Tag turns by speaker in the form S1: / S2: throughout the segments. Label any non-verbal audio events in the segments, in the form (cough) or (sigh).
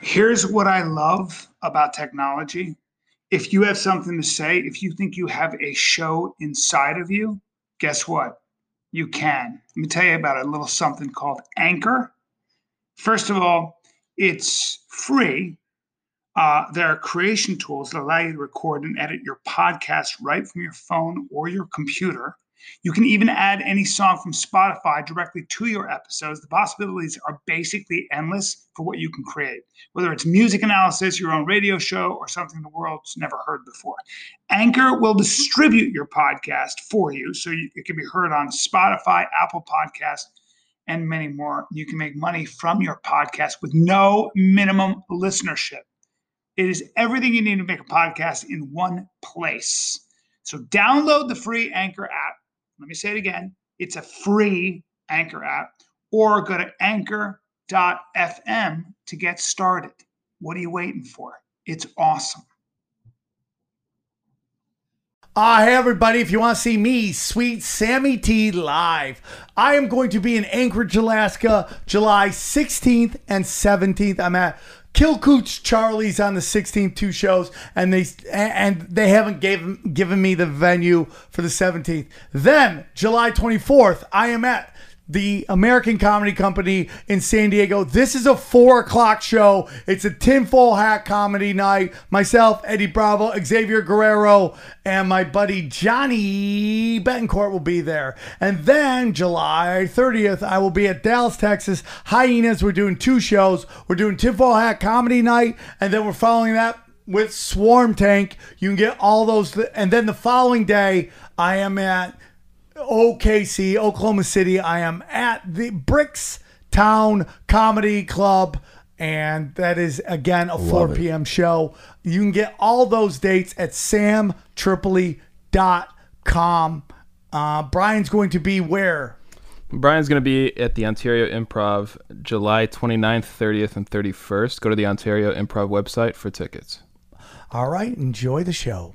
S1: here's what I love about technology. If you have something to say, if you think you have a show inside of you, guess what? You can. Let me tell you about a little something called Anchor. First of all, it's free. Uh, there are creation tools that allow you to record and edit your podcast right from your phone or your computer. You can even add any song from Spotify directly to your episodes. The possibilities are basically endless for what you can create, whether it's music analysis, your own radio show, or something the world's never heard before. Anchor will distribute your podcast for you so you, it can be heard on Spotify, Apple Podcasts, and many more. You can make money from your podcast with no minimum listenership. It is everything you need to make a podcast in one place. So download the free Anchor app. Let me say it again. It's a free Anchor app or go to anchor.fm to get started. What are you waiting for? It's awesome.
S2: Ah, hey everybody, if you want to see me, sweet Sammy T live, I am going to be in Anchorage, Alaska, July 16th and 17th. I'm at Kilcooch Charlie's on the 16th, two shows, and they and they haven't gave, given me the venue for the 17th. Then, July 24th, I am at the American Comedy Company in San Diego. This is a four o'clock show. It's a tinfoil hat comedy night. Myself, Eddie Bravo, Xavier Guerrero, and my buddy Johnny Betancourt will be there. And then July 30th, I will be at Dallas, Texas, Hyenas. We're doing two shows. We're doing tinfoil hat comedy night, and then we're following that with Swarm Tank. You can get all those. and then the following day, I am at OKC, Oklahoma City. I am at the Bricks Town Comedy Club. And that is again a 4
S3: it.
S2: p.m. show. You can get all those dates at samtripoli.com. Uh, Brian's going to be where?
S4: Brian's going to be at the Ontario Improv July 29th, 30th, and 31st. Go to the Ontario Improv website for tickets.
S2: All right, enjoy the show.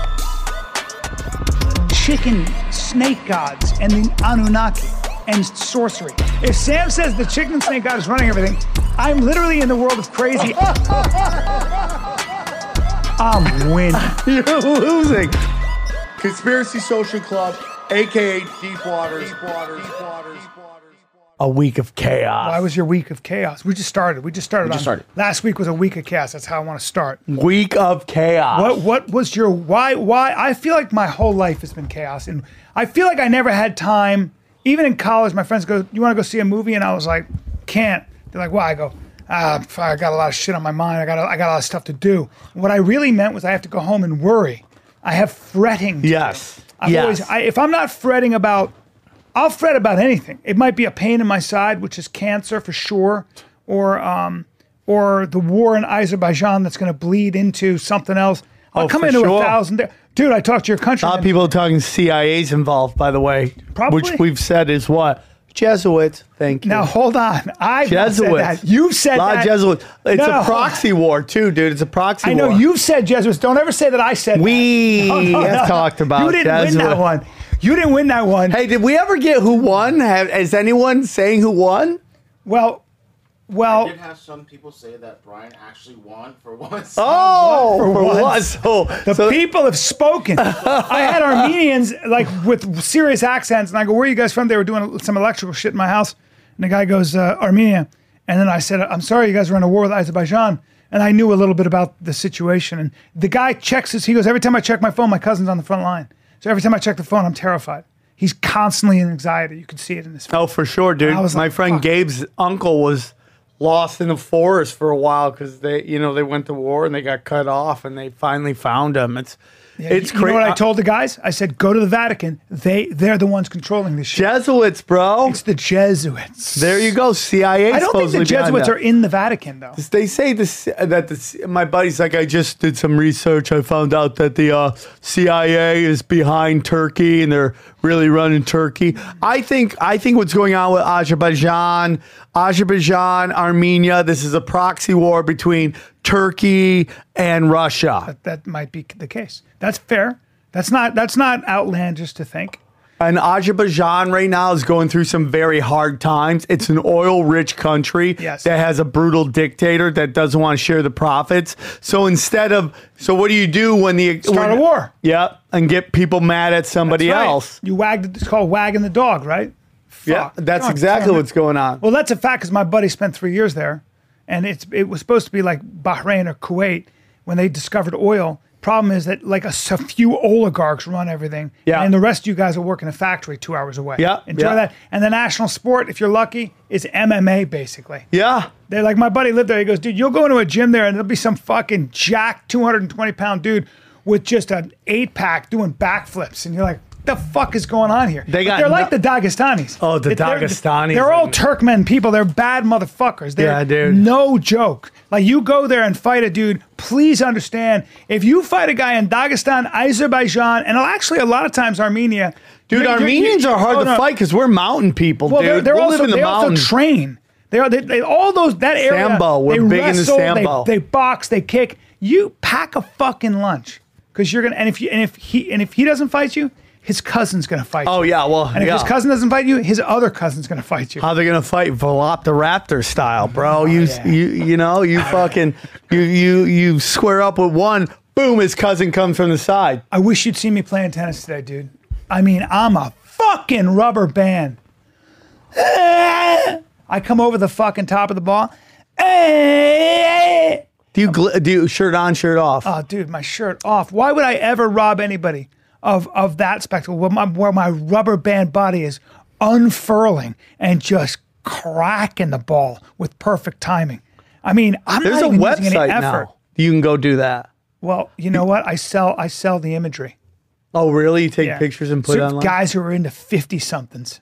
S2: (laughs)
S1: chicken snake gods and the Anunnaki and sorcery. If Sam says the chicken snake god is running everything, I'm literally in the world of crazy. I'm winning.
S2: You're losing. Conspiracy Social Club, aka Deep Waters. A week of chaos.
S1: Why was your week of chaos? We just started. We just started.
S3: just
S1: on-
S3: started.
S1: Last week was a week of chaos. That's how I want to start.
S2: Week of chaos.
S1: What what was your why why I feel like my whole life has been chaos and I feel like I never had time even in college my friends go you want to go see a movie and I was like can't they're like why I go ah fuck, I got a lot of shit on my mind I got a, I got a lot of stuff to do what I really meant was I have to go home and worry I have fretting to
S2: Yes.
S1: I've
S2: yes.
S1: always, I, if I'm not fretting about, I'll fret about anything. It might be a pain in my side, which is cancer for sure, or um, or the war in Azerbaijan that's going to bleed into something else. I'll
S2: Oh,
S1: come
S2: for
S1: into
S2: sure.
S1: a thousand. di- Dude, I talked to your country.
S2: A lot of people are talking CIA's involved, by the way.
S1: Probably.
S2: Which we've said is what? Jesuits. Thank you.
S1: Now hold on. I said
S2: Jesuits.
S1: that. You've said
S2: a lot
S1: that.
S2: of Jesuits. It's
S1: No,
S2: a
S1: no,
S2: proxy war too, dude. It's a proxy
S1: I
S2: war.
S1: know you've said Jesuits. Don't ever say that I said. (laughs) that.
S2: We
S1: No, no,
S2: have
S1: no.
S2: talked about
S1: You didn't win that
S2: Jesuit.
S1: one. You didn't win that one.
S2: Hey, did we ever get who won? Have, is anyone saying who won?
S1: Well, well.
S5: I did have some people say that Brian actually won for (laughs) once.
S2: Oh, for,
S5: (laughs)
S1: once.
S2: what? (laughs) So,
S1: The
S2: so
S1: people have spoken. I had Armenians like with serious accents, and I go, "Where are you guys from?" They were doing some electrical shit in my house, and the guy goes, uh, "Armenia," and then I said, "I'm sorry, you guys were in a war with Azerbaijan." And I knew a little bit about the situation. And the guy checks his. He goes, "Every time I check my phone, my cousin's on the front line. So every time I check the phone, I'm terrified." He's constantly in anxiety. You can see it in his face.
S2: oh, for sure, dude.
S1: I was
S2: My
S1: like,
S2: friend
S1: fuck.
S2: Gabe's uncle was lost in the forest for a while because they, you know, they went to war and they got cut off and they finally found him. It's, it's
S6: you know
S2: crazy.
S6: what I told the guys? I said, go to the Vatican. They they're the ones controlling this shit.
S2: Jesuits, bro.
S6: it's the Jesuits.
S2: there you go. CIA.
S6: I don't think the Jesuits are in the Vatican though.
S2: They say this uh, that the my buddy's like I just did some research. I found out that the uh, CIA is behind Turkey and they're really running Turkey. I think I think what's going on with Azerbaijan, Azerbaijan, Armenia. This is a proxy war between Turkey and Russia.
S6: That might be the case. That's fair. That's not that's not outlandish to think.
S2: And Azerbaijan right now is going through some very hard times. It's an oil rich country
S6: Yes.
S2: that has a brutal dictator that doesn't want to share the profits. So instead of, so what do you do when the.
S6: Start
S2: when-
S6: a war.
S2: Yep. And get people mad at somebody
S6: That's right.
S2: else.
S6: You wagged. It's called wagging the dog, right?
S2: Yeah.
S6: Fuck.
S2: That's
S6: God
S2: exactly
S6: damn it.
S2: what's going on.
S6: Well, that's a fact because my buddy spent three years there, and it's it was supposed to be like Bahrain or Kuwait when they discovered oil. Problem is that like a, s- a few oligarchs run everything,
S2: Yeah.
S6: and the rest of you guys will work in a factory two hours away.
S2: Yeah,
S6: enjoy
S2: yeah.
S6: that. And the national sport, if you're lucky, is MMA basically.
S2: yeah.
S6: They're like, my buddy lived there. He goes, dude, you'll go into a gym there and there'll be some fucking jack 220 pound dude with just an eight pack doing backflips. And you're like, the fuck is going on here?
S2: They
S6: But
S2: got
S6: they're
S2: no-
S6: like the Dagestanis.
S2: Oh, the
S6: It- they're-
S2: Dagestanis
S6: They're all
S2: are-
S6: Turkmen people. They're bad motherfuckers. They're
S2: Yeah, dude.
S6: No joke. Like, you go there and fight a dude, please understand if you fight a guy in Dagestan, Azerbaijan, and actually a lot of times Armenia.
S2: Dude,
S6: you're- you're-
S2: Armenians
S6: you're-
S2: are hard
S6: oh,
S2: to
S6: no.
S2: fight because we're mountain people,
S6: Well,
S2: dude.
S6: they're, they're
S2: we
S6: also
S2: live in the
S6: they
S2: mountains.
S6: also train. They are they, they all those that area.
S2: Sambo, we're
S6: they
S2: big into
S6: wrestle,
S2: sambo.
S6: They, they box. They kick. You pack a fucking lunch because you're gonna and if you and if he and if he doesn't fight you, his cousin's gonna fight you.
S2: oh, yeah. Well,
S6: And if
S2: yeah.
S6: his cousin doesn't fight you, his other cousin's gonna fight you.
S2: How they gonna fight Velociraptor style, bro? You
S6: Oh, yeah.
S2: you you know
S6: (laughs)
S2: you fucking you you you square up with one. Boom! His cousin comes from the side.
S6: I wish you'd seen me playing tennis today, dude. I mean, I'm a fucking rubber band. (laughs) I come over the fucking top of the ball. (laughs)
S2: Do you gl- do you shirt on, shirt off?
S6: oh, dude, my shirt off. Why would I ever rob anybody of of that spectacle where my, where my rubber band body is unfurling and just cracking the ball with perfect timing? I mean, I'm
S2: There's a
S6: not even using
S2: website
S6: any effort.
S2: now. You can go do that.
S6: Well, you know what? I sell I sell the imagery.
S2: Oh, really? You take
S6: Yeah.
S2: pictures and put
S6: So
S2: it online.
S6: Guys who are into fifty somethings.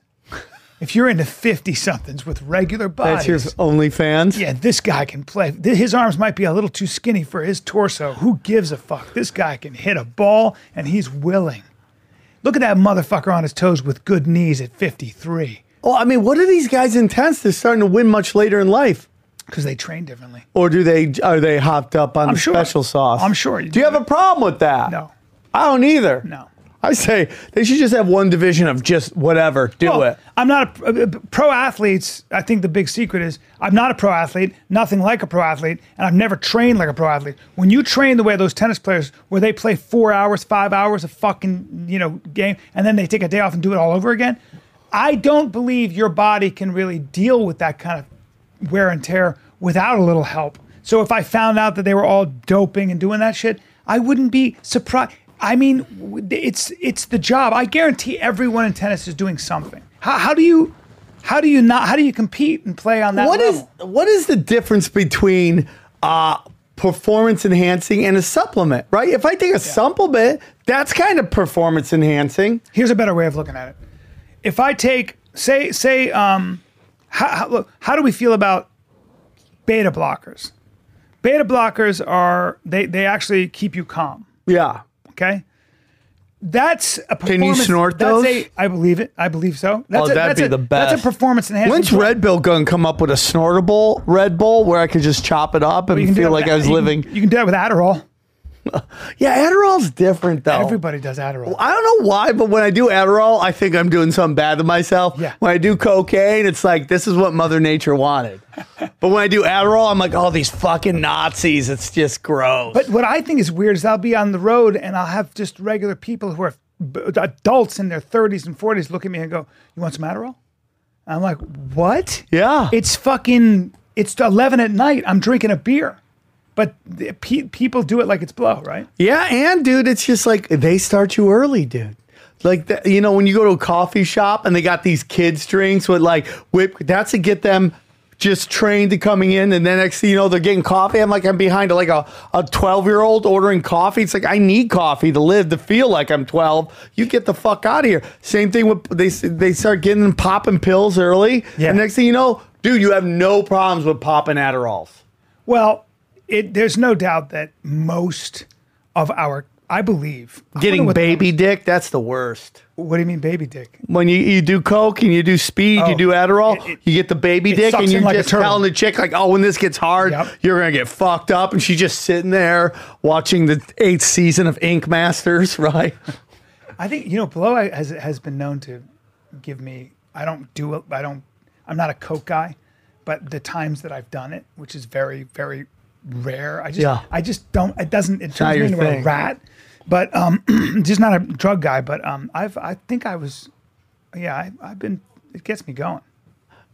S6: if you're into fifty somethings with regular
S2: That's
S6: bodies,
S2: your OnlyFans.
S6: yeah, this guy can play. Th- His arms might be a little too skinny for his torso. Who gives a fuck? This guy can hit a ball and he's willing. Look at that motherfucker on his toes with good knees at 53
S2: Well, I mean, what are these guys intense? They're starting to win much later in life,
S6: because they train differently.
S2: or do they are they hopped up on
S6: I'm
S2: the
S6: sure.
S2: special sauce?
S6: I'm sure.
S2: Do you have a problem with that?
S6: No,
S2: I don't either.
S6: no.
S2: I say they should just have one division of just whatever. Do
S6: Well,
S2: it.
S6: I'm not a, a- a- pro athletes. I think the big secret is I'm not a pro athlete, nothing like a pro athlete, and I've never trained like a pro athlete. When you train the way those tennis players, where they play four hours, five hours of fucking you know game, and then they take a day off and do it all over again, I don't believe your body can really deal with that kind of wear and tear without a little help. So if I found out that they were all doping and doing that shit, I wouldn't be surprised. I mean, w- it's it's the job. I guarantee everyone in tennis is doing something. How, how do you, how do you not? How do you compete and play on that
S2: What is
S6: level?
S2: what is the difference between uh, performance enhancing and a supplement? Right? If I take a supplement, that's kind of performance enhancing.
S6: Here's a better way of looking at it. If I take say say um, how, how, look, how do we feel about beta blockers? Beta blockers are they they actually keep you calm.
S2: Yeah.
S6: Okay. That's a performance.
S2: you snort
S6: that's
S2: those?
S6: A, I believe it. I believe so. That's
S2: Oh,
S6: a,
S2: that'd
S6: that's
S2: be
S6: a,
S2: the
S6: That's
S2: best.
S6: a performance enhancement.
S2: When's
S6: drug.
S2: Red Bull gonna come up with a snortable Red Bull where I could just chop it up
S6: You
S2: and
S6: can do
S2: feel
S6: it
S2: like
S6: with-
S2: I was
S6: you can-
S2: living?
S6: You can do that with Adderall.
S2: Yeah, Adderall's different though.
S6: Everybody does Adderall.
S2: Oh. I don't know why, but when I do Adderall, I think I'm doing something bad to myself.
S6: Yeah.
S2: When I do cocaine, it's like this is what Mother Nature
S6: (laughs)
S2: wanted. but when I do Adderall, I'm like, oh, these fucking Nazis. It's just gross.
S6: But what I think is weird is I'll be on the road and I'll have just regular people who are b- adults in their 30s and 40s look at me and go, "You want some Adderall?" And I'm like, "What?"
S2: yeah.
S6: It's fucking. It's 11 at night. I'm drinking a beer, but the, pe- people do it like it's blow, right?
S2: Yeah, and dude, it's just like they start you early, dude. Like the, you know, when you go to a coffee shop and they got these kids drinks with like whip, that's to get them just trained to coming in, and then next thing you know, they're getting coffee. I'm like, I'm behind like a a 12 year old ordering coffee. It's like I need coffee to live to feel like I'm 12. You get the fuck out of here. Same thing with they they start getting them popping pills early.
S7: Yeah.
S2: And next thing you know, dude, you have no problems with popping Adderalls.
S6: Well, it, there's no doubt that most of our, I believe, I wonder
S2: Getting
S6: what the-
S2: baby dick, that's the worst.
S6: what do you mean, baby dick?
S2: when you, you do coke and you do speed, you
S6: Oh,
S2: do Adderall,
S6: it- it-
S2: you get the baby dick,
S6: sucks
S2: and you're
S6: in like a
S2: just
S6: turtle.
S2: telling the chick like, "Oh, when this gets hard,
S6: Yep.
S2: you're gonna get fucked up," and she's just sitting there watching the eighth season of Ink Masters, (laughs) right?
S6: I think you know, blow has has been known to give me. I don't do it. I don't. I'm not a coke guy, but the times that I've done it, which is very very rare, I just
S2: Yeah.
S6: I just don't. It doesn't. It
S2: not
S6: turns me
S2: your
S6: into
S2: thing.
S6: a rat. But um, (clears throat) just not a drug guy. But um, I've I think I was, yeah, I, I've been. It gets me going.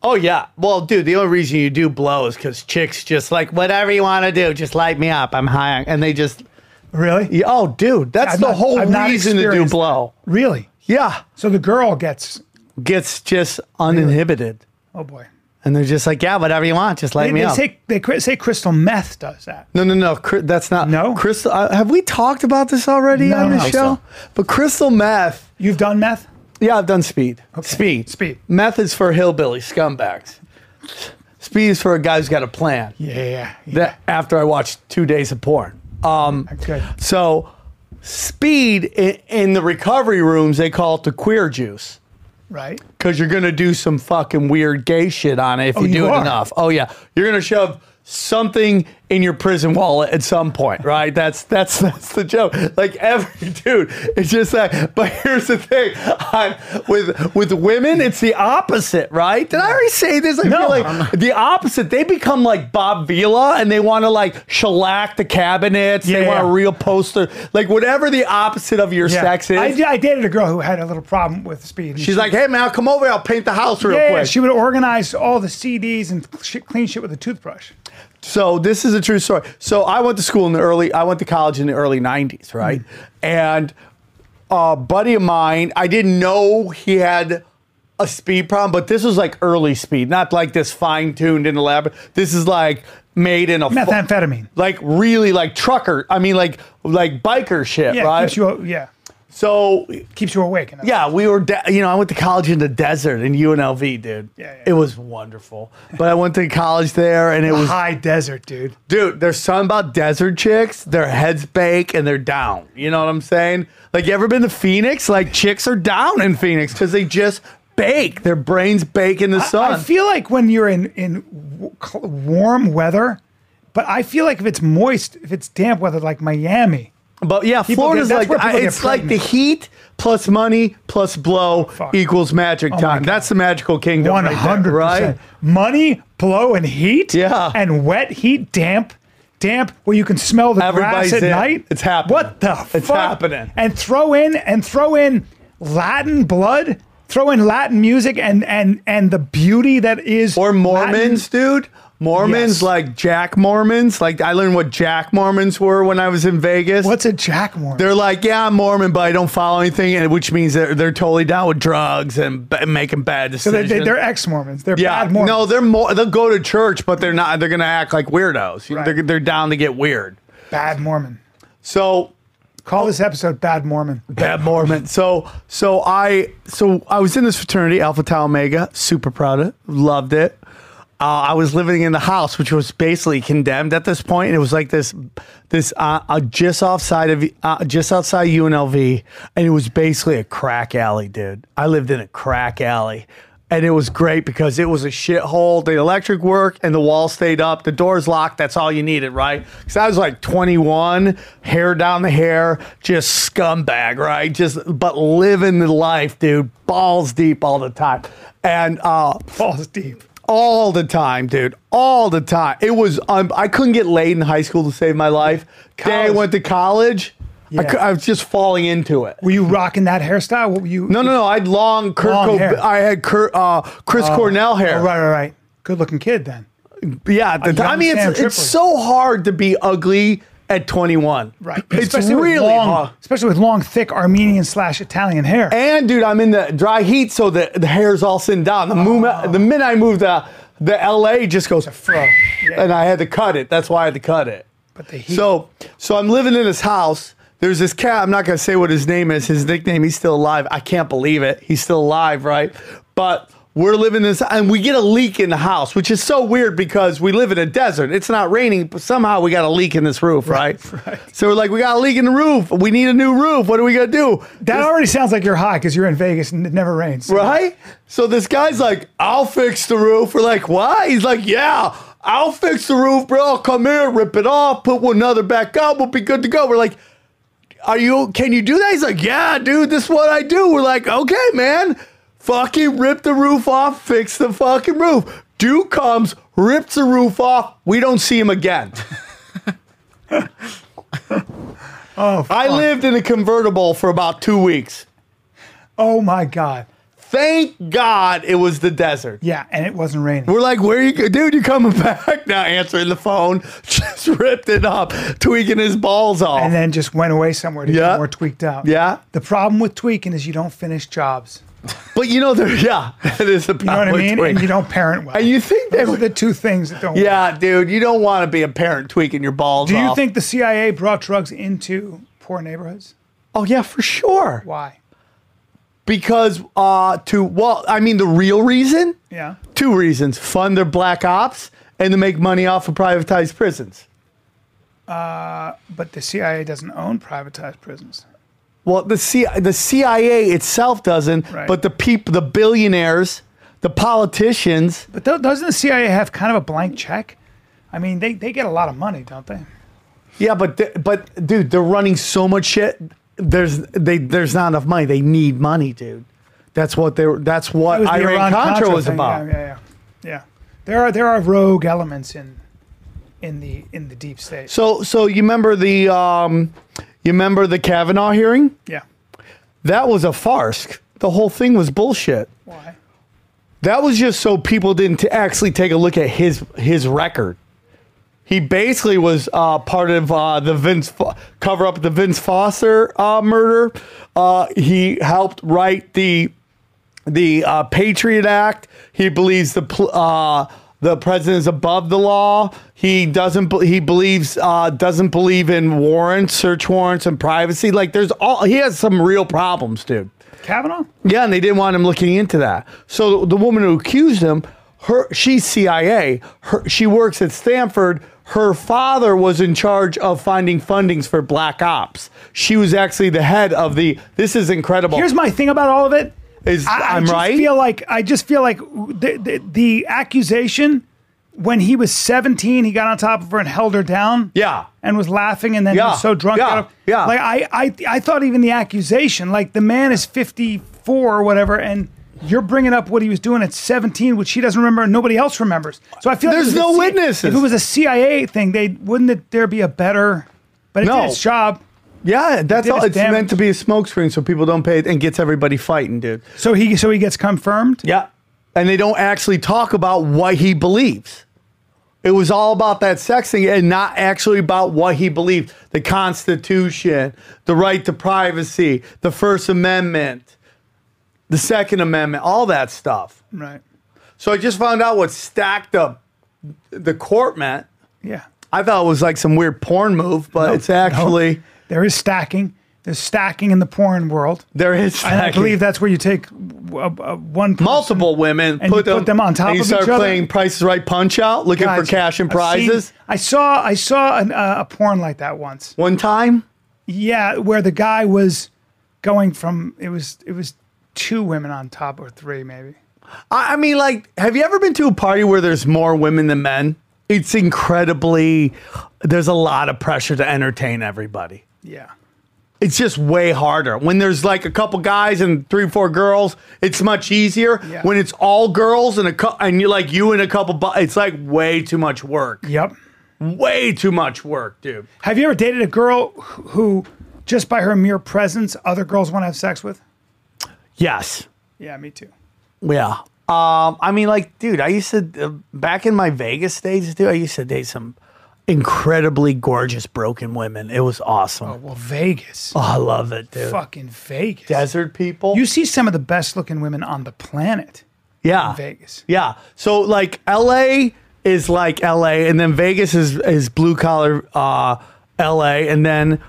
S2: Oh yeah. Well, dude, the only reason you do blow is because chicks just like whatever you want to do, just light me up. I'm high, and they just,
S6: Really?
S2: Yeah, oh, dude, that's
S6: I've
S2: the
S6: not-
S2: whole
S6: I've not
S2: reason to do
S6: experienced
S2: blow.
S6: Really?
S2: Yeah,
S6: So the girl gets.
S2: gets just uninhibited,
S6: Oh boy.
S2: and they're just like, yeah, whatever you want, just light
S6: They,
S2: me
S6: they
S2: up.
S6: say they cri- say crystal meth does that.
S2: No, no, no. Cri- That's not.
S6: No?
S2: Crystal. Uh, have we talked about this already
S6: No,
S2: on
S6: I
S2: the
S6: don't
S2: show? But crystal meth.
S6: You've done meth?
S2: Yeah, I've done speed. Speed.
S6: Speed.
S2: Meth is for hillbilly scumbags. Speed is for a guy who's got a plan.
S6: Yeah. yeah. Uh,
S2: That after I watched two days of porn. Um,
S6: Good.
S2: so speed in, in the recovery rooms they call it the queer juice
S6: Right.
S2: because you're gonna do some fucking weird gay shit on it if you,
S6: you
S2: do it
S6: are.
S2: enough. Oh yeah, you're gonna shove something in your prison wallet at some point, right? That's that's that's the joke. Like every (laughs) dude, it's just like. But here's the thing, i with with women, it's the opposite, right? Did I already say this? I feel like the opposite. They become like Bob Vila, and they want to like shellac the cabinets. They
S6: Yeah.
S2: want to real poster, like whatever the opposite of your
S6: Yeah.
S2: sex is.
S6: I, d- I dated a girl who had a little problem with speed. and
S2: She's
S6: she-
S2: like, hey man, come over. I'll paint the house real
S6: yeah, yeah,
S2: quick.
S6: she would organize all the CDs and sh- clean shit with a toothbrush.
S2: So this is a true story. So I went to school in the early, I went to college in the early '90s, right?
S6: Mm-hmm.
S2: And a buddy of mine, I didn't know he had a speed problem, but this was like early speed, not like this fine-tuned and elaborate. This is like made in a fu-
S6: Methamphetamine.
S2: like really like trucker. I mean, like like biker shit,
S6: Yeah,
S2: right?
S6: keeps you yeah
S2: so
S6: keeps you awake. in a-
S2: yeah, we were, de- you know, I went to college in the desert in UNLV, dude.
S6: Yeah, yeah.
S2: It was wonderful. But I went to college there and it was
S6: high desert, dude.
S2: dude, there's something about desert chicks. Their heads bake and they're down. You know what I'm saying? Like, you ever been to Phoenix? Like, chicks are down in Phoenix because they just bake. Their brains bake in the sun.
S6: I feel like when you're in in w- cl- warm weather, but I feel like if it's moist, if it's damp weather like Miami,
S2: but yeah,
S6: People
S2: Florida's
S6: get-
S2: like
S6: that's where people
S2: I-
S6: get
S2: it's like the
S6: pregnant.
S2: heat plus money plus blow
S6: Fuck. Oh
S2: equals magic time. That's the magical kingdom.
S6: one
S2: right there,
S6: hundred
S2: right?
S6: percent money, blow, and heat.
S2: Yeah.
S6: and wet heat, damp. Damp, where you can smell the
S2: Everybody's
S6: grass at
S2: in.
S6: night.
S2: It's happening.
S6: What the
S2: It's
S6: fuck?
S2: happening.
S6: And throw in and throw in Latin blood. Throw in Latin music and and and the beauty that is
S2: Or Mormons,
S6: Latin-
S2: dude. Mormons
S6: Yes.
S2: like Jack Mormons. Like I learned what Jack Mormons were when I was in Vegas.
S6: What's a Jack Mormon?
S2: They're like, yeah, I'm Mormon, but I don't follow anything, and which means they're, they're totally down with drugs and b- making bad
S6: so they,
S2: decisions.
S6: they, they're ex Mormons. They're
S2: yeah,
S6: bad Mormons.
S2: no, they're more. They'll go to church, but they're not. They're gonna act like weirdos. You know,
S6: Right.
S2: They're, they're down to get weird.
S6: bad Mormon.
S2: So Oh.
S6: Call this episode "Bad Mormon."
S2: bad Mormon. So so I so I was in this fraternity, Alpha Tau Omega. Super proud of, it, loved it. Uh, I was living in the house, which was basically condemned at this point, and it was like this this uh, uh, just outside of uh, just outside UNLV, and it was basically a crack alley, dude. I lived in a crack alley. And it was great because it was a shithole. The electric worked and the wall stayed up. The doors locked. That's all you needed, right? Because I was like 21, hair down the hair, just scumbag, right? Just but living the life, dude. Balls deep all the time, and uh,
S6: Falls deep.
S2: all the time, dude. All the time. It was um, I couldn't get laid in high school to save my life. Day I
S6: College-
S2: went to college, I, cou- I was just falling into it.
S6: Were you rocking that hairstyle? What were you?
S2: No, no, no. I had long, Kurt
S6: Long
S2: Cob-
S6: hair.
S2: I had Kurt, uh, Chris Cornell hair.
S6: Oh, right, right, right. Good looking kid then.
S2: Yeah, at the
S6: A
S2: time. I
S6: young
S2: mean,
S6: Sam
S2: it's, it's
S6: Tripoli.
S2: so hard to be ugly at 21.
S6: Right.
S2: It's really
S6: with long,
S2: hard.
S6: especially with long, thick Armenian slash Italian hair.
S2: And dude, I'm in the dry heat, so the, the hair's all sitting down. The
S6: Ah.
S2: moment, the minute I moved to the LA, just goes,
S6: fro. Yeah.
S2: and I had to cut it. That's why I had to cut it.
S6: but the heat.
S2: So, so I'm living in his house. There's this cat. I'm not gonna say what his name is. His nickname. He's still alive. I can't believe it. He's still alive, right? But we're living this, and we get a leak in the house, which is so weird because we live in a desert. It's not raining, but somehow we got a leak in this roof, right?
S6: (laughs) right.
S2: So we're like, we got a leak in the roof. We need a new roof. What are we gonna do?
S6: that already sounds like you're high because you're in Vegas and it never rains.
S2: Right? So this guy's like, I'll fix the roof. We're like, why? He's like, yeah, I'll fix the roof, bro. I'll come here, rip it off, put one another back up. We'll be good to go. We're like, are you, can you do that? He's like, yeah, dude, this is what I do. We're like, okay, man. Fucking rip the roof off, fix the fucking roof. Dude comes, rips the roof off. We don't see him again. (laughs)
S6: Oh,
S2: I lived in a convertible for about two weeks.
S6: oh my God.
S2: Thank God it was the desert.
S6: Yeah, and it wasn't raining.
S2: We're like, where you, dude? You coming back? (laughs) Not answering the phone. (laughs) Just ripped it up, tweaking his balls off.
S6: and then just went away somewhere to
S2: Yeah.
S6: get more tweaked out.
S2: yeah,
S6: The problem with tweaking is you don't finish jobs.
S2: but you know, there. Yeah, (laughs) that is the
S6: You know what
S2: problem.
S6: I mean?
S2: with
S6: And you
S2: tweak.
S6: don't parent well.
S2: And you think they
S6: Those are
S2: would?
S6: the two things that don't. work.
S2: Yeah, dude, you don't want to be a parent tweaking your balls.
S6: Do you
S2: off.
S6: think the CIA brought drugs into poor neighborhoods?
S2: Oh yeah, for sure.
S6: Why?
S2: Because uh, to well, I mean, the real reason,
S6: Yeah.
S2: two reasons: fund their black ops and to make money off of privatized prisons.
S6: But the CIA doesn't own privatized prisons.
S2: Well, the C- the CIA itself doesn't,
S6: Right.
S2: but the peop- the billionaires, the politicians.
S6: But tho- doesn't the CIA have kind of a blank check? I mean, they, they get a lot of money, don't they?
S2: Yeah, but th- but dude, they're running so much shit. There's they there's not enough money. They need money, dude. That's what they were- that's what
S6: was the
S2: Iran Contra
S6: Iran-Contra
S2: was
S6: thing.
S2: about.
S6: Yeah, yeah, yeah, yeah. There are there are rogue elements in in the in the deep state.
S2: So so you remember the um you remember the Kavanaugh hearing?
S6: yeah.
S2: That was a farce. The whole thing was bullshit.
S6: Why?
S2: That was just so people didn't t- actually take a look at his his record. He basically was uh, part of uh, the Vince Fo- cover up the Vince Foster uh, murder. Uh, he helped write the the uh, Patriot Act. He believes the pl- uh, the president is above the law. He doesn't. Be- he believes uh, doesn't believe in warrants, search warrants, and privacy. Like there's all he has some real problems, dude.
S6: Kavanaugh?
S2: Yeah, and they didn't want him looking into that. So the woman who accused him, her she's CIA. Her, she works at Stanford. Her father was in charge of finding fundings for black ops. She was actually the head of the. This is incredible.
S6: Here's my thing about all of it.
S2: Is-
S6: I, I
S2: I'm
S6: just
S2: right?
S6: Feel like I just feel like the, the the accusation when he was 17, he got on top of her and held her down.
S2: yeah,
S6: and was laughing and then he
S2: Yeah,
S6: was so drunk.
S2: yeah,
S6: out of-
S2: yeah.
S6: Like I, I, I thought even the accusation, like the man is 54 or whatever, and you're bringing up what he was doing at 17, which he doesn't remember and nobody else remembers. So I feel like
S2: There's
S6: if it was
S2: no
S6: a C-
S2: witnesses.
S6: If it was a CIA thing, they wouldn't it, there be a better? But it
S2: No.
S6: did its job.
S2: yeah. That's
S6: did
S2: all.
S6: his
S2: It's meant
S6: damage.
S2: to be a smokescreen so people don't pay it and gets everybody fighting, dude.
S6: So he, so he gets confirmed.
S2: Yeah, and they don't actually talk about what he believes. It was all about that sex thing and not actually about what he believed the Constitution, the right to privacy, the First Amendment, the Second Amendment, all that stuff.
S6: Right.
S2: So I just found out what stacked up the court meant.
S6: Yeah.
S2: I thought it was like some weird porn move, but it's actually
S6: There is stacking. There's stacking in the porn world.
S2: there is
S6: And I
S2: stacking.
S6: believe that's where you take w- a- a- one person-
S2: multiple women
S6: and you put them on top
S2: and you
S6: of
S2: start
S6: each other.
S2: playing Price is Right punch out, looking for
S6: Guys,
S2: cash and
S6: I've seen-
S2: prizes.
S6: I saw I saw an, uh, a porn like that once.
S2: One time,
S6: Yeah, where the guy was going from it was it was two women on top or three maybe.
S2: I, I mean, like, have you ever been to a party where there's more women than men? It's incredibly, there's a lot of pressure to entertain everybody.
S6: Yeah.
S2: It's just way harder. When there's like a couple guys and three, four girls, it's much easier.
S6: Yeah.
S2: When it's all girls and a cou- and you like you and a couple, bu- it's like way too much work.
S6: Yep.
S2: Way too much work, dude.
S6: Have you ever dated a girl wh- who just by her mere presence other girls want to have sex with?
S2: Yes.
S6: Yeah, me too.
S2: Yeah. Um, I mean, like, dude, I used to uh, back in my Vegas days, dude. I used to date some. incredibly gorgeous broken women. It was awesome.
S6: Oh, well, Vegas.
S2: Oh, I love it, dude.
S6: Fucking Vegas.
S2: Desert people.
S6: You see some of the best looking women on the planet
S2: yeah.
S6: in Vegas.
S2: Yeah. So like LA is like LA and then Vegas is is blue collar uh LA and then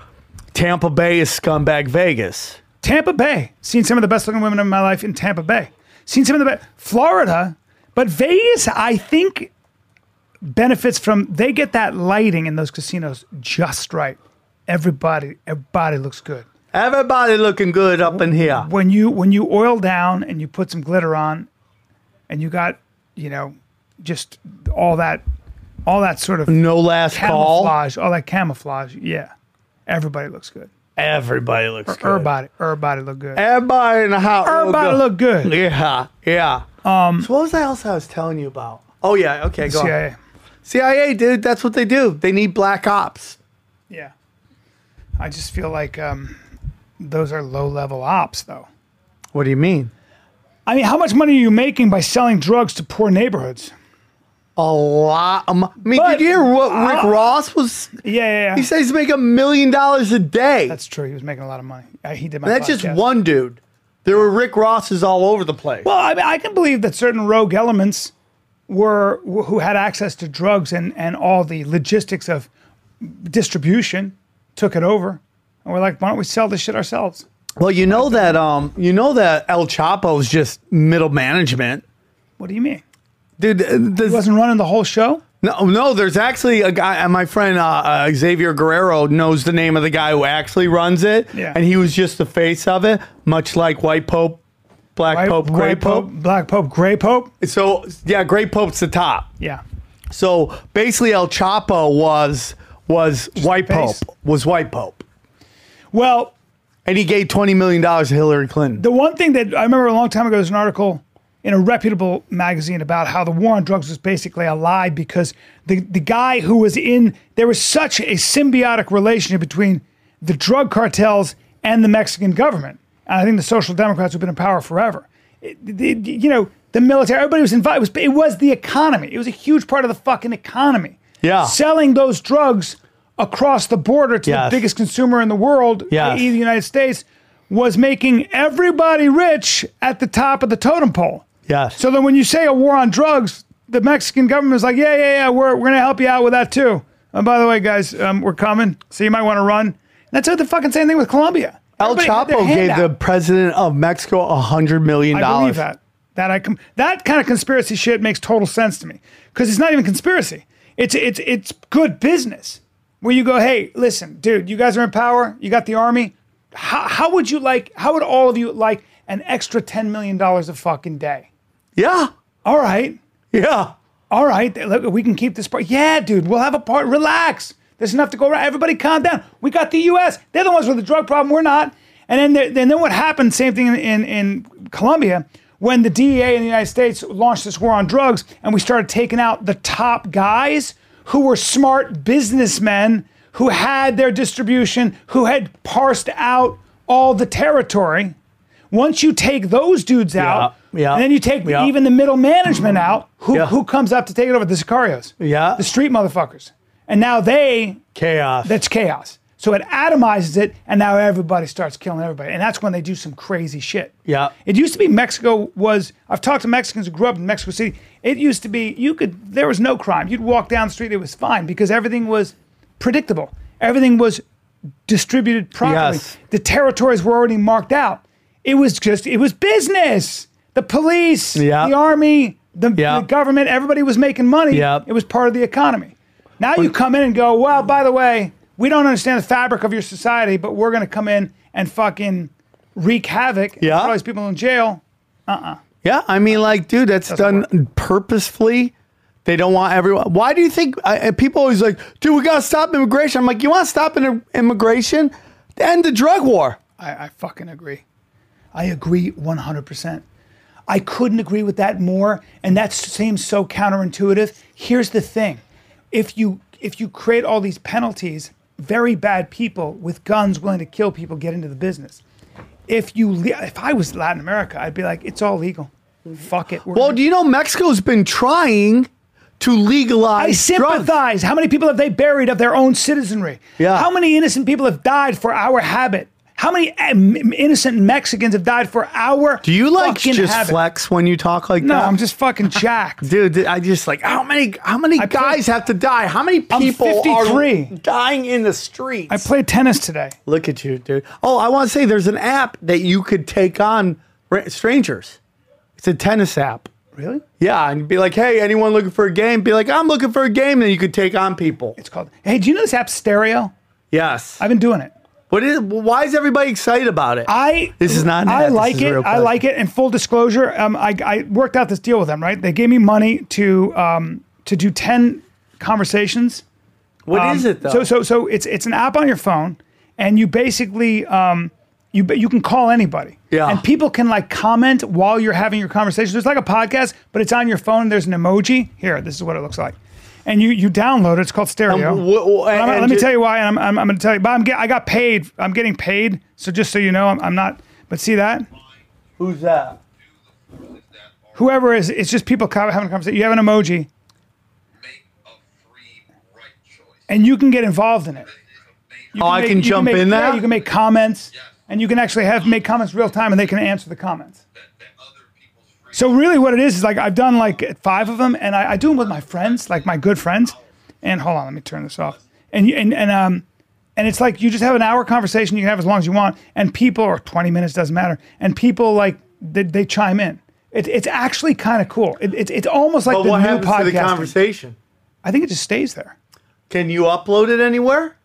S2: Tampa Bay is scumbag Vegas.
S6: Tampa Bay. Seen some of the best looking women in my life in Tampa Bay. Seen some of the best. Florida. But Vegas, I think, benefits from they get that lighting in those casinos just right. Everybody, everybody looks good.
S2: Everybody looking good up in here.
S6: when you when you oil down and you put some glitter on and you got you know just all that all that sort of
S2: No last call.
S6: camouflage all that camouflage yeah everybody looks good
S2: Everybody looks good.
S6: everybody everybody look good
S2: Everybody in the house.
S6: everybody
S2: good. (laughs)
S6: look good
S2: Yeah. Yeah. Um so what was that else I was telling you about? Oh yeah, okay, go on.
S6: CIA.
S2: CIA, dude, that's what they do. They need black ops.
S6: yeah i just feel like um those are low level ops though
S2: What do you mean?
S6: i mean how much money are you making by selling drugs to poor neighborhoods
S2: A lot. Of mo- I mean,
S6: But-
S2: did you hear what Rick
S6: Uh,
S2: Ross was?
S6: yeah yeah,
S2: He
S6: yeah.
S2: says he's making a million dollars a day.
S6: that's true he was making a lot of money I, he did my
S2: And that's just
S6: podcast.
S2: one dude. There were Rick Rosses all over the place.
S6: Well, Oh, I, mean, I can believe that certain rogue elements were who had access to drugs and, and all the logistics of distribution took it over, and we're like, why don't we sell this shit ourselves?
S2: Well, you know that um, you know that El Chapo's just middle management,
S6: What do you mean?
S2: dude. uh,
S6: He
S2: This,
S6: wasn't running the whole show.
S2: no, no. There's actually a guy. uh, My friend uh, uh, Xavier Guerrero knows the name of the guy who actually runs it,
S6: Yeah.
S2: and he was just the face of it, much like White Pope, Black Pope, Gray
S6: White
S2: Pope.
S6: Black Pope, Gray Pope.
S2: So yeah, Gray Pope's the top.
S6: Yeah,
S2: So basically, El Chapo was was white
S6: the
S2: pope
S6: base.
S2: was white pope,
S6: Well,
S2: and he gave twenty million dollars to Hillary Clinton.
S6: the one thing that I remember a long time ago there was an article in a reputable magazine about how the war on drugs was basically a lie because the, the guy who was in there was such a symbiotic relationship between the drug cartels and the Mexican government. And I think the Social Democrats have been in power forever. It- it- you know, the military, everybody was involved. It was, it was the economy. It was a huge part of the fucking economy.
S2: Yeah.
S6: Selling those drugs across the border to
S2: Yes.
S6: the biggest consumer in the world,
S2: Yes.
S6: i.e., the United States, was making everybody rich at the top of the totem pole.
S2: yes.
S6: So then when you say a war on drugs, the Mexican government is like, yeah, yeah, yeah, we're, we're going to help you out with that too. And by the way, guys, um, we're coming. So you might want to run. That's the fucking same thing with Colombia.
S2: El
S6: Everybody had their
S2: Chapo
S6: hand
S2: gave
S6: out.
S2: the president of Mexico a hundred million
S6: I
S2: dollars.
S6: believe that. That I com- that kind of conspiracy shit makes total sense to me because it's not even conspiracy. It's it's it's good business where you go, hey, listen, dude, you guys are in power. You got the army. How, how would you like? How would all of you like an extra ten million dollars a fucking day?
S2: Yeah,
S6: All right,
S2: yeah.
S6: all right. Look, we can keep this part. Yeah, dude, we'll have a part. Relax. There's enough to go around. Everybody, calm down. We got the U.S. They're the ones with the drug problem. We're not. And then, there, then, then what happened? Same thing in, in in Colombia when the DEA in the United States launched this war on drugs, and we started taking out the top guys who were smart businessmen who had their distribution, who had parsed out all the territory. Once you take those dudes out,
S2: yeah,
S6: and then you take
S2: yeah.
S6: even the middle management out, who
S2: Yeah.
S6: who comes up to take it over? The Sicarios.
S2: Yeah.
S6: The street motherfuckers. And now they,
S2: Chaos.
S6: that's chaos. So it atomizes it, and now everybody starts killing everybody. And that's when they do some crazy shit.
S2: Yeah.
S6: It used to be Mexico was, I've talked to Mexicans who grew up in Mexico City. It used to be, you could, there was no crime. You'd walk down the street, it was fine because everything was predictable, everything was distributed properly.
S2: Yes.
S6: The territories were already marked out. It was just, it was business. The police,
S2: Yeah.
S6: the army, the,
S2: Yeah.
S6: the government, everybody was making money.
S2: Yeah.
S6: It was part of the economy. Now you come in and go, well, by the way, we don't understand the fabric of your society, but we're going to come in and fucking wreak havoc. and
S2: Yeah.
S6: Put all these people in jail.
S2: yeah, I mean, like, dude, that's done purposefully. They don't want everyone. Why do you think I, I- people always like, dude, we gotta stop immigration? I'm like, you want to stop in, immigration? End the drug war.
S6: I, I fucking agree. I agree 100%. I couldn't agree with that more. And that seems so counterintuitive. Here's the thing if you, if you create all these penalties, very bad people with guns willing to kill people get into the business. If you, le- if I was Latin America, I'd be like, it's all legal. Fuck it. We're
S2: Well,
S6: gonna-
S2: do you know Mexico's been trying to legalize
S6: I
S2: drugs.
S6: sympathize. How many people have they buried of their own citizenry?
S2: Yeah.
S6: How many innocent people have died for our habit? How many uh, m- innocent Mexicans have died for our?
S2: Do you like
S6: fucking
S2: just
S6: habit?
S2: flex when you talk like
S6: No,
S2: that?
S6: I'm just
S2: (laughs)
S6: fucking jacked.
S2: dude. I just like how many how many
S6: play-
S2: guys have to die? How many
S6: I'm
S2: people are
S6: 53.
S2: dying in the streets?
S6: I played tennis today.
S2: Look at you, dude. Oh, I want to say there's an app that you could take on ra- strangers. It's a tennis app.
S6: Really?
S2: Yeah, and be like, hey, anyone looking for a game? Be like, I'm looking for a game. Then you could take on people.
S6: It's called. Hey, do you know this app Stereo?
S2: Yes.
S6: I've been doing it.
S2: What is? Why is everybody excited about it?
S6: I
S2: This is not an ad,
S6: I
S2: this
S6: like
S2: is a
S6: it.
S2: real
S6: I
S2: question.
S6: like it. And full disclosure, um, I, I worked out this deal with them. Right? They gave me money to um, to do ten conversations.
S2: What is
S6: Um,
S2: it though?
S6: So so so it's it's an app on your phone, and you basically um, you ba- you can call anybody.
S2: Yeah.
S6: And people can like comment while you're having your conversation. It's like a podcast, but it's on your phone. There's an emoji here. This is what it looks like. And you you download it. It's called Stereo.
S2: Um, wh- wh-
S6: And I'm-
S2: and
S6: let me
S2: ju-
S6: tell you why. And I'm, I'm, I'm going to tell you. But I'm get, I got paid. I'm getting paid. So just so you know, I'm, I'm not. But see that
S2: Who's that?
S6: whoever is, it's just people co- having a conversation. You have an emoji,
S8: make a free right choice.
S6: and you can get involved in it.
S8: You
S2: Oh, I
S6: make-
S2: can
S6: you
S2: jump
S6: make-
S2: in
S6: yeah,
S2: that.
S6: you can make comments, and you can actually have make comments real time, and they can answer the comments.
S8: that, that other people's free
S6: So really, what it is is like I've done like five of them, and I, I do them with my friends, like my good friends. And hold on, let me turn this off. And you- and and um, and it's like you just have an hour conversation you can have as long as you want, and people or twenty minutes doesn't matter, and people like they, they chime in. It, it's actually kind of cool. It, it's it's almost like
S2: But
S6: the
S2: what
S6: new
S2: happens to the
S6: podcast.
S2: conversation?
S6: I think it just stays there.
S2: Can you upload it anywhere?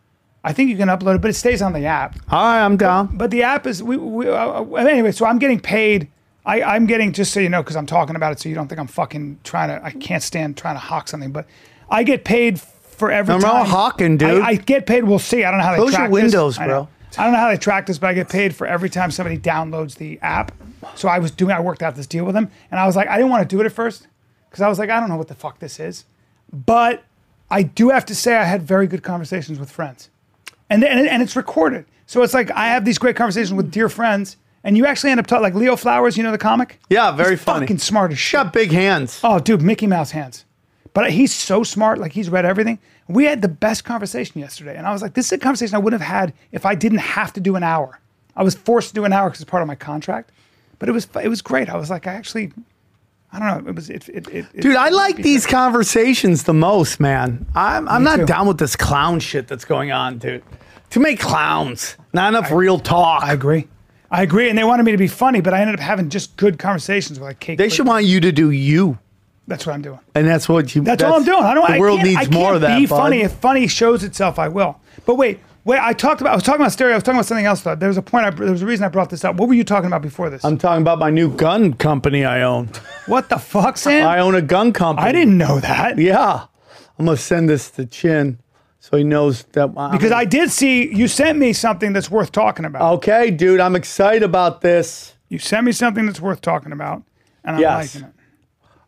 S6: I think you can upload it, but it stays on the app.
S2: All right, I'm down.
S6: But the app is we, we uh, uh, anyway. So I'm getting paid. I, I'm getting just so you know because I'm talking about it, so you don't think I'm fucking trying to. I can't stand trying to hawk something, but I get paid for every
S2: I'm not
S6: time.
S2: hawking, dude.
S6: I, I get paid. We'll see. I don't know how they
S2: Close your
S6: track
S2: windows,
S6: this. I know.
S2: bro.
S6: I don't know how they track this, but I get paid for every time somebody downloads the app. So I was doing. I worked out this deal with them, and I was like, I didn't want to do it at first because I was like, I don't know what the fuck this is, but I do have to say I had very good conversations with friends and and, and it's recorded. So it's like I have these great conversations with dear friends, and you actually end up talking like Leo Flowers. You know the comic?
S2: Yeah, very funny.
S6: Fucking smart as shit.
S2: Got big hands.
S6: Oh, dude, Mickey Mouse hands. But he's so smart. Like he's read everything. We had the best conversation yesterday, and I was like, this is a conversation I wouldn't have had if I didn't have to do an hour. I was forced to do an hour because it's part of my contract. But it was it was great. I was like, I actually. I don't know. It was it. it, it it-
S2: Dude, I like these conversations the most, man. I'm, I'm not
S6: too.
S2: down with this clown shit that's going on, dude. Too many clowns, not enough real talk.
S6: I agree. I agree. And they wanted me to be funny, but I ended up having just good conversations with like Kate.
S2: they
S6: Clip-
S2: should want you to do you,
S6: That's what I'm doing.
S2: and that's what you.
S6: That's, all I'm doing. I don't.
S2: The
S6: I
S2: world
S6: can't-
S2: needs
S6: I
S2: more
S6: can't
S2: of that.
S6: Be
S2: bud.
S6: funny. If funny shows itself, I will. But wait, wait. I talked about. I was talking about stereo. I was talking about something else. Though there was a point. I, there was a reason I brought this up. What were you talking about before this?
S2: I'm talking about my new gun company I own.
S6: what the fuck, Sam?
S2: I
S6: I,
S2: own a gun company.
S6: didn't know that.
S2: Yeah, I'm gonna send this to Chin, so he knows that. I'm-
S6: Because I did see you sent me something that's worth talking about.
S2: Okay, dude, I'm excited about this.
S6: You sent me something that's worth talking about, and I'm
S2: Yes.
S6: liking it.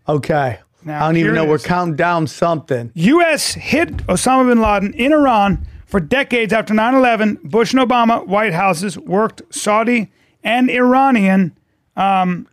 S2: Okay.
S6: Now,
S2: I don't even
S6: here
S2: know.
S6: it
S2: We're
S6: is.
S2: counting down something.
S6: U.S. hid Osama bin Laden in Iran for decades after 9 11. Bush and Obama White Houses worked Saudi and Iranian. Um,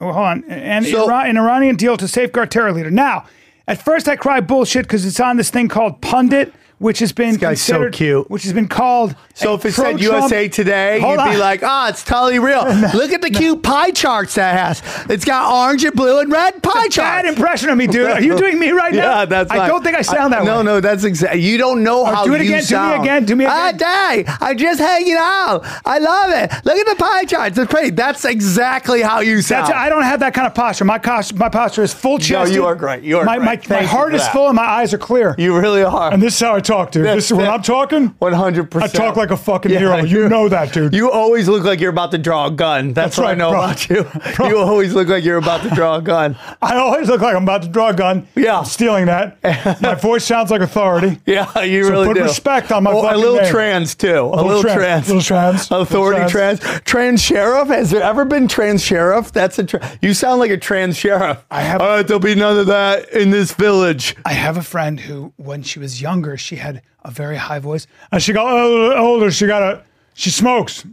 S6: oh, hold on. And
S2: So-
S6: Ira- an Iranian deal to safeguard terror leader. Now, at first I cried bullshit because it's on this thing called Pundit. Which has been
S2: guy's so
S6: considered-
S2: cute.
S6: Which has been called.
S2: So
S6: a
S2: if it said
S6: pro-Trump-
S2: USA Today,
S6: Hold
S2: you'd be
S6: on.
S2: like, ah, it's totally
S6: (laughs)
S2: real. Look at the cute pie charts that has. It's got orange and blue and red pie
S6: bad
S2: charts.
S6: impression of me, dude. Are you doing
S2: (laughs)
S6: me right now?
S2: "Oh yeah, that's.
S6: I
S2: fine.
S6: don't think I sound that
S2: no,
S6: way. Oh,
S2: No, that's exactly. You don't know how
S6: do it
S2: you
S6: again, do me
S2: sound.
S6: again, do me
S2: Ah,
S6: again.
S2: day. I'm just hanging out. I love it. Look at the pie charts. It's pretty. That's exactly how you sound.
S6: That's, I don't have that kind of posture. My posture, my posture is full chested.
S2: you are great. You are
S6: my,
S2: great.
S6: My, my
S2: Thank you
S6: heart
S2: for
S6: is
S2: that.
S6: full and my eyes are clear.
S2: you really are.
S6: and this is how I talk, dude.
S2: That's
S6: This is when
S2: it.
S6: I'm talking.
S2: One hundred
S6: I
S2: percent.
S6: talk like a fucking hero. You know that, dude.
S2: You always look like you're about to draw a gun. That's,
S6: That's
S2: what I
S6: right,
S2: know
S6: bro.
S2: about
S6: (laughs)
S2: you.
S6: Bro.
S2: You always look like you're about to draw a gun.
S6: I always look like I'm about to draw a gun.
S2: Yeah.
S6: I'm
S2: (laughs)
S6: stealing that. my voice sounds like authority.
S2: Yeah, (laughs) you
S6: So
S2: really
S6: put
S2: do.
S6: respect on my
S2: Oh, a
S6: fucking
S2: little
S6: name.
S2: trans too. A, little,
S6: tran-
S2: trans.
S6: little trans,
S2: (laughs)
S6: little
S2: Authority trans.
S6: trans.
S2: trans. sheriff. Has there ever been trans sheriff? That's a. Tra- you sound like a trans sheriff. I
S6: have-
S2: All right, there'll be none of that in this village.
S6: I have a friend who, when she was younger, she had a very high voice, and she got a little older. She got a she smokes,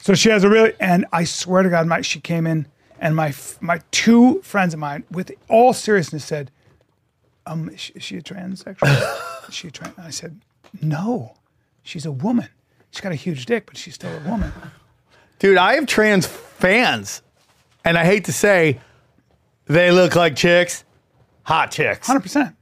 S6: so she has a really. And I swear to God, my she came in, and my f- my two friends of mine, with all seriousness, said, um, is she, is she
S2: (laughs)
S6: a transsexual? is she a trans? I said, no, she's a woman. She's got a huge dick, but she's still a woman.
S2: Dude, I have trans fans, and I hate to say, they look like chicks, hot chicks.
S6: 100%.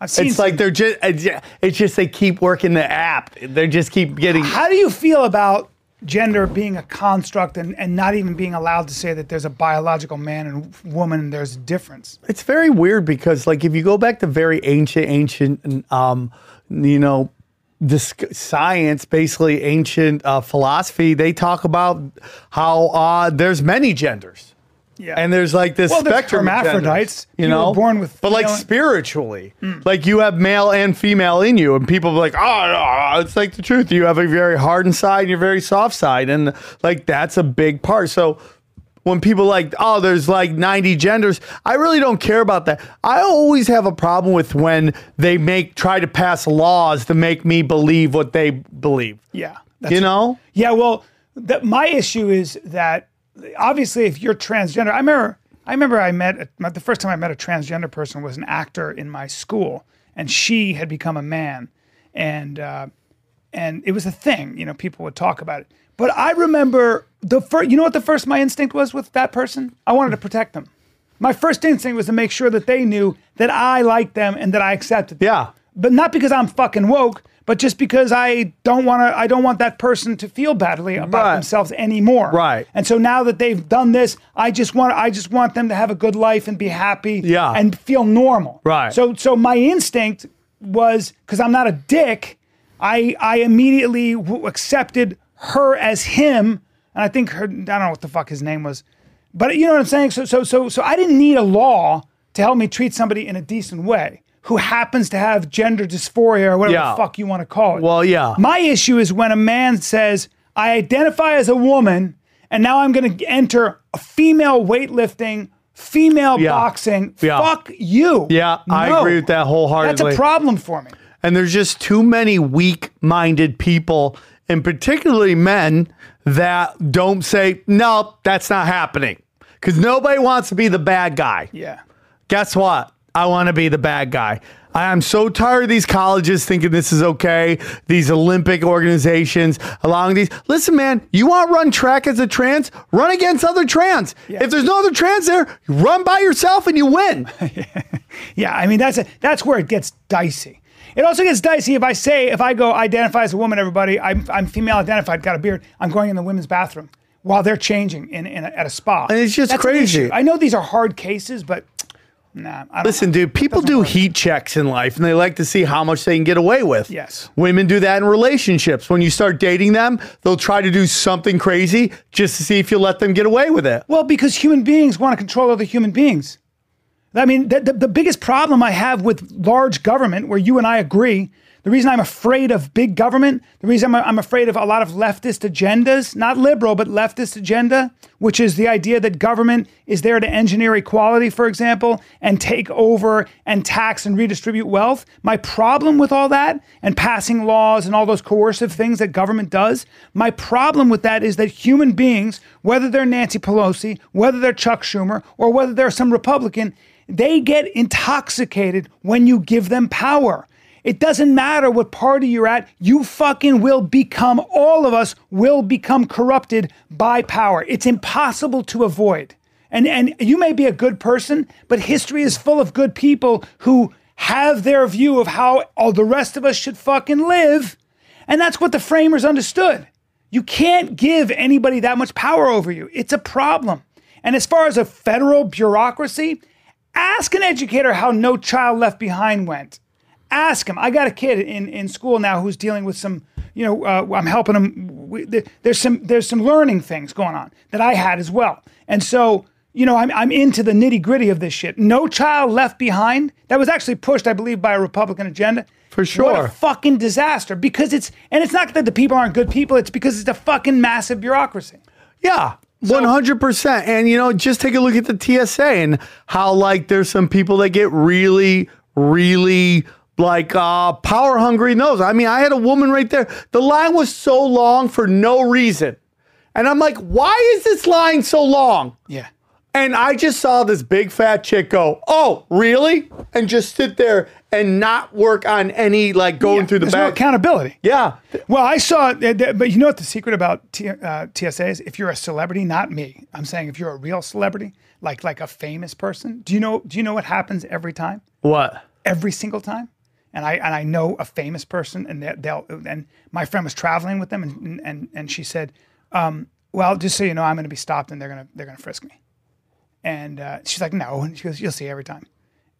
S6: I've seen
S2: It's like they're just, it's just they keep working the app. They just keep getting.
S6: How do you feel about gender being a construct and, and not even being allowed to say that there's a biological man and woman and there's a difference?
S2: It's very weird because, like, if you go back to very ancient, ancient, um, you know, this science, basically ancient uh, philosophy, they talk about how uh, there's many genders.
S6: Yeah.
S2: and there's like this
S6: Well, there's
S2: spectrum of
S6: hermaphrodites.
S2: genders, you
S6: People
S2: know
S6: were born with
S2: but like
S6: female-
S2: spiritually like you have male and female in you and people are like oh, it's like the truth you have a very hardened side and your very soft side and like that's a big part so when people like oh there's like 90 genders i really don't care about that i always have a problem with when they make try to pass laws to make me believe what they believe
S6: yeah.
S2: you know
S6: Yeah, well, the, my issue is that obviously, if you're transgender, I remember, I remember, I met a, the first time I met a transgender person was an actor in my school, and she had become a man, and uh, and it was a thing. You know, people would talk about it. But I remember the first. You know what the first my instinct was with that person? I wanted to protect them. My first instinct was to make sure that they knew that I liked them and that I accepted them
S2: yeah
S6: but not because I'm fucking woke, but just because I don't want to. I don't want that person to feel badly about
S2: Right.
S6: themselves anymore.
S2: Right.
S6: And so now that they've done this, I just want. I just want them to have a good life and be happy.
S2: Yeah.
S6: And feel normal.
S2: Right.
S6: So so my instinct was because I'm not a dick. I I immediately w- accepted her as him, and I think her. I don't know what the fuck his name was, but you know what I'm saying. So so so so I didn't need a law to help me treat somebody in a decent way who happens to have gender dysphoria or whatever
S2: Yeah.
S6: the fuck you want to call it.
S2: well yeah
S6: My issue is when a man says, I identify as a woman, and now I'm going to enter a female weightlifting, female
S2: Yeah.
S6: boxing.
S2: Yeah.
S6: Fuck you.
S2: yeah i
S6: No.
S2: agree with that
S6: That's
S2: wholeheartedly
S6: a problem for me.
S2: and there's just too many weak-minded people and particularly men that don't say no that's not happening because nobody wants to be the bad guy
S6: Yeah.
S2: guess what i want to be the bad guy i'm so tired of these colleges thinking this is okay these olympic organizations allowing these listen man you want to run track as a trans run against other trans if there's no other trans there run by yourself and you win
S6: Yeah. I mean, that's a, that's where it gets dicey. It also gets dicey if I say, if I go identify as a woman, everybody, I'm, I'm female identified, got a beard, I'm going in the women's bathroom while they're changing in, in a, at a spa. And
S2: it's just crazy.
S6: I know these are hard cases, but nah. I don't
S2: Listen, dude, people do heat checks in life and they like to see how much they can get away with.
S6: Yes.
S2: Women do that in relationships. When you start dating them, they'll try to do something crazy just to see if you let them get away with it.
S6: Well, because human beings want to control other human beings. I mean, the, the, the biggest problem I have with large government, where you and I agree, the reason I'm afraid of big government, the reason I'm, I'm afraid of a lot of leftist agendas, not liberal, but leftist agenda, which is the idea that government is there to engineer equality, for example, and take over and tax and redistribute wealth. My problem with all that and passing laws and all those coercive things that government does, my problem with that is that human beings, whether they're Nancy Pelosi, whether they're Chuck Schumer, or whether they're some Republican, they get intoxicated when you give them power. It doesn't matter what party you're at, you fucking will become, all of us will become corrupted by power. It's impossible to avoid. And, and you may be a good person, but history is full of good people who have their view of how all the rest of us should fucking live. And that's what the framers understood. You can't give anybody that much power over you. It's a problem. And as far as a federal bureaucracy, ask an educator how No Child Left Behind went. Ask him. I got a kid in, in school now who's dealing with some, you know, uh, I'm helping him. We, there- there's some there's some learning things going on that I had as well. And so, you know, I'm, I'm into the nitty gritty of this shit. No Child Left Behind, that was actually pushed, I believe, by a Republican agenda. For
S2: sure.
S6: fucking disaster because it's, and it's not that the people aren't good people, it's because it's a fucking massive bureaucracy.
S2: Yeah. 100%. And, you know, just take a look at the TSA and how, like, there's some people that get really, really, like, uh, power hungry in those. I mean, I had a woman right there. The line was so long for no reason. And I'm like, why is this line so long?
S6: Yeah.
S2: And I just saw this big fat chick go, "Oh, really?" and just sit there and not work on any like going through the
S6: There's no
S2: back.
S6: accountability.
S2: yeah,
S6: Well, I saw, th- th- but you know what the secret about T- uh, TSA is? If you're a celebrity, not me, I'm saying if you're a real celebrity, like like a famous person, do you know? Do you know what happens every time?
S2: what?
S6: Every single time. And I and I know a famous person, and they- they'll and my friend was traveling with them, and and and she said, um, "Well, just so you know, I'm going to be stopped, and they're gonna they're gonna frisk me." And uh, she's like, "No," and she goes, "You'll see every time."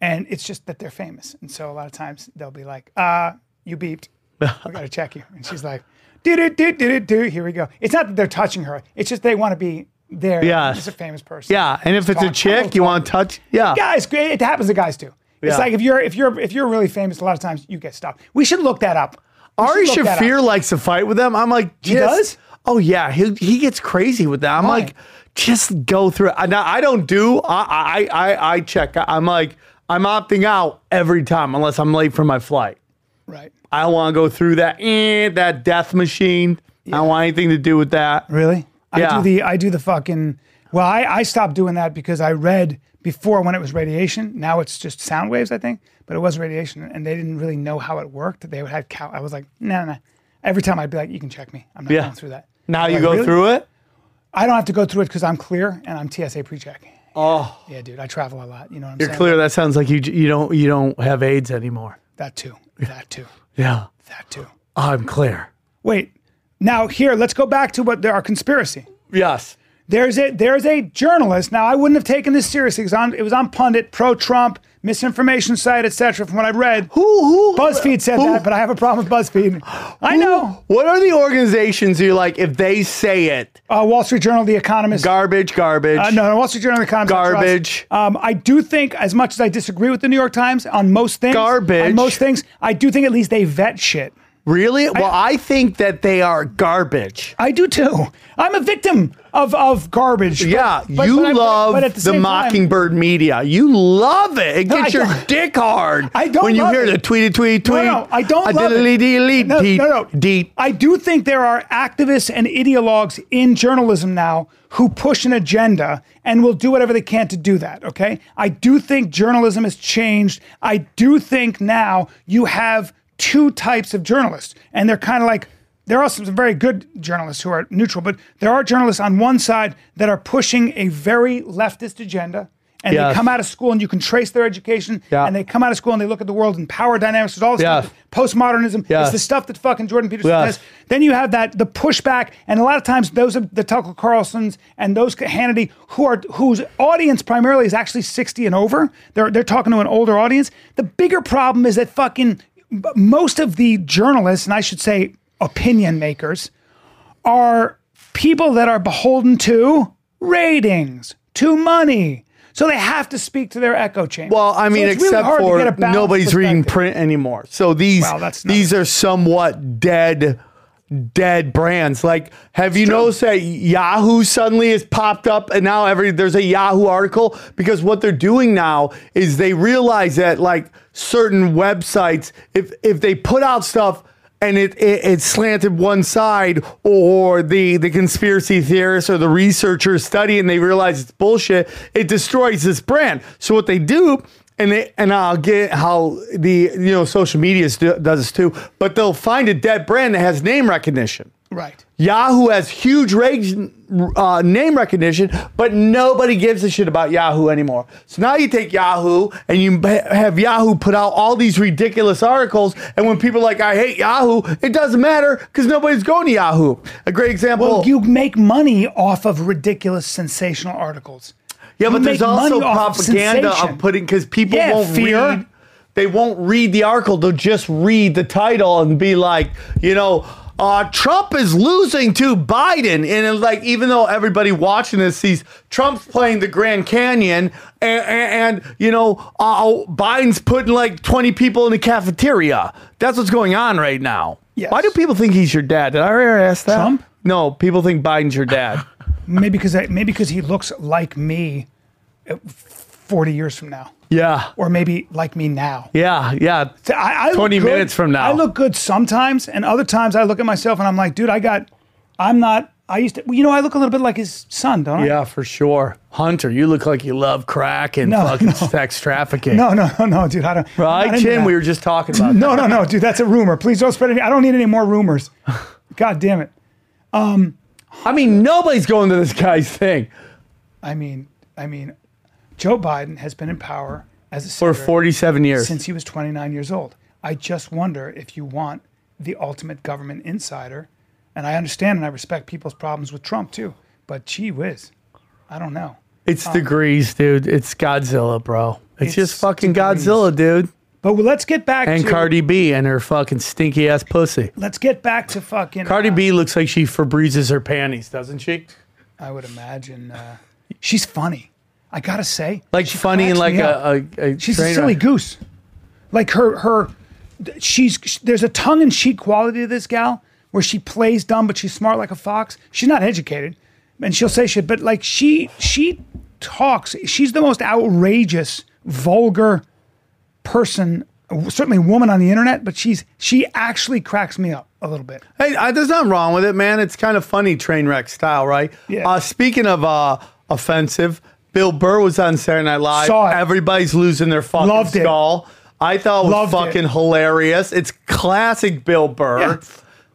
S6: And it's just that they're famous, and so a lot of times they'll be like, "Uh, you beeped." we gotta check you. And she's like, do do do do do do. Here we go. It's not that they're touching her. It's just they want to be there.
S2: Yeah.
S6: She's a famous person.
S2: Yeah, and if it's a
S6: Talk-
S2: chick, you want to touch? Yeah,
S6: Guys, great. It happens to guys too. It's
S2: Yeah.
S6: like if you're if you're if you're really famous, a lot of times you get stopped. We should look that up. We
S2: Ari
S6: should look that up.
S2: Shafir likes to fight with them. I'm like, he
S6: does?
S2: Oh yeah, he he gets crazy with that. I'm
S6: Why?
S2: like, just go through it. Now I don't do. I I I, I check. I'm like, I'm opting out every time unless I'm late for my flight.
S6: Right.
S2: I don't want to go through that eh, that death machine. I don't want anything to do with that.
S6: Really? I
S2: Yeah.
S6: do the I do the fucking well, I, I stopped doing that because I read before when it was radiation. Now it's just sound waves, I think, but it was radiation and they didn't really know how it worked. They would have cal- I was like, no, no, no. Every time I'd be like, you can check me. I'm not
S2: Yeah.
S6: going through that.
S2: Now
S6: I'm
S2: you
S6: like,
S2: go
S6: "Really?"
S2: through it.
S6: I don't have to go through it because I'm clear and I'm TSA pre-check. Oh. Yeah, dude. I travel a lot. You know what I'm
S2: You're
S6: saying?
S2: clear. That sounds like you j- you don't you don't have AIDS anymore.
S6: That too. That too.
S2: Yeah,
S6: That too.
S2: I'm clear.
S6: Wait. Now here, let's go back to what there are conspiracy.
S2: Yes.
S6: There's a there's a journalist. Now I wouldn't have taken this seriously because on it was on pundit, pro Trump, misinformation site, etc. From what I read,
S2: Who who
S6: BuzzFeed said
S2: who-
S6: that, but I have a problem with BuzzFeed. I know.
S2: What are the organizations you like if they say it?
S6: Uh, Wall Street Journal, The Economist.
S2: Garbage, garbage.
S6: uh, no, no, Wall Street Journal, The Economist. I trust.
S2: Garbage.
S6: Um, I do think, as much as I disagree with the New York Times on most things,
S2: Garbage.
S6: On most things, I do think at least they vet shit.
S2: Really? Well, I think that they are garbage.
S6: I do too. I'm a victim of of garbage. but-
S2: Yeah,
S6: but-
S2: you
S6: but I- but-
S2: love
S6: but at
S2: the,
S6: same time-
S2: Mockingbird media. You love it. It
S6: No,
S2: gets
S6: I
S2: your
S6: don't-
S2: dick hard.
S6: I don't
S2: When you
S6: love
S2: hear
S6: it.
S2: the tweety tweet tweet.
S6: No, no, I don't love it.
S2: diddly
S6: No,
S2: deet,
S6: no, no.
S2: deet.
S6: I do think there are activists and ideologues in journalism now who push an agenda and will do whatever they can to do that. Okay. I do think journalism has changed. I do think now you have two types of journalists, and they're kind of like, there are some very good journalists who are neutral, but there are journalists on one side that are pushing a very leftist agenda. And they
S2: Yes.
S6: come out of school and you can trace their education.
S2: Yeah.
S6: And they come out of school and they look at the world and power dynamics and all this
S2: Yes.
S6: stuff. Postmodernism. It's
S2: Yes.
S6: the stuff that fucking Jordan Peterson
S2: Yes.
S6: does. Then you have that the pushback, and a lot of times those are the Tucker Carlsons and those Hannity who are whose audience primarily is actually sixty and over. They're they're talking to an older audience. The bigger problem is that fucking b- most of the journalists, and I should say opinion makers, are people that are beholden to ratings, to money. So they have to speak to their echo chamber.
S2: Well, I
S6: So
S2: mean,
S6: it's really
S2: except
S6: hard to get a
S2: for
S6: balanced
S2: nobody's reading
S6: perspective.
S2: print anymore. So these
S6: Wow, that's nuts.
S2: these are somewhat dead dead brands. Like, have you noticed that Yahoo suddenly has popped up and now every there's a Yahoo article? Because what they're doing now is they realize that like certain websites, if if they put out stuff and it, it it slanted one side or the the conspiracy theorists or the researchers study and they realize it's bullshit it destroys this brand so what they do and they and I'll get how the you know social media do, does this too but they'll find a dead brand that has name recognition
S6: Right.
S2: Yahoo has huge reg- uh, name recognition, but nobody gives a shit about Yahoo anymore. So now you take Yahoo and you ha- have Yahoo put out all these ridiculous articles. And when people are like, I hate Yahoo, it doesn't matter because nobody's going to Yahoo. A great example.
S6: Well, you make money off of ridiculous sensational articles.
S2: yeah,
S6: you
S2: but there's
S6: make
S2: also
S6: money off of
S2: propaganda of,
S6: sensation.
S2: putting because people
S6: Yeah,
S2: won't
S6: fear.
S2: read. They won't read the article. They'll just read the title and be like, you know, uh, Trump is losing to Biden. And it's like, even though everybody watching this sees Trump's playing the Grand Canyon and, and, and, you know, uh, Biden's putting like 20 people in the cafeteria. That's what's going on right now.
S6: Yes.
S2: Why do people think he's your dad? Did I already ask that?
S6: Trump?
S2: No, people think Biden's your
S6: (laughs)
S2: dad.
S6: Maybe because I, maybe because he looks like me uh, forty years from now,
S2: yeah.
S6: or maybe like me now.
S2: Yeah. Yeah.
S6: I, I look
S2: 20
S6: good-
S2: minutes from now.
S6: I look good sometimes, and other times I look at myself and I'm like, dude, I got, I'm not I used to, well, you know, I look a little bit like his son, don't I?
S2: Yeah, for sure. Hunter, you look like you love crack and
S6: No,
S2: fucking
S6: no.
S2: sex trafficking.
S6: No, (laughs) no, no, no, dude. I don't. I'm not
S2: Right,
S6: into
S2: Tim?
S6: that.
S2: We were just talking about
S6: (laughs) No, no, no, dude. That's a rumor. Please don't spread it. I don't need any
S2: (laughs)
S6: more rumors. God damn it.
S2: I mean, nobody's going to this guy's thing
S6: I mean, I mean, Joe Biden has been in power as a
S2: for
S6: senator
S2: 47 years.
S6: since he was 29 years old. I just wonder if you want the ultimate government insider. And I understand and I respect people's problems with Trump too, but gee whiz, I don't know.
S2: it's degrees, dude. It's Godzilla, bro. It's, just
S6: It's
S2: fucking
S6: degrees.
S2: Godzilla, dude.
S6: But let's get back
S2: And
S6: to
S2: Cardi B and her fucking stinky ass pussy.
S6: Let's get back to fucking
S2: Cardi
S6: uh,
S2: B looks like she Febrezes her panties, doesn't she?
S6: I would imagine uh, she's funny. I gotta say,
S2: Like
S6: she
S2: funny and
S6: cracks
S2: like
S6: me up.
S2: a, a, a
S6: She's a
S2: train
S6: silly
S2: wreck.
S6: goose. Like her, her, she's there's a tongue in cheek quality to this gal where she plays dumb but she's smart like a fox. She's not educated, and she'll say shit, but like she she talks. She's the most outrageous, vulgar person, certainly woman on the internet. But she's she actually cracks me up a little bit.
S2: Hey, I, there's nothing wrong with it, man. It's kind of funny train wreck style, right?
S6: Yeah.
S2: Uh, speaking of uh, offensive, Bill Burr was on Saturday Night Live.
S6: Saw it.
S2: Everybody's losing their fucking
S6: Loved it.
S2: skull. I thought it was
S6: Loved it.
S2: fucking hilarious. It's classic Bill Burr.
S6: Yeah.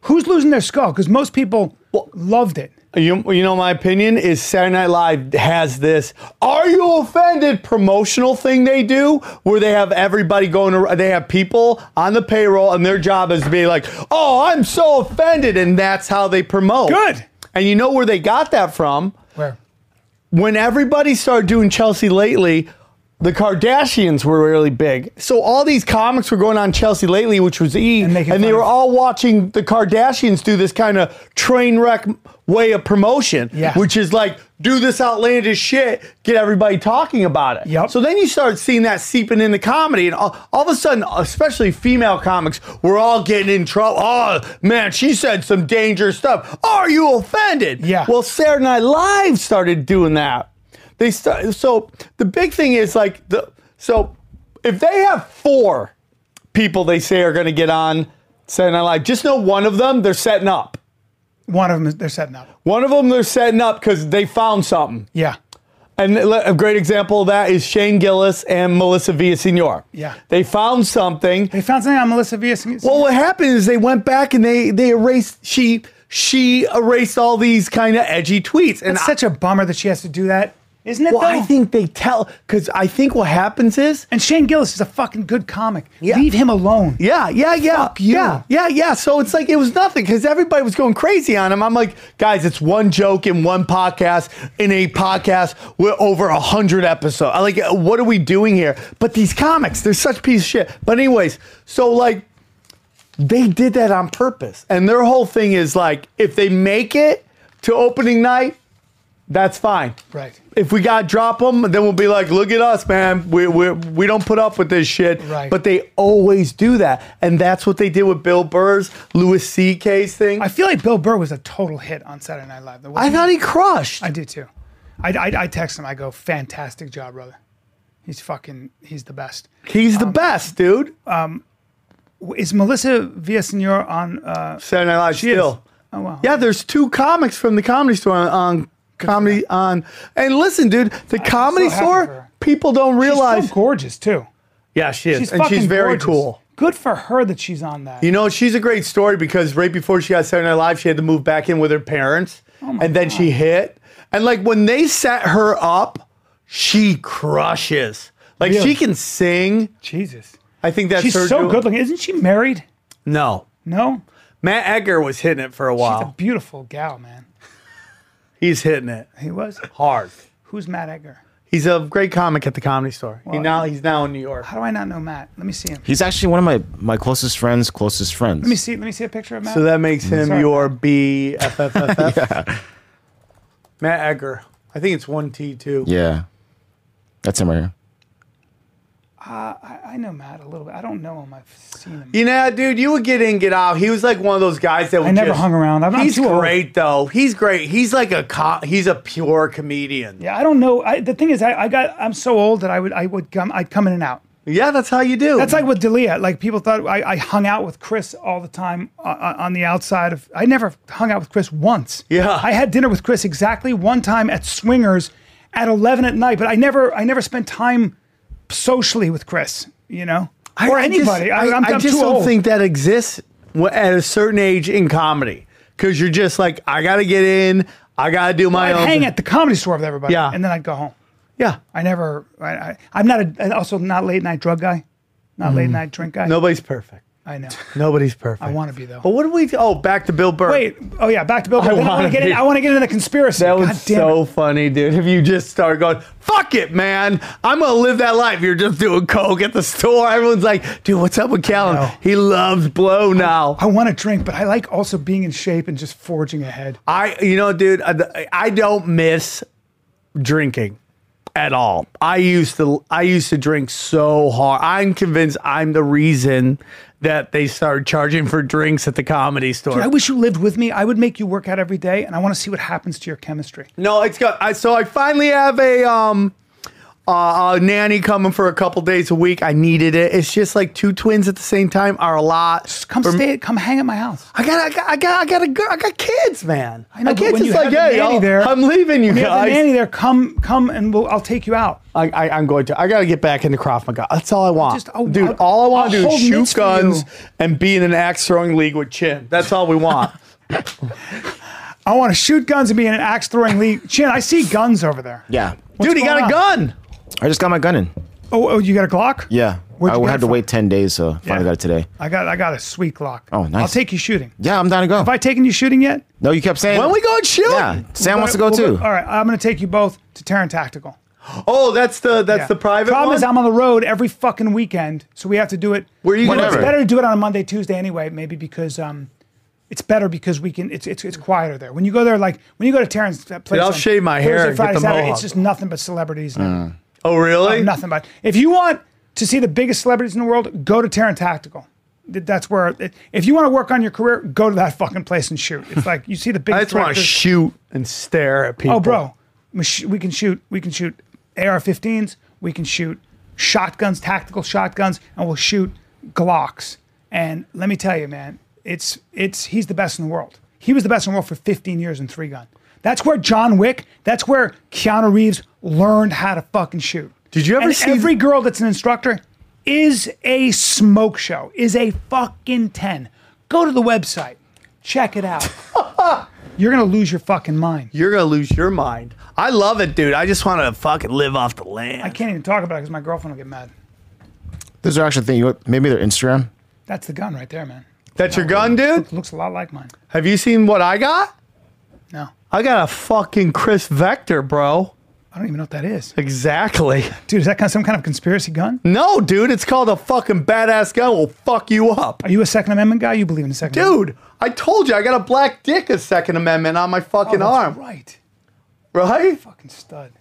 S6: Who's losing their skull? Because most people loved it.
S2: You, you know, my opinion is Saturday Night Live has this "Are you offended?" promotional thing they do, where they have everybody going. ar- They have people on the payroll, and their job is to be like, "Oh, I'm so offended," and that's how they promote.
S6: Good.
S2: And you know where they got that from?
S6: Where?
S2: When everybody started doing Chelsea lately. The Kardashians were really big. So all these comics were going on Chelsea lately, which was E,
S6: And
S2: and,
S6: making
S2: they
S6: fun
S2: were
S6: of-
S2: all watching the Kardashians do this kind of train wreck way of promotion,
S6: Yeah.
S2: which is like do this outlandish shit, get everybody talking about it.
S6: Yep.
S2: So then you start seeing that seeping into comedy, and all, all of a sudden, especially female comics, we're all getting in trouble. Oh man, she said some dangerous stuff. Are you offended?
S6: Yeah.
S2: Well, Saturday Night Live started doing that. They start, so the big thing is like the so if they have four people they say are going to get on Saturday Night Live, just know one of them they're setting up.
S6: One of them is they're setting up.
S2: One of them they're setting up because they found something.
S6: Yeah.
S2: And le- a great example of that is Shane Gillis and Melissa Villasenor.
S6: Yeah.
S2: They found something.
S6: They found something on Melissa Villas.
S2: Well, what happened is they went back and they they erased she she erased all these kind of edgy tweets. And
S6: It's
S2: I-
S6: such a bummer that she has to do that, isn't it?
S2: well,
S6: though?
S2: I think they tell because I think what happens is
S6: and Shane Gillis is a fucking good comic.
S2: Yeah.
S6: Leave him alone.
S2: Yeah, yeah, yeah.
S6: you.
S2: Yeah, yeah, yeah. So it's like it was nothing because everybody was going crazy on him. I'm like, guys, it's one joke in one podcast in a podcast with over a hundred episodes. I like, what are we doing here? But these comics, they're such piece of shit. But anyways, so like they did that on purpose. And their whole thing is like, if they make it to opening night, that's fine
S6: Right.
S2: if we got to drop them, then we'll be like, look at us, man. We we we don't put up with this shit.
S6: Right.
S2: But they always do that, and that's what they did with Bill Burr's Louis C.K.'s thing.
S6: I
S2: I,
S6: feel like Bill Burr was a total hit on Saturday Night Live. There wasn't-
S2: thought he crushed.
S6: I did too. I, I, I text him. I go, fantastic job, brother. He's fucking. He's the best.
S2: He's the best, dude.
S6: Is Melissa Villasenor on? Uh,
S2: Saturday Night Live still.
S6: oh wow.
S2: Yeah, there's two comics from the Comedy Store on, on comedy on. And listen, dude, the Comedy
S6: so happy for
S2: Store
S6: her.
S2: people don't
S6: She's
S2: realize.
S6: so gorgeous too.
S2: yeah, she is,
S6: She's
S2: and she's
S6: fucking
S2: very
S6: gorgeous.
S2: cool.
S6: Good for her that she's on that.
S2: You know, she's a great story because right before she got Saturday Night Live, she had to move back in with her parents,
S6: Oh
S2: and then she hit. And like when they set her up, she crushes. Like
S6: Really?
S2: she can sing.
S6: Jesus.
S2: I think that's
S6: She's
S2: her
S6: so
S2: doing-
S6: good looking. Isn't she married?
S2: No,
S6: No.
S2: Matt Egger was hitting it for a
S6: She's a
S2: while.
S6: beautiful gal, man.
S2: He's hitting it
S6: He was.
S2: hard.
S6: Who's Matt Egger?
S2: He's a great comic at the Comedy Store. he now he's now in New York.
S6: How do I not know Matt? Let me see him. Let
S5: He's actually one of my my closest friends, closest friends.
S6: me see. Let me see a picture of Matt.
S2: So that makes him
S6: Sorry.
S2: your
S6: (laughs)
S2: BFFFF. Matt Egger. I think it's one T too.
S5: yeah, that's him right here.
S6: I, I know Matt a little bit. I don't know him. I've seen him.
S2: You know, dude, you would get in, get out. He was like one of those guys that would
S6: I never
S2: just-
S6: hung around. I'm, I'm
S2: he's
S6: too old.
S2: great though. He's great. He's like a co- he's a pure comedian.
S6: Yeah, I don't know. I, the thing is, I, I got. I'm so old that I would. I would come. I'd come in and out.
S2: Yeah, that's how you do.
S6: That's like with Dalia. Like people thought I, I hung out with Chris all the time uh, on the outside of. I never hung out with Chris once.
S2: Yeah.
S6: I had dinner with Chris exactly one time at Swingers at eleven at night, but I never I never spent time socially with Chris. You know,
S2: I-
S6: or
S2: I just-
S6: anybody. I,
S2: I,
S6: am
S2: I just
S6: too
S2: don't
S6: old.
S2: think that exists w- at a certain age in comedy because you're just like, I gotta get in, I gotta do my
S6: I'd
S2: own.
S6: hang at the comedy store with everybody.
S2: Yeah.
S6: and then I'd go home.
S2: yeah,
S6: I never. I, I, I'm not a. and Also, not late night drug guy. Not
S2: Mm.
S6: late night drink guy.
S2: nobody's perfect.
S6: I know.
S2: Nobody's perfect.
S6: I want to be though.
S2: But what do we? Oh, back to Bill Burr.
S6: Wait. Oh yeah. Back
S2: (laughs)
S6: to Bill. Burr. Then I want
S2: wanna
S6: to get. In,
S2: be-
S6: I want to get into the conspiracy.
S2: That
S6: God
S2: was
S6: damn it.
S2: so funny, dude. If you just start going, fuck it, man. I'm going to live that life. You're just doing coke at the store. Everyone's like, dude, what's up with Callum?
S6: know.
S2: He loves blow now.
S6: I want to drink, but I like also being in shape and just forging ahead.
S2: I, you know, dude, I, I don't miss drinking at all. I used to, I used to drink so hard. I'm convinced I'm the reason that they started charging for drinks at the comedy store.
S6: I wish you lived with me. I would make you work out every day, and I want to see what happens to your chemistry.
S2: No, it's got. I, so I finally have a um uh, a nanny coming for a couple days a week. I needed it. It's just like two twins at the same time are a lot.
S6: Come stay. Come hang at my house.
S2: I got, I got, I got, I got a girl. I got kids, man. I,
S6: know, but
S2: can't
S6: when
S2: just
S6: you
S2: like,
S6: have the
S2: hey,
S6: nanny
S2: y'all,
S6: there-
S2: I'm leaving you
S6: If you have the nanny
S2: guys.
S6: there. Come, come, and we'll, I'll take you out.
S2: I, I, I'm going to. I got to get back into Krav Maga. That's all I want,
S6: Just- I'll-
S2: dude.
S6: I'll-
S2: all I want to
S6: I'll
S2: do is
S6: hold mitts
S2: shoot
S6: for
S2: guns
S6: you.
S2: and be in an axe throwing league with Chin. That's all we
S6: (laughs)
S2: want.
S6: I want to shoot guns and be in an axe throwing league. Chin, I see guns over there.
S5: Yeah.
S2: dude, he got
S6: going
S2: a gun.
S5: I just got my gun in.
S6: Oh, oh, you got a Glock?
S5: Yeah.
S6: Where'd you
S5: I
S6: get
S5: had
S6: it
S5: to
S6: from?
S5: wait 10 days, so finally got it today.
S6: I got, I got a sweet Glock.
S5: Oh, nice.
S6: I'll take you shooting. Have
S5: Yeah, I'm down to go.
S6: I taken you shooting yet?
S5: no, you kept saying.
S2: When we going shoot?
S5: Yeah. Sam wants to go
S6: We'll
S5: too.
S6: All right, I'm going to take you both to Terran Tactical.
S2: Oh, that's the that's the private
S6: Problem
S2: one?
S6: is, I'm on the road every fucking weekend, so we have to do it.
S2: Where you
S5: Whatever.
S6: It's
S2: going?
S5: Never.
S6: better to do it on a Monday, Tuesday anyway, maybe because um, it's better because we can. It's it's it's quieter there. When you go there, like when you go to Terrence's place,
S2: I'll
S6: on
S2: shave my hair
S6: Thursday,
S2: and get
S6: Friday,
S2: the
S6: Saturday,
S2: mohawk.
S6: It's just nothing but celebrities. now.
S2: Oh, really?
S6: Nothing but if you want to see the biggest celebrities in the world, go to Terran Tactical. Th- That's where. If you want to work on your career, go to that fucking place and shoot. It's like you see the
S2: I
S6: biggest.
S2: just want to
S6: directors.
S2: shoot and stare at people.
S6: Oh, bro, we sh- we can shoot. We can shoot AR-15s. We can shoot shotguns, tactical shotguns, and we'll shoot Glocks. And let me tell you, man, it's it's he's the best in the world. He was the best in the world for 15 years in three gun. That's where John Wick. That's where Keanu Reeves learned how to fucking shoot.
S2: Did you ever
S6: and
S2: see-
S6: every girl that's an instructor is a smoke show. Is a fucking ten. Go to the website, check
S2: (laughs)
S6: it out. You're gonna lose your fucking mind.
S2: You're gonna lose your mind. I love it, dude. I just want to fucking live off the land.
S6: I can't even talk about it because my girlfriend will get mad.
S5: Those are actually things. You know, what? maybe their Instagram.
S6: That's the gun right there, man.
S2: That's your gun, dude.
S6: Looks a lot like mine.
S2: Have you seen what I got?
S6: No,
S2: I got a fucking Chris Vector, bro.
S6: I don't even know what that is.
S2: Exactly. (laughs)
S6: Dude, is that kind of some kind of conspiracy gun?
S2: No, dude. It's called a fucking badass gun. Will fuck you up,
S6: Are you a Second Amendment guy? You believe in the Second
S2: dude.
S6: Amendment?
S2: I told you I got a black dick of Second Amendment on my fucking
S6: Oh, that's
S2: arm,
S6: Right.
S2: right?
S6: Fucking stud.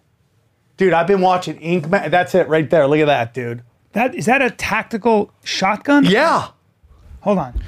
S2: Dude, I've been watching Ink Man. That's it right there. Look at that, dude.
S6: That is that a tactical shotgun?
S2: Yeah.
S6: Hold on.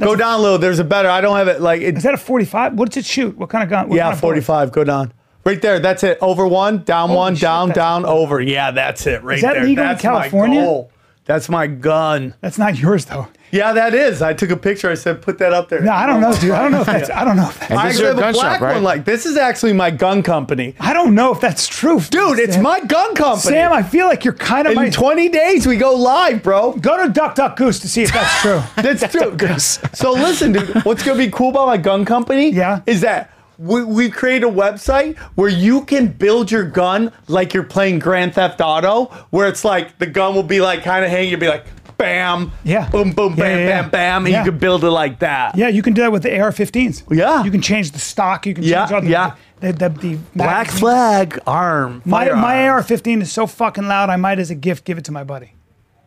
S2: Go download. There's a better. I don't have it. Like it's
S6: Is that a 45? What does it shoot? What kind of gun? What
S2: Yeah,
S6: kind of bullet?
S2: 45. Go down. Right there. That's it. Over one, down one,
S6: shit,
S2: down,
S6: that's
S2: down, over. Yeah, that's it. Right
S6: that
S2: there.
S6: legal in
S2: that's
S6: California?
S2: My goal. That's my gun.
S6: That's not yours though.
S2: Yeah, that is. I took a picture. I said, put that up there.
S6: No, I don't know, dude. I don't know if that's. I don't know if
S2: (laughs)
S6: that's.
S5: And
S2: I
S5: this is
S2: actually
S5: your
S2: have a
S5: gun
S2: black
S5: shop, right?
S2: one. Like this is actually my gun company,
S6: I don't know if that's true,
S2: dude. It's
S6: Sam.
S2: my gun company.
S6: Sam, I feel like you're kind of my.
S2: in 20 days we go live, bro.
S6: Go to Duck Duck Goose to see if
S2: (laughs)
S6: that's true.
S2: That's true. (laughs) so listen, dude. What's gonna be cool about my gun company?
S6: Yeah.
S2: is that. We, we create a website where you can build your gun like you're playing Grand Theft Auto, where it's like the gun will be like kind of hanging, you'll be like, bam,
S6: Yeah.
S2: boom, boom,
S6: Yeah,
S2: bam,
S6: yeah, yeah.
S2: bam, bam, and
S6: Yeah.
S2: you can build it like that.
S6: Yeah, you can do that with the AR-15s.
S2: Yeah.
S6: you can change the stock. You can change
S2: Yeah,
S6: all the,
S2: yeah.
S6: the, the, the
S2: Black
S6: magazine.
S2: flag arm.
S6: My,
S2: firearm.
S6: my AR-15 is so fucking loud. I might, as a gift, give it to my buddy.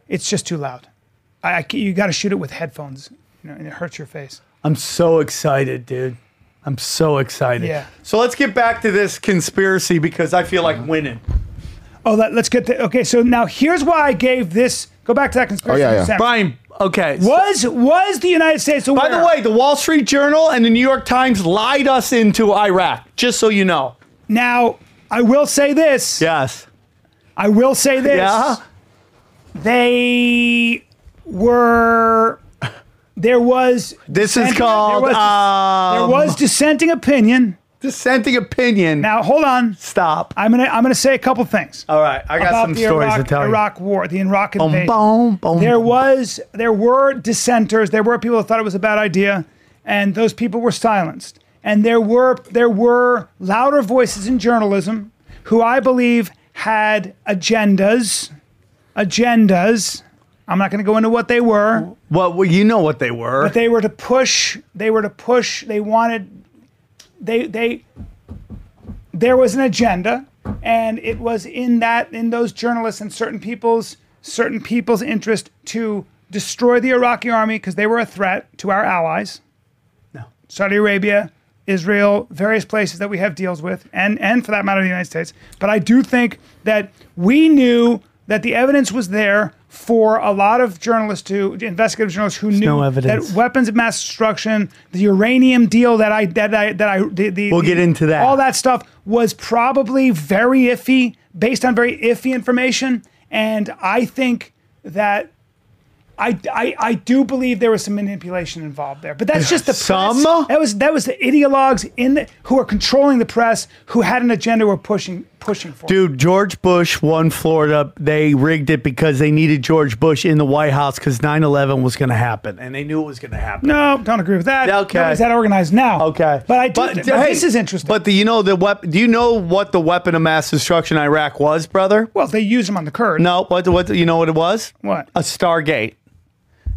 S6: It's just too loud. I, I ca- you got to shoot it with headphones, you know, and it hurts your face.
S2: I'm so excited, dude. I'm so excited.
S6: Yeah.
S2: So let's get back to this conspiracy because I feel
S6: Mm-hmm.
S2: like winning.
S6: Oh, let, us get the okay. So now here's why I gave this. Go back to that conspiracy.
S5: Oh, yeah, yeah.
S6: Sam.
S2: Brian, okay.
S6: Was was the United States aware?
S2: By the way, the Wall Street Journal and the New York Times lied us into Iraq, just so you know.
S6: now I will say this.
S2: Yes.
S6: I will say this.
S2: Yeah.
S6: they were there was
S2: This is
S6: dissenting-
S2: called
S6: there was, there
S2: um,
S6: was dissenting opinion.
S2: dissenting opinion.
S6: Now hold on.
S2: Stop.
S6: I'm gonna I'm gonna say a couple things.
S2: All right, I got
S6: about
S2: some
S6: the
S2: stories
S6: Iraq,
S2: to tell
S6: Iraq War, the Iraq
S2: you.
S6: invasion.
S2: Boom, boom,
S6: There
S2: boom.
S6: was there were dissenters. There were people who thought it was a bad idea, and those people were silenced. And there were there were louder voices in journalism who I believe had agendas, agendas. I'm not going to go into what they were.
S2: Well, well, you know what they were.
S6: They were to push. They were to push. They wanted. They they. There was an agenda, and it was in that in those journalists and certain people's certain people's interest to destroy the Iraqi army because they were a threat to our allies. No, Saudi Arabia, Israel, various places that we have deals with, and and for that matter, the United States. But I do think that we knew that the evidence was there for a lot of journalists to investigative journalists who knew
S2: no evidence.
S6: that weapons of mass destruction, the uranium deal that I that I that I the, the
S2: We'll get into that.
S6: all that stuff was probably very iffy, based on very iffy information, and I think that. I, I, I do believe there was some manipulation involved there, but that's just the
S2: Some?
S6: press. That was that was the ideologues in the, who are controlling the press who had an agenda were pushing pushing for.
S2: Dude, George Bush won Florida. They rigged it because they needed George Bush in the White House because 9 11 was going to happen and they knew it was going to happen.
S6: No, don't agree with that.
S2: Okay.
S6: Nobody's that organized now.
S2: Okay.
S6: but I do. thi- but
S2: hey,
S6: this is interesting.
S2: But do you know the wep- do you know what the weapon of mass destruction in Iraq was, brother?
S6: well, they used them on the Kurds.
S2: No, what what you know what it was?
S6: what?
S2: A Stargate.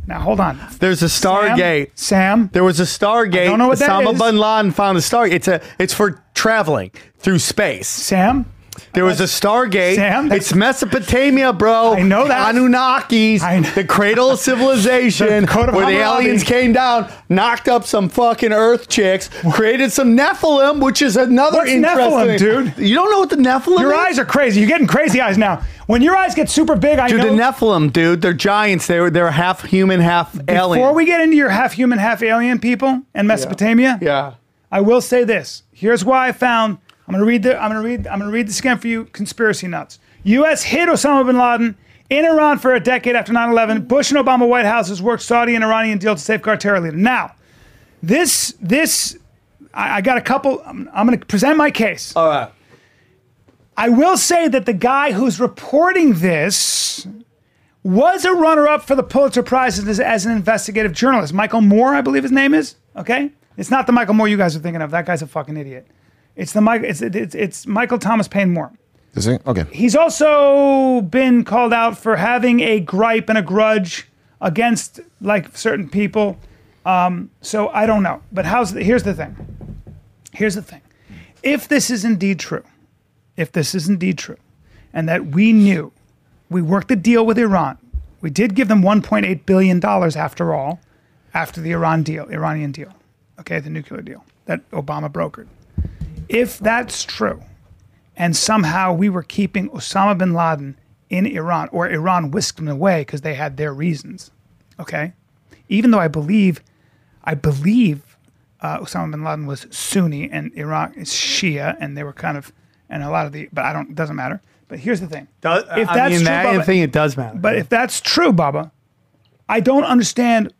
S6: Now hold on.
S2: There's a
S6: Sam,
S2: Stargate.
S6: Sam.
S2: There was a Stargate.
S6: don't know what that
S2: Osama
S6: is.
S2: bin Laden found a Stargate. It's a it's for traveling through space.
S6: Sam.
S2: There was a Stargate.
S6: Sam, that's-
S2: it's Mesopotamia, bro.
S6: I know that.
S2: Anunnakis,
S6: I know.
S2: the cradle
S6: (laughs)
S2: of civilization,
S6: The code of
S2: where the
S6: Hammurabi.
S2: aliens came down, knocked up some fucking Earth chicks, created some Nephilim, which is another
S6: What's
S2: interesting.
S6: Nephilim, dude?
S2: You don't know what the Nephilim?
S6: Your
S2: is?
S6: eyes are crazy. You're getting crazy eyes now. When your eyes get super big, I
S2: Dude,
S6: know.
S2: the Nephilim, dude, they're giants. They were they're half human, half alien.
S6: Before we get into your half human, half alien people and Mesopotamia,
S2: yeah,
S6: I will say this. Here's why I found. I'm gonna read the. I'm gonna read. I'm gonna read this again for you, conspiracy nuts. U.S. hid Osama bin Laden in Iran for a decade after 9/11. Bush and Obama White Houses worked Saudi and Iranian deal to safeguard terror leader. Now, this this. I, I got a couple. I'm, I'm going to present my case. All right. I will say that the guy who's reporting this was a runner up for the Pulitzer Prize as, as an investigative journalist. Michael Moore, I believe his name is. Okay. It's not the Michael Moore you guys are thinking of. That guy's a fucking idiot. It's the Mike. It's, it's, it's Michael Thomas Payne Moore.
S5: Is it? Okay.
S6: He's also been called out for having a gripe and a grudge against like certain people. Um, so I don't know. But how's the, here's the thing. Here's the thing. If this is indeed true, if this is indeed true, and that we knew, we worked the deal with Iran. We did give them 1.8 billion dollars after all, after the Iran deal, Iranian deal, okay, the nuclear deal that Obama brokered. If that's true, and somehow we were keeping Osama bin Laden in Iran, or Iran whisked him away because they had their reasons. Okay, even though I believe, I believe uh, Osama bin Laden was Sunni and Iraq is Shia, and they were kind of, and a lot of the, but I don't, doesn't matter. But here's the thing:
S2: Does,
S6: Uh, if
S2: I
S6: that's
S2: mean,
S6: true,
S2: that
S6: Bubba-
S2: thing, it does matter.
S6: but if that's true, Bubba, I don't understand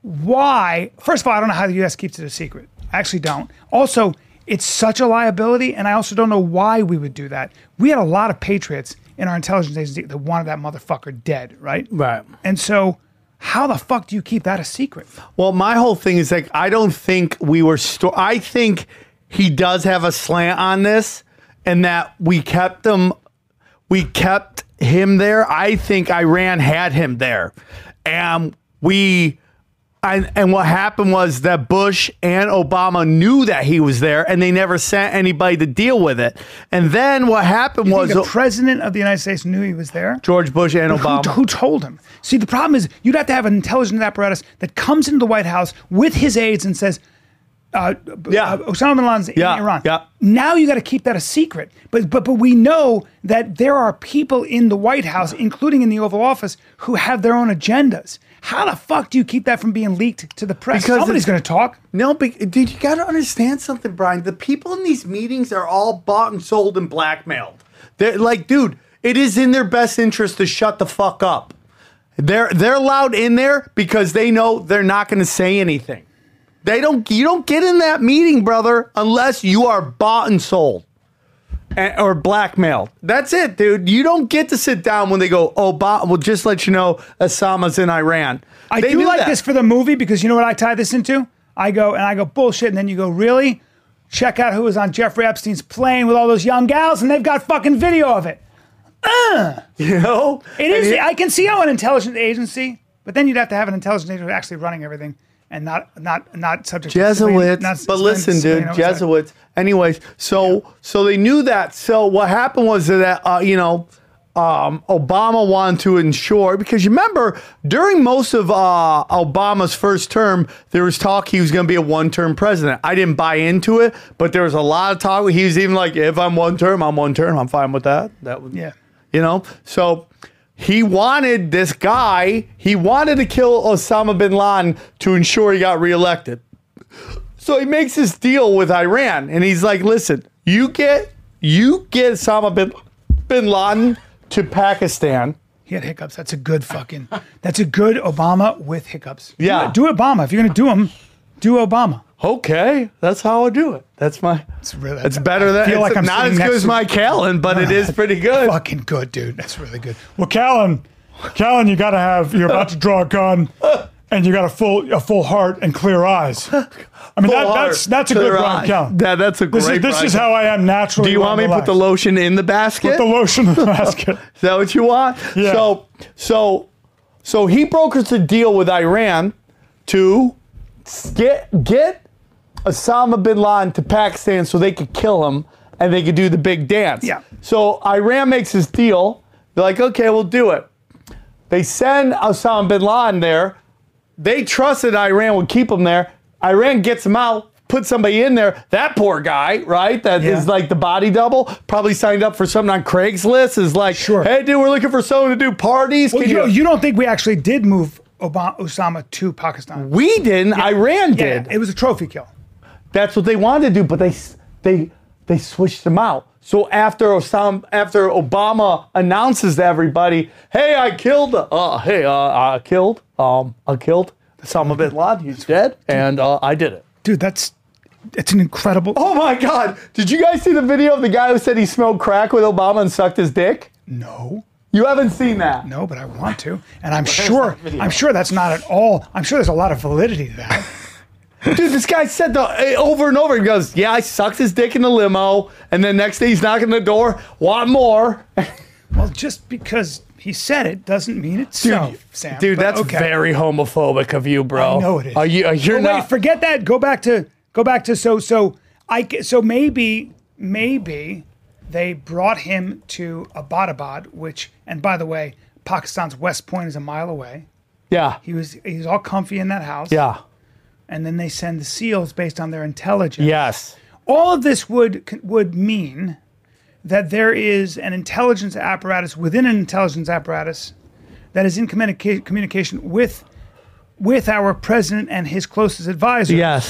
S6: why. First of all, I don't know how the U.S. keeps it a secret. I actually don't. Also, it's such a liability, and I also don't know why we would do that. We had a lot of patriots in our intelligence agency that wanted that motherfucker dead, right?
S2: right.
S6: And so, how the fuck do you keep that a secret?
S2: Well, my whole thing is like I don't think we were. Sto- I think he does have a slant on this, and that we kept him. We kept him there. I think Iran had him there, and we. And, and what happened was that Bush and Obama knew that he was there, and they never sent anybody to deal with it. And then what happened
S6: You think
S2: was
S6: the president of the United States knew he was there?
S2: George Bush and
S6: Who,
S2: Obama.
S6: who told him? See, the problem is you'd have to have an intelligence apparatus that comes into the White House with his aides and says, uh, b-
S2: Yeah.
S6: uh, Osama bin Laden's
S2: Yeah,
S6: in Iran.
S2: yeah.
S6: Now you got to keep that a secret. But, but, but we know that there are people in the White House, including in the Oval Office, who have their own agendas. How the fuck do you keep that from being leaked to the press?
S2: Because
S6: Somebody's
S2: it's-
S6: going to talk.
S2: No, but dude, you got to understand something, Brian. The people in these meetings are all bought and sold and blackmailed. They're like, dude, It is in their best interest to shut the fuck up. They're they're loud in there because they know they're not going to say anything. They don't. You don't get in that meeting, brother, unless you are bought and sold and- or blackmailed. That's it, dude. You don't get to sit down when they go, "Oh, Bob, we'll just let you know Osama's in Iran."
S6: I
S2: They
S6: do like
S2: that.
S6: this for the movie because you know what I tie this into? I go and I go bullshit, and then you go really check out who was on Jeffrey Epstein's plane with all those young gals, and they've got fucking video of it.
S2: (laughs) you know.
S6: It is. I can see how an intelligence agency, but then you'd have to have an intelligence agency actually running everything and not not not subject to civilian-
S2: Jesuits.
S6: not
S2: but
S6: civilian-
S2: listen, dude,
S6: civilian oversight.
S2: Jesuits. Anyways, so so they knew that. So what happened was that uh, you know. Um, Obama wanted to ensure because you remember during most of uh, Obama's first term, there was talk he was going to be a one-term president. I didn't buy into it, but there was a lot of talk. He was even like, "If I'm one term, I'm one term. I'm fine with that." That would,
S6: Yeah.
S2: you know. So he wanted this guy. He wanted to kill Osama bin Laden to ensure he got reelected. So he makes this deal with Iran, and he's like, "Listen, you get you get Osama bin bin Laden to Pakistan."
S6: He had hiccups. That's a good fucking. That's a good Obama with hiccups. Do-
S2: Yeah.
S6: Do, Obama if you're gonna do them. Do Obama.
S2: Okay, that's how I do it. That's my. It's,
S6: really-
S2: better than.
S6: feel
S2: it's
S6: like I'm
S2: not
S6: sitting
S2: as
S6: next
S2: good as
S6: to-
S2: my Callan, but it is pretty good.
S6: Fucking good, dude. That's really good. Well, Callan, Callan, you gotta have. You're about to draw a gun, and you got a full a full heart and
S2: (laughs)
S6: clear eyes. I mean,
S2: Full heart, clear eye. That, that's a great. broadcast.
S6: I am naturally.
S2: Do you want me to put the lotion in the basket? (laughs)
S6: lotion in the basket?
S2: Is that what you want?
S6: Yeah.
S2: So, so, so he brokers a deal with Iran to get get Osama bin Laden to Pakistan so they could kill him and they could do the big dance.
S6: Yeah.
S2: So Iran makes this deal. They're like, okay, we'll do it. They send Osama bin Laden there. They trusted Iran would keep him there. Iran gets him out, puts somebody in there. That poor guy, right? That is
S6: Yeah.
S2: like the body double, probably signed up for something on Craigslist. Is like,
S6: Sure.
S2: hey, dude, we're looking for someone to do parties.
S6: Well,
S2: Can
S6: you, you don't think we actually did move Obama, Osama to Pakistan?
S2: we didn't. Iran did.
S6: it was a trophy kill.
S2: That's what they wanted to do, but they they they switched them out. So after Osama, after Obama announces to everybody, "Hey, I killed. Uh, hey, uh, I killed. Um, I killed Osama bin Laden. He's dead, and uh, I did it."
S6: Dude, that's it's an incredible.
S2: Oh my God! Did you guys see the video of the guy who said he smoked crack with Obama and sucked his dick?
S6: No,
S2: You haven't seen that.
S6: no, but I
S2: (laughs)
S6: want to, and I'm sure, I'm sure that's not at all. I'm sure there's a lot of validity
S2: (laughs)
S6: to that.
S2: Dude, this guy said the, eh, over and over. He goes, "Yeah, I sucked his dick in the limo," and then next day he's knocking the door, "Want more?"
S6: well, just because he said it doesn't mean it's so, Sam.
S2: Dude,
S6: but
S2: that's
S6: okay.
S2: very homophobic of you, bro.
S6: I know it is.
S2: Are you? Are you
S6: But
S2: not?
S6: Wait, forget that. Go back to go back to so so I ca- so maybe maybe they brought him to Abbottabad, which and by the way, Pakistan's West Point is a mile away.
S2: yeah,
S6: He was he was all comfy in that house.
S2: yeah,
S6: And then they send the SEALs based on their intelligence.
S2: yes.
S6: All of this would would mean that there is an intelligence apparatus within an intelligence apparatus that is in communica- communication with with our president and his closest advisors
S2: Yes.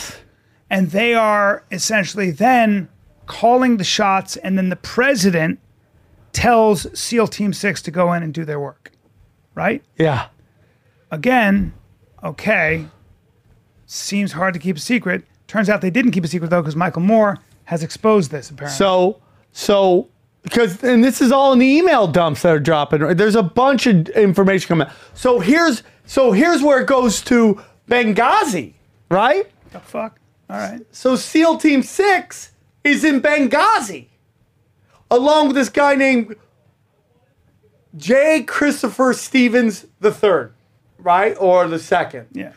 S6: and they are essentially then calling the shots and then the president tells seal team 6 to go in and do their work right
S2: Yeah.
S6: again okay seems hard to keep a secret turns out they didn't keep a secret though because michael moore has exposed this apparently
S2: So, so because and this is all in the email dumps that are dropping. right? There's a bunch of information coming. out. So here's so here's where it goes to Benghazi, right?
S6: the fuck all right
S2: So SEAL Team Six is in Benghazi, along with this guy named J. Christopher Stevens the third, right or the second.
S6: yeah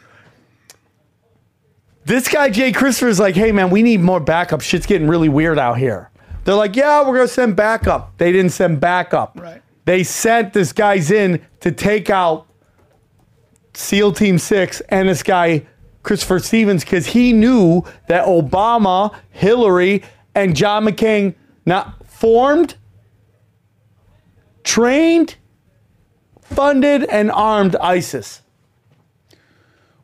S2: this guy Jay Christopher's like, hey man, we need more backup. Shit's getting really weird out here. They're like, yeah, we're gonna send backup. They didn't send backup.
S6: Right.
S2: They sent this guy's in to take out SEAL Team Six and this guy Christopher Stevens because he knew that Obama, Hillary, and John McCain not formed, trained, funded, and armed ISIS.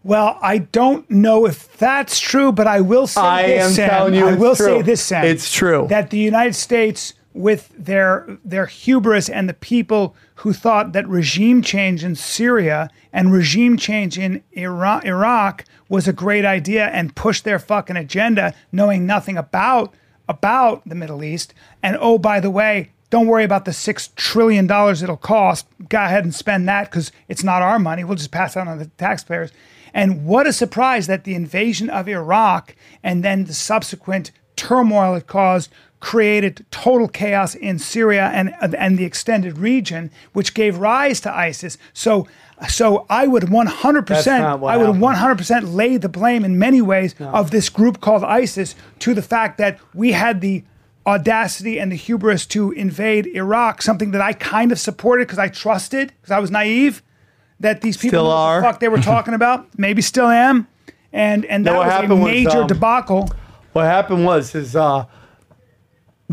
S6: well, I don't know if that's true, but I will say
S2: I
S6: this,
S2: am
S6: Sam.
S2: telling you,
S6: I
S2: it's
S6: will
S2: true.
S6: say this, Sam.
S2: It's true.
S6: that the United States with their their hubris and the people who thought that regime change in Syria and regime change in Iraq, Iraq was a great idea and pushed their fucking agenda, knowing nothing about about the Middle East. And oh, by the way, don't worry about the six trillion dollars it'll cost. Go ahead and spend that because it's not our money. We'll just pass that on to the taxpayers. And what a surprise that the invasion of Iraq and then the subsequent turmoil it caused created total chaos in Syria and and the extended region, which gave rise to ISIS. So, so I would 100%,
S7: That's not what
S6: I would
S7: happened.
S6: 100% lay the blame in many ways of this group called ISIS to the fact that we had the audacity and the hubris to invade Iraq, something that I kind of supported because I trusted, because I was naive that these people
S2: Still
S6: knew what
S2: are.
S6: the fuck they were talking about. Maybe still am. And and that
S2: what
S6: was a
S2: happened was,
S6: major
S2: um,
S6: debacle.
S2: What happened was is uh,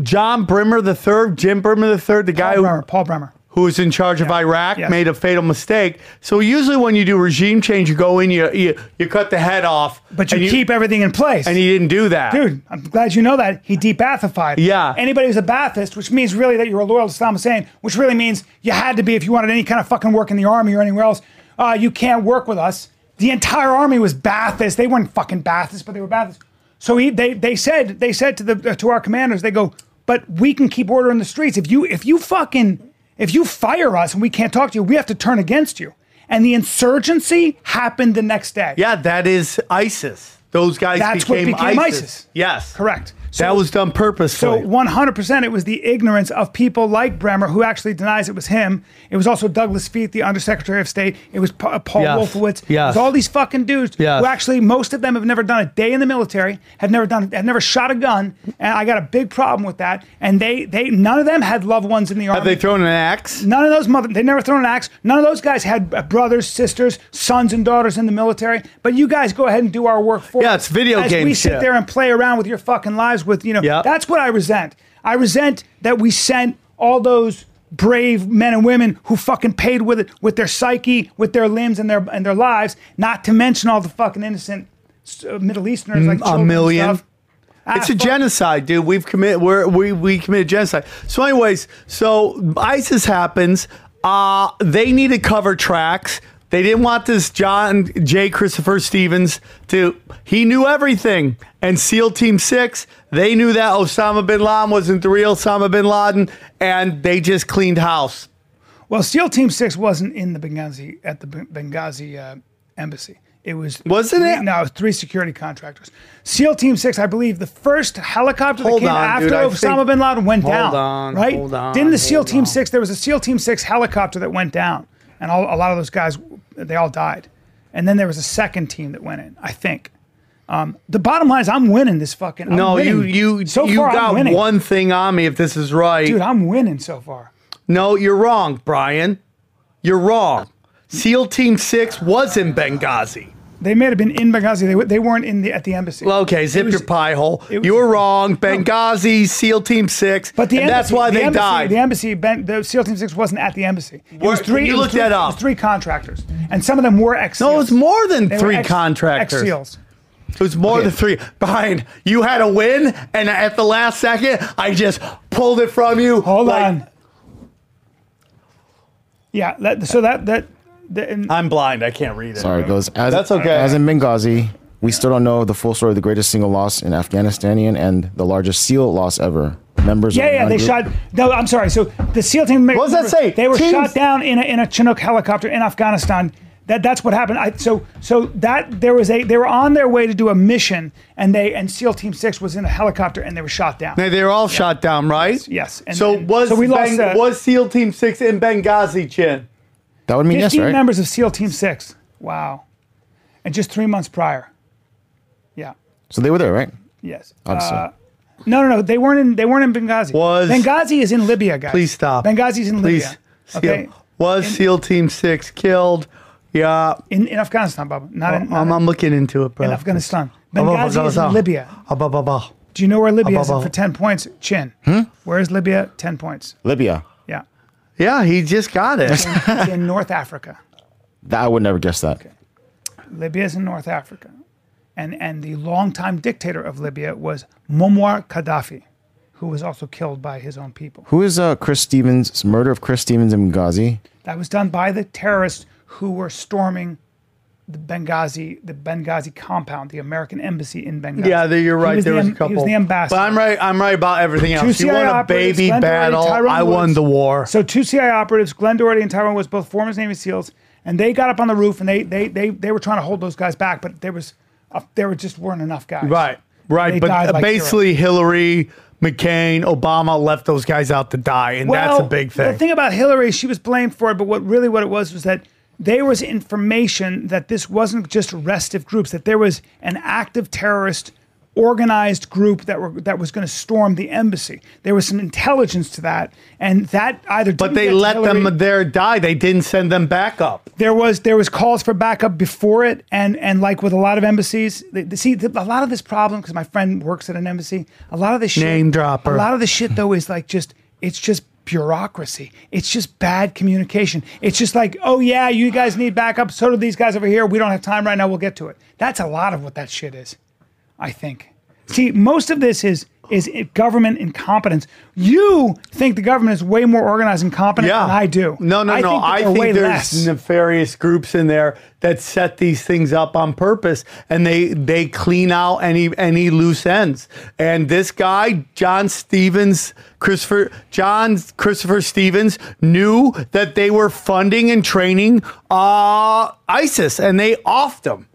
S2: John Brimmer the third, Jim Brimmer the third, the guy
S6: Paul
S2: who
S6: Bremer. Paul Bremer.
S2: who was in charge of Iraq
S6: Yes.
S2: made a fatal mistake. So usually when you do regime change, you go in, you you, you cut the head off,
S6: But you
S2: and
S6: keep everything in place.
S2: and he didn't do that.
S6: Dude, I'm glad you know that. He debathified.
S2: Yeah.
S6: Anybody who's a Baathist, which means really that you're a loyal to Saddam Hussein, which really means you had to be if you wanted any kind of fucking work in the army or anywhere else. Uh, you can't work with us. The entire army was Baathist. They weren't fucking Baathist, but they were Baathist. So he, they they said they said to the uh, to our commanders, they go, but we can keep order in the streets. If you if you fucking if you fire us and we can't talk to you, we have to turn against you. And the insurgency happened the next day.
S2: Yeah, that is ISIS. Those guys
S6: That's what
S2: became,
S6: became
S2: ISIS.
S6: ISIS.
S2: Yes,
S6: Correct. So-
S2: that was done
S6: So
S2: purposefully.
S6: 100%, it was the ignorance of people like Bremer, who actually denies it was him. It was also Douglas Feet, the Undersecretary of State. It was Pa- Paul
S2: Yes.
S6: Wolfowitz. It
S2: Yes.
S6: was all these fucking dudes
S2: Yes.
S6: who actually, most of them have never done a day in the military, have never done, have never shot a gun. And I got a big problem with that. And they, they, none of them had loved ones in the army.
S2: Have they thrown an axe?
S6: None of those mother they never thrown an axe. None of those guys had uh, brothers, sisters, sons, and daughters in the military. But you guys go ahead and do our work for
S2: Yeah,
S6: us
S2: it's video
S6: as
S2: game
S6: we
S2: shit.
S6: sit there and play around with your fucking lives. With you know,
S2: Yeah.
S6: that's what I resent. I resent that we sent all those brave men and women who fucking paid with it with their psyche, with their limbs and their and their lives. Not to mention all the fucking innocent uh, Middle Easterners like children and
S2: Mm, million.
S6: stuff. Ah,
S2: It's a
S6: fuck.
S2: genocide, dude. We've commit we're, we we committed genocide. So, anyways, so ISIS happens. Uh they need to cover tracks. They didn't want this John J. Christopher Stevens to. He knew everything. And SEAL Team Six, they knew that Osama bin Laden wasn't the real Osama bin Laden, and they just cleaned house.
S6: Well, SEAL Team Six wasn't in the Benghazi at the Ben- Benghazi uh, embassy. It was
S2: Wasn't it?
S6: No, it was three security contractors. SEAL Team Six, I believe, the first helicopter
S2: Hold
S6: that came
S2: on,
S6: after
S2: dude, I
S6: Osama
S2: think-
S6: bin Laden went
S2: Hold
S6: down.
S2: on,
S6: right?
S2: hold on,
S6: Didn't the SEAL
S2: hold
S6: Team
S2: on.
S6: Six? There was a SEAL Team Six helicopter that went down, and all, a lot of those guys, they all died. And then there was a second team that went in. I think. Um, the bottom line is, I'm winning this fucking. I'm
S2: No, you
S6: winning.
S2: you
S6: so
S2: you
S6: far, I'm
S2: got
S6: winning.
S2: one thing on me. If this is right,
S6: dude. I'm winning so far.
S2: No, you're wrong, Brian. You're wrong. SEAL Team Six was in Benghazi.
S6: They may have been in Benghazi. They, w- they weren't in the at the embassy.
S2: Well, Okay, zip your pie hole.
S6: it was-
S2: you were wrong. Benghazi, SEAL Team Six.
S6: But the
S2: and
S6: embassy,
S2: that's why
S6: the
S2: they
S6: embassy,
S2: died.
S6: The embassy, ben, the SEAL Team Six wasn't at the embassy. It was
S2: Where-
S6: three.
S2: you
S6: it was
S2: looked
S6: three-
S2: that
S6: it was
S2: up.
S6: three contractors, and some of them were ex.
S2: no, it was more than three contractors.
S6: Ex SEALs.
S2: It was more than three. Brian, you had a win, and at the last second, I just pulled it from you.
S6: Hold
S2: like-
S6: on. Yeah. That, so that that. The, and
S2: I'm blind. I can't read it.
S5: Sorry, it goes. As,
S2: That's okay.
S5: As in Benghazi, we still don't know the full story of the greatest single loss in Afghanistan and the largest SEAL loss ever. Members.
S6: yeah,
S5: of
S6: yeah,
S5: one
S6: they
S5: group-
S6: shot. No, I'm sorry. So the SEAL team. What
S2: does that say?
S6: They were
S2: Teams-
S6: shot down in a, in a Chinook helicopter in Afghanistan. That that's what happened. I, so so that there was a they were on their way to do a mission, and they and SEAL Team Six was in a helicopter, and they were shot down.
S2: They were all shot down, right?
S6: Yes, and-
S2: so
S6: and-
S2: was
S6: so we lost,
S2: Beng-
S6: uh,
S2: was SEAL Team Six in Benghazi, Chin?
S5: That would mean yes,
S6: 15
S5: right?
S6: members of SEAL Team 6. Wow. And just three months prior. Yeah.
S5: So they were there, right?
S6: Yes.
S5: Obviously.
S6: Uh, no, no, no. They weren't in. They weren't in Benghazi.
S2: Was-
S6: Benghazi is in Libya, guys.
S2: Please stop.
S6: Benghazi's in
S2: Please.
S6: Libya.
S2: Seal-
S6: Okay.
S2: Was SEAL Team Six killed? Yeah,
S6: In, in Afghanistan, Baba. Not in, not
S2: Uh, I'm, I'm looking into it, bro. Oh,
S6: in Afghanistan. Benghazi is in Libya.
S2: Ah, bah, bah, bah.
S6: Do you know where Libya is
S2: Above- Hmm?
S6: for 10 points? Chin. Where is Libya? 10 points.
S5: Libya.
S6: Yeah.
S2: Yeah, he just got
S6: (laughs)
S2: it.
S6: It's in North Africa.
S5: That I would never guess that.
S6: Libya is in North Africa. And, and the longtime dictator of Libya was Muammar Gaddafi, who was also killed by his own people.
S5: Who is uh, Chris Stevens' murder of Chris Stevens in Benghazi?
S6: That was done by the terrorists who were storming the Benghazi, the Benghazi compound, the American embassy in Benghazi.
S2: Yeah, there- you're
S6: He
S2: right.
S6: was
S2: There
S6: the
S2: was a
S6: em-
S2: couple.
S6: He was the ambassador.
S2: But I'm right. I'm right about everything else. you
S6: CIA
S2: won a
S6: operatives,
S2: baby
S6: Glenn Doherty,
S2: battle.
S6: Tyrone
S2: I won
S6: Woods.
S2: the war.
S6: So two CIA operatives, Glenn Doherty and Tyrone Woods, both former Navy SEALs, and they got up on the roof and they they they they were trying to hold those guys back, but there was a, there were just weren't enough guys.
S2: right. Right.
S6: They
S2: but
S6: died
S2: uh,
S6: like
S2: basically, Hillary, McCain, Obama left those guys out to die, and that's a big
S6: The
S2: thing.
S6: thing about Hillary, she was blamed for it, but what really what it was was that there was information that this wasn't just restive groups, that there was an active terrorist organized group that were that was going to storm the embassy. There was some intelligence to that, and that either
S2: but
S6: didn't
S2: they
S6: get to
S2: let
S6: Hillary-
S2: them there die. They didn't send them back up.
S6: there was there was calls for backup before it, and and like with a lot of embassies, they, they- see the, a lot of this problem because my friend works at an embassy. A lot of this shit,
S2: Name dropper.
S6: A lot of the shit though is like just it's just bureaucracy. It's just bad communication. It's just like oh yeah, you guys need backup. So do these guys over here. We don't have time right now. We'll get to it. That's a lot of what that shit is. I think. See, most of this is is government incompetence. You think the government is way more organized and competent
S2: Yeah,
S6: than I do.
S2: No, no, no.
S6: think that
S2: I
S6: they're
S2: think
S6: way
S2: there's
S6: less.
S2: nefarious groups in there that set these things up on purpose, and they they clean out any any loose ends. And this guy, John Stevens, Christopher John Christopher Stevens, knew that they were funding and training uh, ISIS, and they offed them.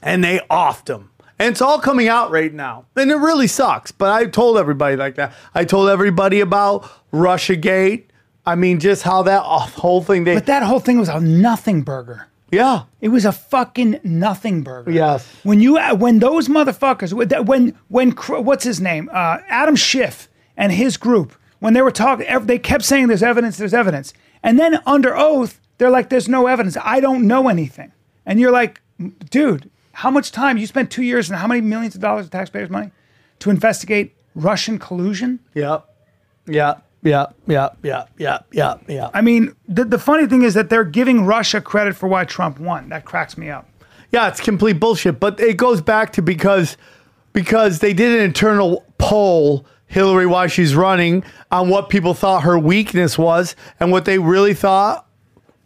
S2: And they offed him. And it's all coming out right now. And it really sucks. But I told everybody like that. I told everybody about Russiagate. I mean, just how that (laughs) off- whole thing. They
S6: But that whole thing was a nothing burger.
S2: yeah,
S6: It was a fucking nothing burger.
S2: Yes.
S6: When you uh, when those motherfuckers when that- when when Cr- what's his name uh, Adam Schiff and his group when they were talking ev- they kept saying there's evidence there's evidence and then under oath they're like there's no evidence I don't know anything and you're like dude how much time you spent two years and how many millions of dollars of taxpayers money to investigate Russian collusion
S2: yeah, yeah, yeah, yeah, yeah, yeah, yeah, yeah.
S6: I mean the the funny thing is that they're giving Russia credit for why Trump won that cracks me up.
S2: Yeah, it's complete bullshit. But it goes back to because because they did an internal poll, Hillary, while she's running, on what people thought her weakness was, and what they really thought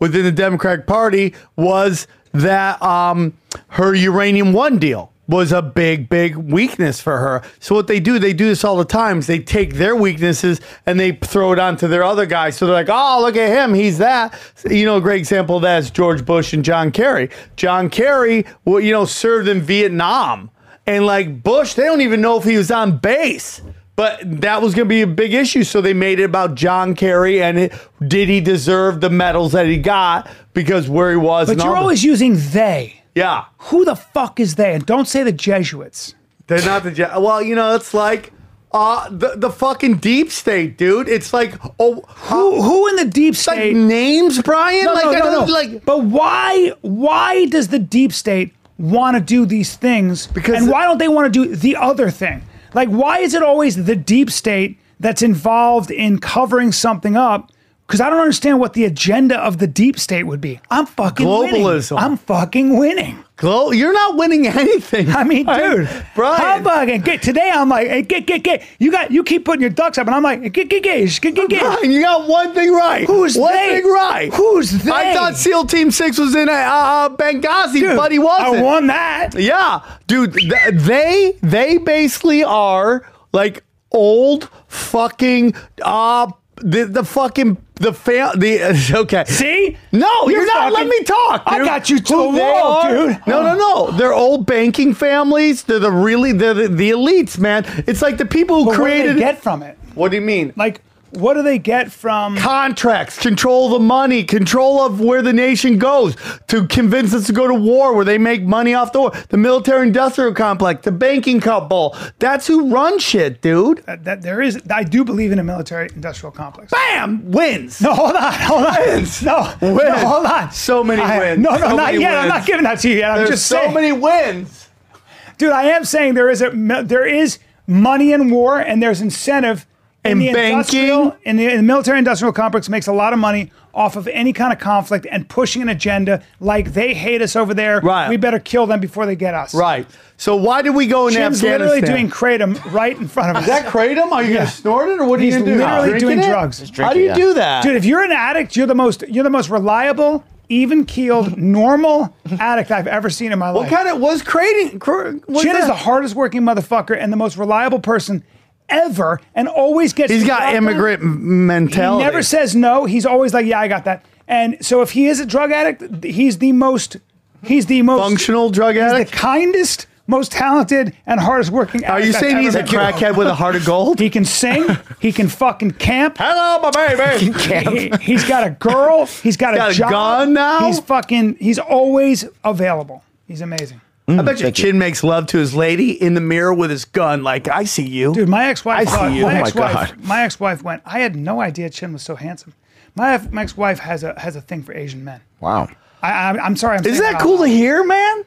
S2: within the Democratic Party was that um, her uranium one deal was a big, big weakness for her. So what they do, they do this all the time. Is they take their weaknesses and they throw it onto their other guys. So they're like, oh, look at him, he's that. You know, a great example of that is George Bush and John Kerry. John Kerry, well, you know, served in Vietnam, and like Bush, they don't even know if he was on base. But that was going to be a big issue. So they made it about John Kerry and it, did he deserve the medals that he got because where he was.
S6: But
S2: and
S6: you're
S2: all the-
S6: always using they.
S2: yeah.
S6: Who the fuck is they? And don't say the Jesuits.
S2: They're not the Je- well. You know, it's like uh the the fucking deep state, dude. It's like oh,
S6: Who,
S2: uh,
S6: who in the deep
S2: like
S6: state?
S2: names, Brian.
S6: No,
S2: like
S6: no,
S2: I
S6: no,
S2: don't
S6: no.
S2: like.
S6: But why? Why does the deep state want to do these things?
S2: Because-
S6: and why don't they want to do the other thing? Like, why is it always the deep state that's involved in covering something up? Because I don't understand what the agenda of the deep state would be. I'm fucking winning.
S2: Globalism.
S6: I'm fucking winning.
S2: Glo- you're not winning anything.
S6: I mean, dude,
S2: Brian.
S6: I'm fucking get today. I'm like, hey, get, get, get. You got, you keep putting your ducks up, and I'm like, get, get, get, get, get, get.
S2: Brian, you got one thing right.
S6: Who's
S2: one
S6: they?
S2: thing right?
S6: Who's they?
S2: I thought SEAL Team Six was in uh, uh, Benghazi,
S6: Dude,
S2: but he wasn't.
S6: I won that.
S2: Yeah, dude, th- they they basically are like old fucking uh the the fucking the fam the (laughs) okay.
S6: See?
S2: No, you're,
S6: You're
S2: not. Let
S6: fucking-
S2: me talk.
S6: I
S2: dude.
S6: got you to
S2: Who
S6: the
S2: they
S6: wall,
S2: are-
S6: dude.
S2: No, no, no. They're old banking families. They're the really they're the, the elites, man. It's like the people who
S6: But what do
S2: created.
S6: they get from it?
S2: what do you mean?
S6: Like, what do they get from?
S2: contracts, control the money, control of where the nation goes, to convince us to go to war where they make money off the war, the military industrial complex, the banking couple. That's who runs shit, dude.
S6: That, that there is, I do believe in a military-industrial complex.
S2: Bam wins.
S6: No, hold on, hold on.
S2: Wins.
S6: No, no,
S2: Wins.
S6: hold on.
S2: So many
S6: I-
S2: wins.
S6: No, no,
S2: So
S6: not
S2: many
S6: yet. I'm
S2: wins.
S6: not giving that to you yet. I'm
S2: There's
S6: just
S2: so
S6: saying.
S2: many wins.
S6: dude i am saying there is a there is money in war and there's incentive And the
S2: banking?
S6: industrial and the, and the military industrial complex makes a lot of money off of any kind of conflict and pushing an agenda like they hate us over there.
S2: Right.
S6: We better kill them before they get us.
S2: Right. So why did we go into
S6: Jim's
S2: Afghanistan?
S6: literally doing kratom right in front of us.
S2: Is that kratom? Are you
S6: Yeah.
S2: gonna snort it or what are
S6: He's
S2: you gonna do?
S6: literally
S2: Drinking
S6: doing
S2: it?
S6: drugs. He's
S2: How do
S5: drinking,
S2: you
S5: yeah.
S2: do that?
S6: Dude, if you're an addict, you're the most you're the most reliable, even keeled, normal addict I've ever seen in my
S2: what
S6: life.
S2: kind of was kratom? Cr- what's
S6: Chin is
S2: that?
S6: the hardest working motherfucker and the most reliable person ever, and always gets.
S2: He's
S6: the
S2: got
S6: job done.
S2: immigrant m-
S6: He
S2: mentality.
S6: never says no. He's always like, "Yeah, I got that." And so, if he is a drug addict, he's the most. He's the most
S2: functional drug
S6: He's
S2: addict.
S6: the kindest, most talented, and hardest working.
S2: Are you saying he's a crackhead with a heart of gold?
S6: (laughs) He can sing. He can fucking camp.
S2: Hello, my baby.
S6: (laughs) He, has got a girl. He's got,
S2: Got
S6: a
S2: a
S6: job.
S2: gun now?
S6: He's fucking. He's always available. He's amazing,
S2: I bet you Chin makes love to his lady in the mirror with his gun, like I see you.
S6: dude. My ex-wife.
S2: I see
S6: thought-
S2: you.
S6: My
S2: Oh my
S6: ex-wife.
S2: God.
S6: My ex-wife went. I had no idea Chin was so handsome. My, ex- my ex-wife has a has a thing for Asian men.
S5: Wow.
S6: I, I I'm sorry. I'm
S2: Is
S6: saying
S2: that
S6: out
S2: cool
S6: loud.
S2: to hear, man?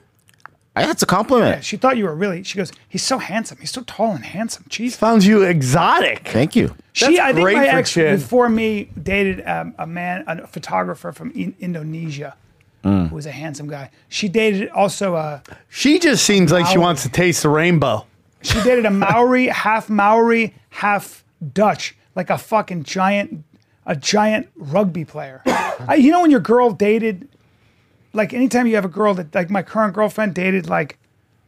S5: I, that's a compliment.
S6: She thought you were really. She goes. He's so handsome. He's so tall and handsome. Jeez.
S2: Found you exotic.
S5: Thank you.
S6: She, I think
S2: great
S6: my
S2: for
S6: ex
S2: Chin.
S6: before me dated um, a man, a photographer from in- Indonesia,
S2: Mm.
S6: who was a handsome guy. She dated also a
S2: She just seems like she wants to taste the rainbow.
S6: she dated a Maori, half Maori, half Dutch, like a fucking giant, a giant rugby player. I, you know when your girl dated, like anytime you have a girl that like my current girlfriend dated like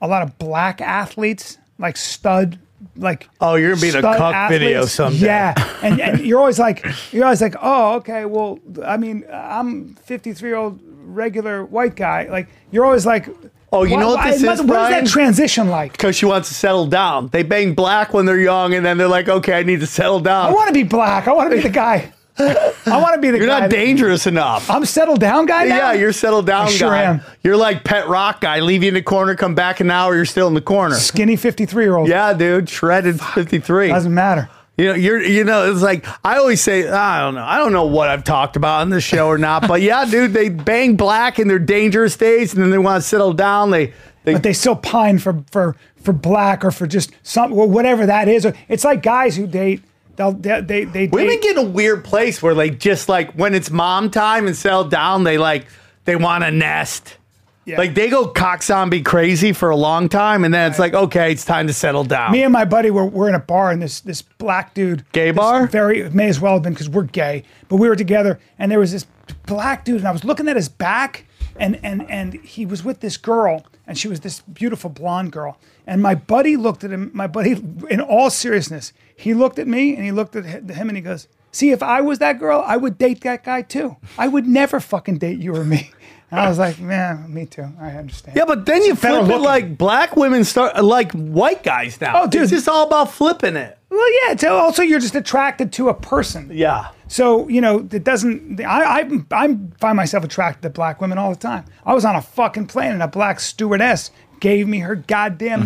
S6: a lot of black athletes, like stud, like
S2: Oh, you're gonna be in a
S6: stud
S2: cuck video
S6: athletes.
S2: someday.
S6: Yeah, and and you're always like you're always like, oh, okay, well, I mean, I'm 53 year old regular white guy. Like you're always like,
S2: Oh, you know what this
S6: what
S2: is,
S6: What is
S2: Brian?
S6: that transition like?
S2: Because she wants to settle down. They bang black when they're young, and then they're like, okay, I need to settle
S6: I
S2: down.
S6: want to be black. I want to be the guy. I want to be the
S2: You're
S6: guy.
S2: not
S6: that-
S2: dangerous enough.
S6: I'm settled down guy now?
S2: Yeah, you're settled down
S6: I sure
S2: guy.
S6: am.
S2: You're like pet rock guy. Leave you in the corner, come back an hour, you're still in the corner.
S6: skinny 53 year old.
S2: Yeah, dude, shredded 53.
S6: Doesn't matter.
S2: You know, you're you know, it's like I always say, I don't know, I don't know what I've talked about on this show or not, but yeah, dude, they bang black in their dangerous days, and then they want to settle down. They they,
S6: But they still pine for for for black or for just some well, whatever that is. It's like guys who date. They'll, they they they
S2: women
S6: date-
S2: get in a weird place where they just like when it's mom time and settle down, they like they want to nest.
S6: yeah.
S2: Like they go cock zombie crazy for a long time, and then it's like, okay, it's time to settle down.
S6: me and my buddy were, were in a bar and this this black dude
S2: Gay
S6: this
S2: bar?
S6: very it may as well have been because we're gay but we were together and there was this black dude and I was looking at his back and and and he was with this girl and she was this beautiful blonde girl and my buddy looked at him my buddy in all seriousness he looked at me and he looked at hi- him and he goes see if I was that girl I would date that guy too I would never fucking date you or me and I was like man me too I understand
S2: yeah, but then you
S6: better
S2: flip it
S6: looking.
S2: like black women start like white guys now.
S6: Oh, dude.
S2: it's just all about flipping it.
S6: well yeah it's also you're just attracted to a person
S2: Yeah.
S6: So you know it doesn't. I I I'm, find myself attracted to black women all the time. I was on a fucking plane and a black stewardess gave me her goddamn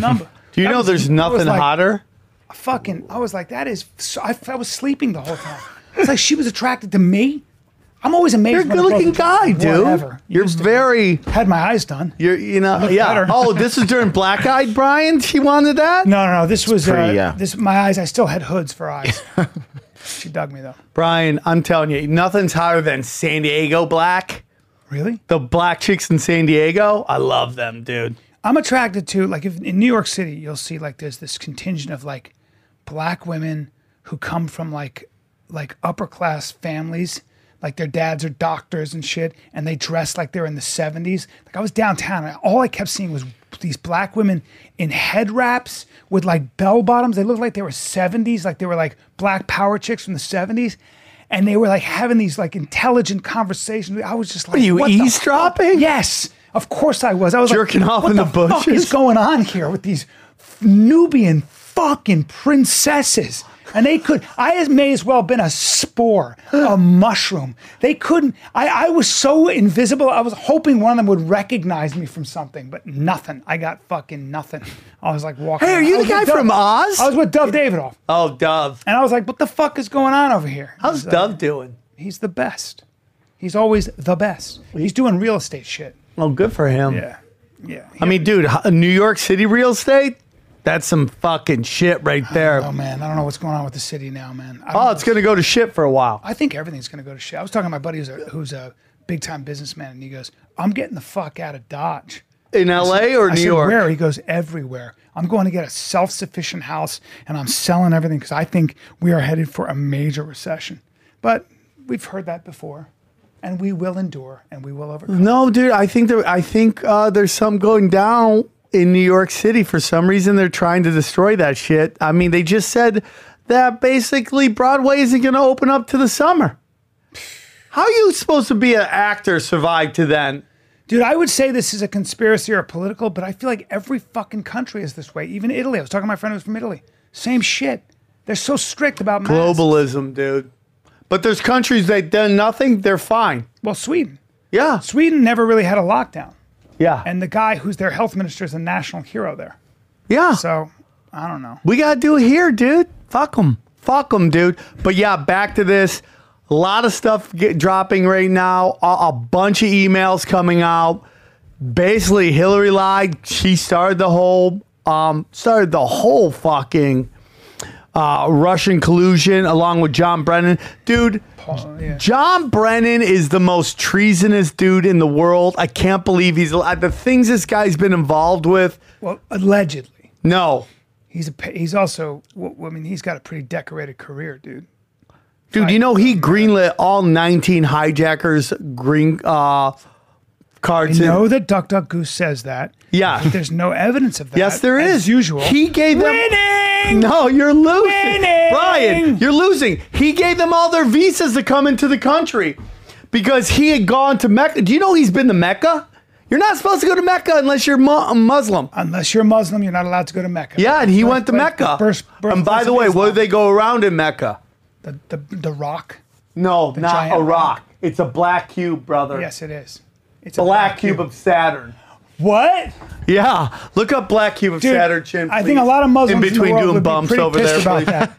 S2: (laughs)
S6: number.
S2: Do you
S6: I
S2: know
S6: was-
S2: there's
S6: I was
S2: nothing
S6: like,
S2: hotter?
S6: Fucking, I was like, that is. So, I, I was sleeping the whole time. It's like she was attracted to me. I'm always amazed.
S2: You're a
S6: when
S2: good looking
S6: girl's
S2: guy,
S6: attracted to
S2: dude.
S6: Whatever. You
S2: You're
S6: used to-
S2: very,
S6: had my eyes done.
S2: you're, you know, yeah.
S6: better.
S2: Oh, this is during Black
S6: (laughs)
S2: Eyed Brian? She wanted that?
S6: No, no, no. This was uh,
S5: pretty, yeah.
S6: this. My eyes. I still had hoods for
S2: (laughs)
S6: eyes. she dug me though.
S2: Brian, I'm telling you, nothing's hotter than San Diego black.
S6: Really?
S2: The black chicks in San Diego, I love them, dude.
S6: I'm attracted to like if in New York City you'll see like there's this contingent of like black women who come from like like upper class families like their dads are doctors and shit and they dress like they're in the 70s like i was downtown and all i kept seeing was these black women in head wraps with like bell bottoms they looked like they were 70s like they were like black power chicks from the 70s and they were like having these like intelligent conversations i was just like
S2: What are you,
S6: the fuck?"
S2: eavesdropping?
S6: yes of course i was i was like,
S2: Jerking off
S6: what
S2: in
S6: the,
S2: the
S6: fuck is
S2: bushes?
S6: going on here with these f- Nubian fucking princesses? And they could, I as may as well have been a spore, a mushroom. They couldn't, I, I was so invisible. I was hoping one of them would recognize me from something, but nothing. I got fucking nothing. I was like walking.
S2: Hey, are
S6: around.
S2: you the
S6: I was with
S2: guy
S6: Dove-
S2: from Oz?
S6: I was with Dove Davidoff.
S2: Oh, Dove.
S6: And I was like, what the fuck is going on over here?
S2: How's
S6: He's, uh,
S2: Dove doing?
S6: He's the best. He's always the best. He's doing real estate shit.
S2: Oh, good for him.
S6: Yeah. Yeah.
S2: I mean, dude, h- New York City real estate? That's some fucking shit
S6: (sighs)
S2: right
S6: Oh
S2: there.
S6: man, I don't know what's going on with the city now, man. I don't
S2: Oh, it's gonna go to shit for a while.
S6: I think everything's going to go to shit. I was talking to my buddy who's a, who's a big time businessman, and he goes, "I'm getting the fuck out of Dodge."
S2: In L.A. or
S6: I
S2: New
S6: said,
S2: York?
S6: Where? He goes, "Everywhere. I'm going to get a self sufficient house, and I'm selling everything because I think we are headed for a major recession." But we've heard that before, and we will endure, and we will overcome.
S2: No, dude. I think there. I think uh, there's some going down in New York City. For some reason, they're trying to destroy that shit. I mean, they just said that basically Broadway isn't going to open up to the summer. How are you supposed to be an actor survive to then?
S6: Dude, I would say this is a conspiracy or a political, but I feel like every fucking country is this way. Even Italy. I was talking to my friend who's from Italy. Same shit. They're so strict about masks.
S2: Globalism, dude. But there's countries that done nothing. They're fine.
S6: Well, Sweden.
S2: Yeah.
S6: Sweden never really had a lockdown.
S2: Yeah.
S6: and the guy who's their health minister is a national hero there.
S2: yeah.
S6: So I don't know.
S2: we gotta do it here, dude. Fuck them, fuck them, dude. But yeah, back to this. A lot of stuff get dropping right now. A, a bunch of emails coming out. Basically, Hillary lied. She started the whole, um, started the whole fucking uh, Russian collusion along with John Brennan, dude.
S6: Paul, yeah.
S2: John Brennan is the most treasonous dude in the world. I can't believe he's al- the things this guy's been involved with.
S6: Well, allegedly,
S2: No,
S6: he's a pa- he's also. w- w- I mean, he's got a pretty decorated career, dude.
S2: Dude, you know he greenlit all 19 hijackers green uh
S6: I
S2: cards. in-
S6: know that Duck Duck Goose says that.
S2: Yeah.
S6: But there's no evidence of that.
S2: Yes, there is.
S6: as Usual.
S2: He gave them
S6: winning.
S2: No, you're losing.
S6: Winning!
S2: Brian, you're losing. He gave them all their visas to come into the country because he had gone to Mecca. Do you know he's been to Mecca? You're not supposed to go to Mecca unless you're mu- a Muslim.
S6: Unless you're Muslim, you're not allowed to go to Mecca.
S2: Yeah, and he went to
S6: Birth-
S2: Mecca.
S6: birth-
S2: and by
S6: birthplace
S2: the
S6: of
S2: way, what do
S6: Islam.
S2: they go around in Mecca?
S6: The, the the rock.
S2: No, not
S6: giant
S2: a
S6: rock.
S2: rock. It's a black cube, brother.
S6: Yes, it is. It's a
S2: Black cube of Saturn.
S6: What?
S2: Yeah, look up Black Cube of
S6: Dude,
S2: Saturn Chin.
S6: I think a
S2: please.
S6: lot of Muslims
S2: in between
S6: in the world
S2: doing
S6: would be
S2: bumps
S6: pretty
S2: over
S6: pissed
S2: there.
S6: about
S2: please.
S6: that.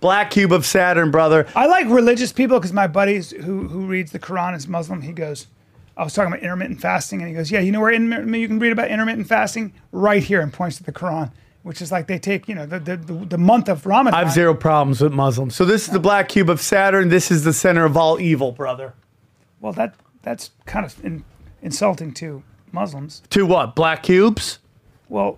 S2: Black Cube of Saturn, brother.
S6: I like religious people because my buddies who who reads the Quran is Muslim. He goes, I was talking about intermittent fasting, and he goes, Yeah, you know where intermittent, you can read about intermittent fasting right here, and points to the Quran, which is like they take you know the the, the, the month of Ramadan.
S2: I have zero problems with Muslims. So this is the Black Cube of Saturn. This is the center of all evil, brother.
S6: Well, that that's kind of in, insulting to Muslims.
S2: To what? Black cubes?
S6: Well,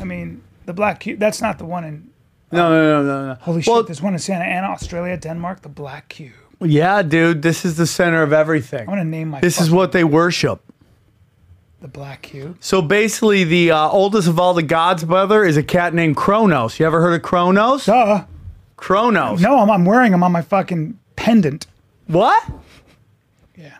S6: I mean the black cube. That's not the one in
S2: No, no, no, no, no.
S6: holy
S2: Well-
S6: shit. There's one in Santa Ana, Australia, Denmark. The black cube.
S2: Yeah, dude. This is the center of everything.
S6: I'm gonna name my.
S2: This is
S6: fucking-
S2: what they worship.
S6: the black cube.
S2: So basically, the uh, oldest of all the gods, brother, is a cat named Kronos. You ever heard of Kronos?
S6: Duh.
S2: Kronos.
S6: No, I'm, I'm wearing them on my fucking pendant.
S2: What?
S6: Yeah.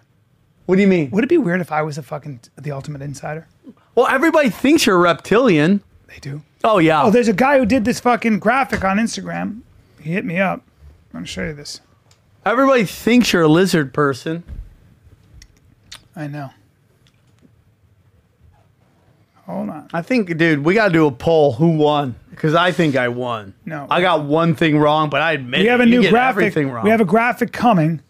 S2: What do you mean?
S6: Would it be weird if I was the fucking the ultimate insider?
S2: Well, everybody thinks you're a reptilian.
S6: They do.
S2: Oh yeah.
S6: Oh, there's a guy who did this fucking graphic on Instagram. He hit me up. I'm gonna show you this.
S2: Everybody thinks you're a lizard person.
S6: I know. Hold on.
S2: I think, dude, we got to do a poll. Who won? Because I think I won.
S6: No.
S2: I got one thing wrong, but I admit
S6: We have
S2: it.
S6: a
S2: You
S6: new
S2: get
S6: graphic.
S2: Everything wrong.
S6: We have a graphic coming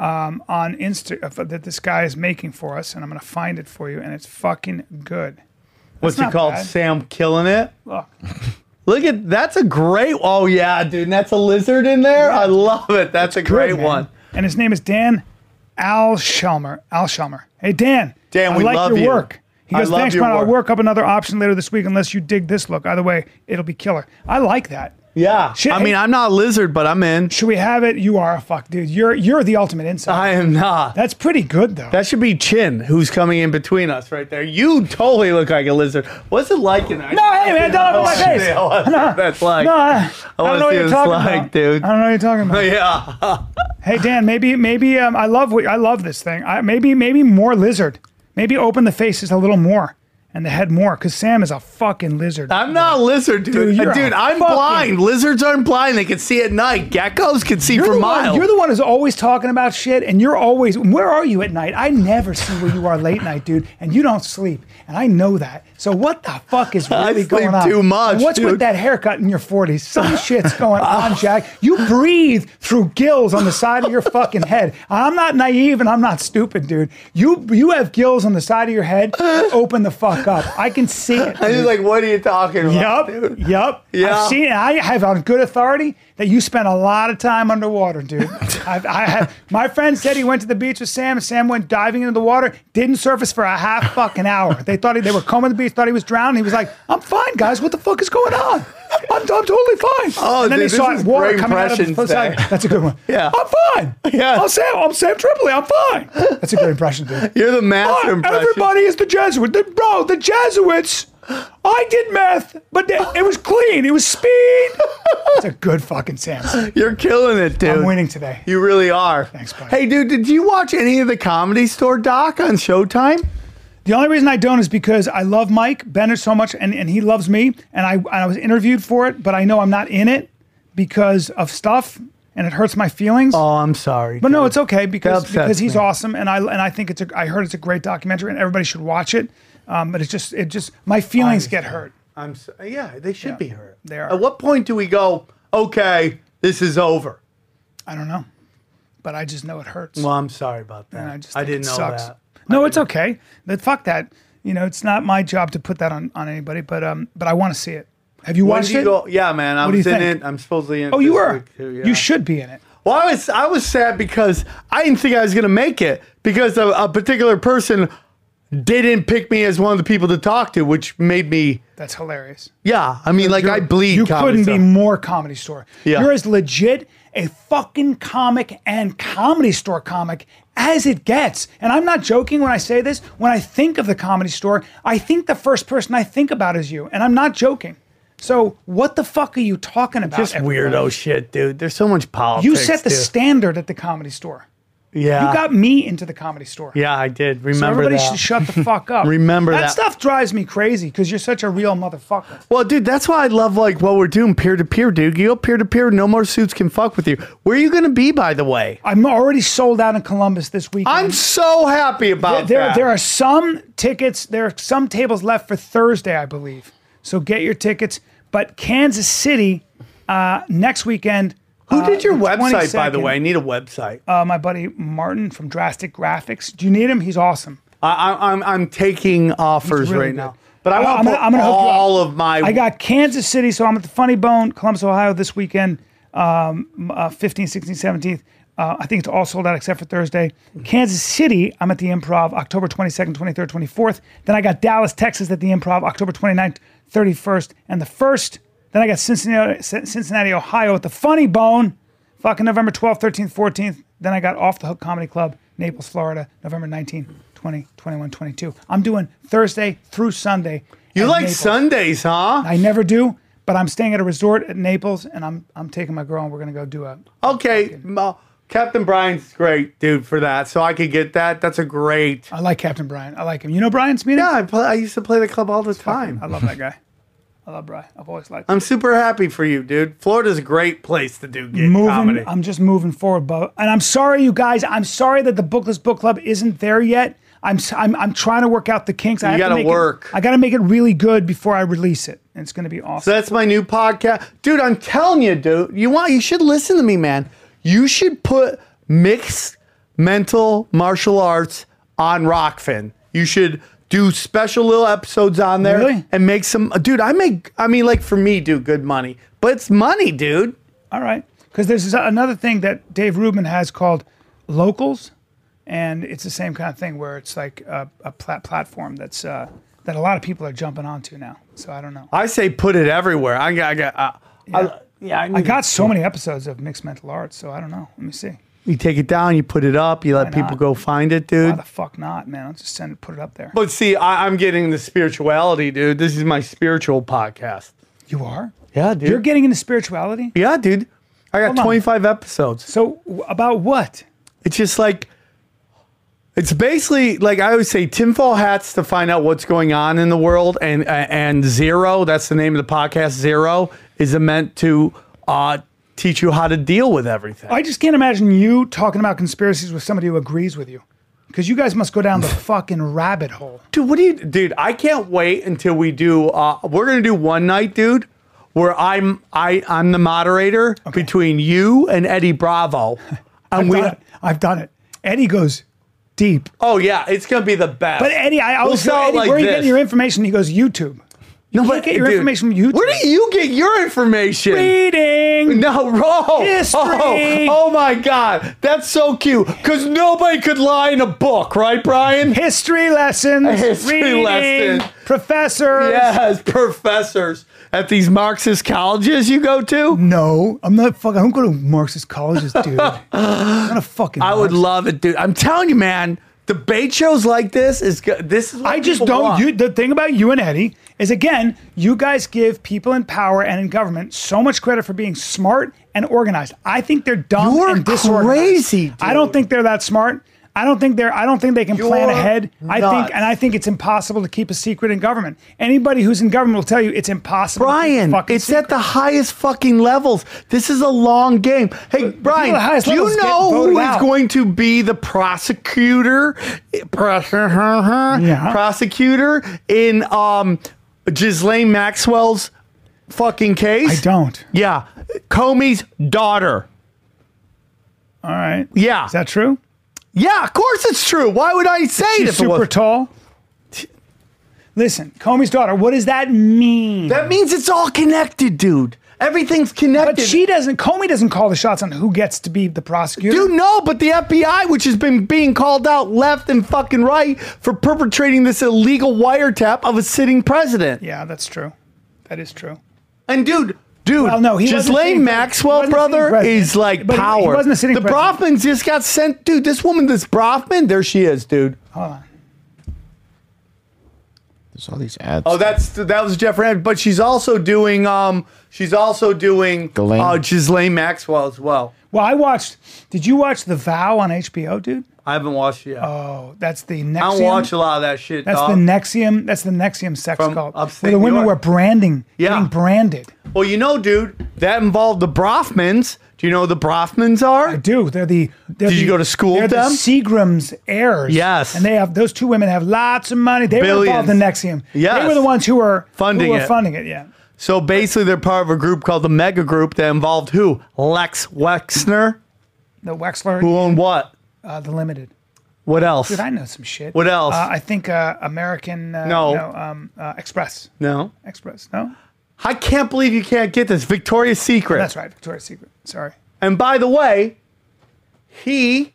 S6: um, on Insta uh, that this guy is making for us, and I'm gonna find it for you, and it's fucking good.
S2: What's it
S6: That's not
S2: called?
S6: bad.
S2: Sam killing it.
S6: Look,
S2: (laughs) Look at that's a great. Oh yeah, dude, and that's a lizard in there. I love it. That's a great
S6: good, man.
S2: one.
S6: And his name is Dan Al Shelmer. Al Shelmer. Hey Dan.
S2: Dan,
S6: I
S2: we
S6: like
S2: love
S6: your
S2: you.
S6: work. He
S2: I
S6: goes,
S2: love
S6: thanks,
S2: your
S6: man. I'll
S2: work."
S6: work up another option later this week unless you dig this look. Either way, it'll be killer. I like that.
S2: Yeah.
S6: Shit,
S2: I mean,
S6: hey-
S2: I'm not a lizard, but I'm in.
S6: Should we have it? You are a fuck, dude. You're you're the ultimate insider.
S2: I am not.
S6: That's pretty good though.
S2: That should be Chin, who's coming in between us right there. You totally look like a lizard. What's it like in there?
S6: no, hey man, don't look at my face.
S2: (laughs) Yeah,
S6: (laughs) No,
S2: what's that's like.
S6: I, I
S2: wanna
S6: don't know what
S2: see
S6: you're
S2: what
S6: talking
S2: it's like,
S6: about,
S2: dude.
S6: I don't know what you're talking about.
S2: (laughs) Yeah.
S6: Hey Dan, maybe maybe um, I love what I love this thing. I, maybe maybe more lizard. Maybe open the faces a little more and the head more, because Sam is a fucking lizard.
S2: I'm not a lizard, dude.
S6: Dude,
S2: Dude,
S6: you're a
S2: I'm
S6: fucking-
S2: blind. Lizards aren't blind. They can see at night. Geckos can see for
S6: the
S2: miles.
S6: One, you're the one who's always talking about shit, and you're always. Where are you at night? I never see where you are late night, dude. And you don't sleep, and I know that. So what the fuck
S2: (laughs)
S6: is
S2: I
S6: really going
S2: sleep
S6: on?
S2: too much,
S6: And what's
S2: dude. (laughs) Ah.
S6: with that haircut in your 40s? Some shit's going on, Jack. You breathe through gills on the side of your fucking head. I'm not naive and I'm not stupid, dude. You you have gills on the side of your head. Open the fuck up. I can see
S2: (laughs)
S6: it.
S2: I was
S6: dude.
S2: like, what are you talking about?
S6: Yup, yup.
S2: Yeah.
S6: I've seen it. I have on good authority that you spent a lot of time
S2: (laughs)
S6: underwater, dude. I've, I have. My friend said he went to the beach with Sam, and Sam went diving into the water, didn't surface for a half fucking hour. They thought he, they were combing the beach, thought he was drowning. He was like, "I'm fine, guys. What the fuck is going on? I'm, I'm totally fine."
S2: Oh,
S6: and then
S2: dude,
S6: they
S2: this
S6: saw
S2: is
S6: water
S2: great
S6: coming out of the
S2: impressions
S6: side.
S2: day.
S6: That's a good one.
S2: Yeah.
S6: I'm fine.
S2: Yeah.
S6: I'm Sam. I'm Sam Tripoli. I'm fine. That's a good impression,
S2: (laughs)
S6: dude.
S2: You're the master
S6: Oh,
S2: impression.
S6: Everybody is the Jesuit. The- bro, the Jesuits. I did meth, but they- it was clean. It was speed. That's a good fucking Sam.
S2: You're killing it, dude.
S6: I'm winning today.
S2: You really are. Thanks,
S6: buddy.
S2: Hey, dude, did you watch any of the Comedy Store doc on Showtime?
S6: The only reason I don't is because I love Mike Bennett so much, and, and he loves me, and I I was interviewed for it, but I know I'm not in it because of stuff, and it hurts my feelings.
S2: Oh, I'm sorry.
S6: But no, it's okay because
S2: upsets
S6: because he's
S2: me.
S6: awesome, and I and I think it's a I heard it's a great documentary, and everybody should watch it. Um, but it's just it just my feelings get hurt.
S2: I'm so, yeah, they should be hurt.
S6: They are.
S2: At what point do we go, okay, this is over?
S6: I don't know, but I just know it hurts.
S2: Well, I'm sorry about that.
S6: and I just
S2: I
S6: think
S2: didn't
S6: it
S2: know
S6: sucks.
S2: that.
S6: No, it's okay. But fuck that. You know, it's not my job to put that on, on anybody. But um, but I want to see it. Have you
S2: When
S6: watched
S2: do you
S6: it?
S2: go? Yeah, man, I
S6: do
S2: was
S6: you
S2: in
S6: think?
S2: it. I'm supposedly in.
S6: oh, you
S2: this
S6: were.
S2: week, too, yeah.
S6: You should be in it.
S2: Well, I was I was sad because I didn't think I was gonna make it because a, a particular person didn't pick me as one of the people to talk to, which made me
S6: That's hilarious.
S2: yeah. I mean, like I bleed.
S6: You
S2: Comedy
S6: couldn't
S2: Store.
S6: be more comedy store.
S2: Yeah.
S6: You're as legit a fucking comic and comedy store comic as it gets. And I'm not joking when I say this. When I think of the comedy store, I think the first person I think about is you. And I'm not joking. So what the fuck are you talking about?
S2: just
S6: everybody?
S2: weirdo shit, dude. There's so much politics.
S6: You set the
S2: dude.
S6: standard at the comedy store.
S2: Yeah.
S6: You got me into the comedy store.
S2: Uh, yeah, I did.
S6: So
S2: Remember
S6: everybody
S2: that.
S6: should shut the
S2: (laughs)
S6: fuck up.
S2: Remember that.
S6: that stuff drives me crazy because you're such a real motherfucker.
S2: Well, dude, that's why I love like what we're doing peer to peer, dude. You go peer to peer, no more suits can fuck with you. Where are you gonna be, by the way?
S6: I'm already sold out in Columbus this weekend.
S2: I'm so happy
S6: There-
S2: about
S6: there,
S2: that.
S6: there are some tickets. There are some tables left for Thursday, I believe. So get your tickets. But Kansas City uh, next weekend.
S2: Who did your website, by the
S6: 22nd.
S2: way? I need a website.
S6: Uh, my buddy Martin from Drastic Graphics. Do you need him? He's awesome.
S2: I, I, I'm I'm taking offers
S6: really
S2: right
S6: good.
S2: now, but I
S6: Well,
S2: want
S6: I'm
S2: to
S6: gonna-
S2: put
S6: I'm gonna hook you up.
S2: all of my.
S6: I got Kansas City, so I'm at the Funny Bone, Columbus, Ohio this weekend, um, uh, 15th, 16th, 17th. Uh, I think it's all sold out except for Thursday. Kansas City, I'm at the Improv October 22nd, 23rd, 24th. Then I got Dallas, Texas at the Improv October 29th, 31st, and the 1st. Then I got Cincinnati, Cin- Cincinnati, Ohio at the Funny Bone, fucking November 12th, 13th, 14th. Then I got Off the Hook Comedy Club, Naples, Florida, November 19th, 20, 21, 22. I'm doing Thursday through Sunday.
S2: you
S6: at
S2: like
S6: Naples.
S2: Sundays, huh?
S6: I never do, but I'm staying at a resort at Naples, and I'm I'm taking my girl, and we're gonna go do a.
S2: Okay, well, Captain Brian's great dude for that, so I could get that. That's a great.
S6: I like Captain Brian. I like him. You know Brian's meeting.
S2: Yeah, I, play, I used to play the club all the time.
S6: I love that guy. I love Brian. I've always liked. him.
S2: I'm super happy for you, dude. Florida's a great place to do gig
S6: moving.
S2: comedy.
S6: I'm just moving forward, Bo. And I'm sorry, you guys. I'm sorry that the Bookless Book Club isn't there yet. I'm s- I'm, I'm trying to work out the kinks. I have
S2: gotta
S6: to make
S2: work.
S6: It, I got to make it really good before I release it, and it's gonna be awesome.
S2: That's my new podcast, dude. I'm telling you, dude. You want? You should listen to me, man. You should put mixed mental martial arts on Rockfin. You should do special little episodes on there
S6: Really?
S2: and make some. Dude, I make. I mean, like for me, dude, good money. But it's money, dude.
S6: All right. Because there's this- uh, another thing that Dave Rubin has called locals, and it's the same kind of thing where it's like a, a plat- platform that's uh, that a lot of people are jumping onto now. So I don't know.
S2: I say put it everywhere. I got. I got. Uh, yeah. I, yeah, I,
S6: I
S2: need-
S6: got so many episodes of mixed mental arts, so I don't know. Let me see.
S2: You take it down. You put it up. You let people
S6: not?
S2: go find it,
S6: Why
S2: dude.
S6: the fuck not, man? I'll just send it, put it up there.
S2: But see, I, I'm getting the spirituality, dude. This is my spiritual podcast.
S6: You are.
S2: Yeah, dude.
S6: You're getting into spirituality.
S2: Yeah, dude. I got
S6: Hold on.
S2: 25 episodes.
S6: So w- about what?
S2: It's just like, it's basically like I always say, tinfoil hats to find out what's going on in the world, and and zero. That's the name of the podcast. Zero is meant to uh, teach you how to deal with everything.
S6: I just can't imagine you talking about conspiracies with somebody who agrees with you, because you guys must go
S2: (laughs)
S6: down the fucking rabbit hole.
S2: dude, what do you, dude? I can't wait until we do. Uh, we're gonna do one night, dude. where I'm I I'm the moderator between you and Eddie
S6: (laughs)
S2: Bravo, and
S6: I've,
S2: we.
S6: done it. I've done it. Eddie goes deep.
S2: Oh yeah, it's gonna be the best.
S6: But Eddie, I always
S2: sell
S6: go,
S2: it
S6: Eddie,
S2: like
S6: where are you
S2: this.
S6: getting your information? He goes, YouTube.
S2: no,
S6: you can't get your information from YouTube.
S2: Where do you get your information?
S6: Reading.
S2: No, wrong.
S6: History.
S2: Oh, oh my God, that's so cute. Cause nobody could lie in a book, right, Brian?
S6: History lessons.
S2: History
S6: reading,
S2: lesson.
S6: Professors.
S2: Yes, professors at these Marxist colleges you go
S6: Mm,
S2: to.
S6: No, I'm not fucking. I'm going to Marxist colleges,
S2: (laughs)
S6: dude. I'm not a fucking.
S2: I would
S6: Marxist.
S2: love it, dude. I'm telling you, man. Debate shows like this is good. This is what
S6: I just
S2: people
S6: don't.
S2: want.
S6: You, the thing about you and Eddie is again, you guys give people in power and in government so much credit for being smart and organized. I think they're dumb
S2: You're
S6: and disorganized.
S2: crazy,
S6: I don't
S2: dude.
S6: think they're that smart. I don't think they're. I don't think they can plan
S2: You're
S6: ahead. I
S2: nuts.
S6: think, and I think it's impossible to keep a secret in government. Anybody who's in government will tell you it's impossible. to keep a
S2: Brian,
S6: fucking
S2: it's
S6: secret.
S2: at the highest fucking levels. This is a long game. Hey,
S6: people at the
S2: Brian,
S6: highest
S2: do you
S6: levels get
S2: know
S6: voted
S2: who is
S6: out.
S2: going to be the prosecutor? eh, Pros- Prosecutor in um, Ghislaine Maxwell's fucking
S6: I
S2: case?
S6: don't.
S2: Yeah, Comey's daughter.
S6: All right.
S2: Yeah,
S6: Is that true?
S2: yeah. Of course, it's true. Why would I say it?
S6: She's
S2: If it
S6: super
S2: was?
S6: tall. Listen, Comey's daughter. What does that mean?
S2: that means it's all connected, dude. Everything's connected.
S6: But she doesn't. Comey doesn't call the shots on who gets to be the prosecutor.
S2: You know, but the FBI, which has been being called out left and fucking right for perpetrating this illegal wiretap of a sitting president.
S6: Yeah, that's true. That is true.
S2: And dude, dude,
S6: Well, no, he wasn't sitting
S2: Ghislaine
S6: pre- he
S2: Maxwell,
S6: wasn't sitting
S2: brother,
S6: president,
S2: is like
S6: but he- he
S2: power.
S6: wasn't a sitting
S2: the
S6: president.
S2: Brofman just got sent, dude. This woman, this Brofman, there she is, dude.
S5: There's all these ads.
S2: Oh, that's that was Jeff Rand, but she's also doing, um, she's also doing
S5: Ghislaine.
S2: uh, Ghislaine Maxwell as well.
S6: Well, I watched. Did you watch The Vow on HBO, dude?
S2: I haven't watched it yet.
S6: Oh, that's the
S2: I
S6: Nexium.
S2: don't watch a lot of that shit.
S6: That's
S2: dog.
S6: the Nexium. That's the Nexium sex
S2: From
S6: cult.
S2: upstate
S6: Where the
S2: New
S6: women
S2: York.
S6: were branding,
S2: Yeah.
S6: getting branded.
S2: Well, you know, dude, that involved the Brofmans. Do you know who the Brofmans
S6: I
S2: are?
S6: do. They're the. They're
S2: Did you
S6: the-
S2: go to school
S6: They're
S2: with them?
S6: the Seagram's heirs.
S2: Yes.
S6: And they have those two women have lots of money. They were involved in Nexium.
S2: Yes.
S6: They were the ones who were
S2: Funding
S6: who were
S2: it.
S6: Funding it. Yeah.
S2: So basically, they're part of a group called the Mega Group that involved who? Lex Wexner,
S6: The Wexler,
S2: who owned what?
S6: uh, the Limited.
S2: What else?
S6: Dude, I know some shit.
S2: What else?
S6: Uh, I think uh, American. Uh,
S2: No.
S6: um, uh, Express.
S2: no.
S6: Express. No.
S2: I can't believe you can't get this. Victoria's Secret.
S6: That's right. Victoria's Secret. Sorry.
S2: And by the way, he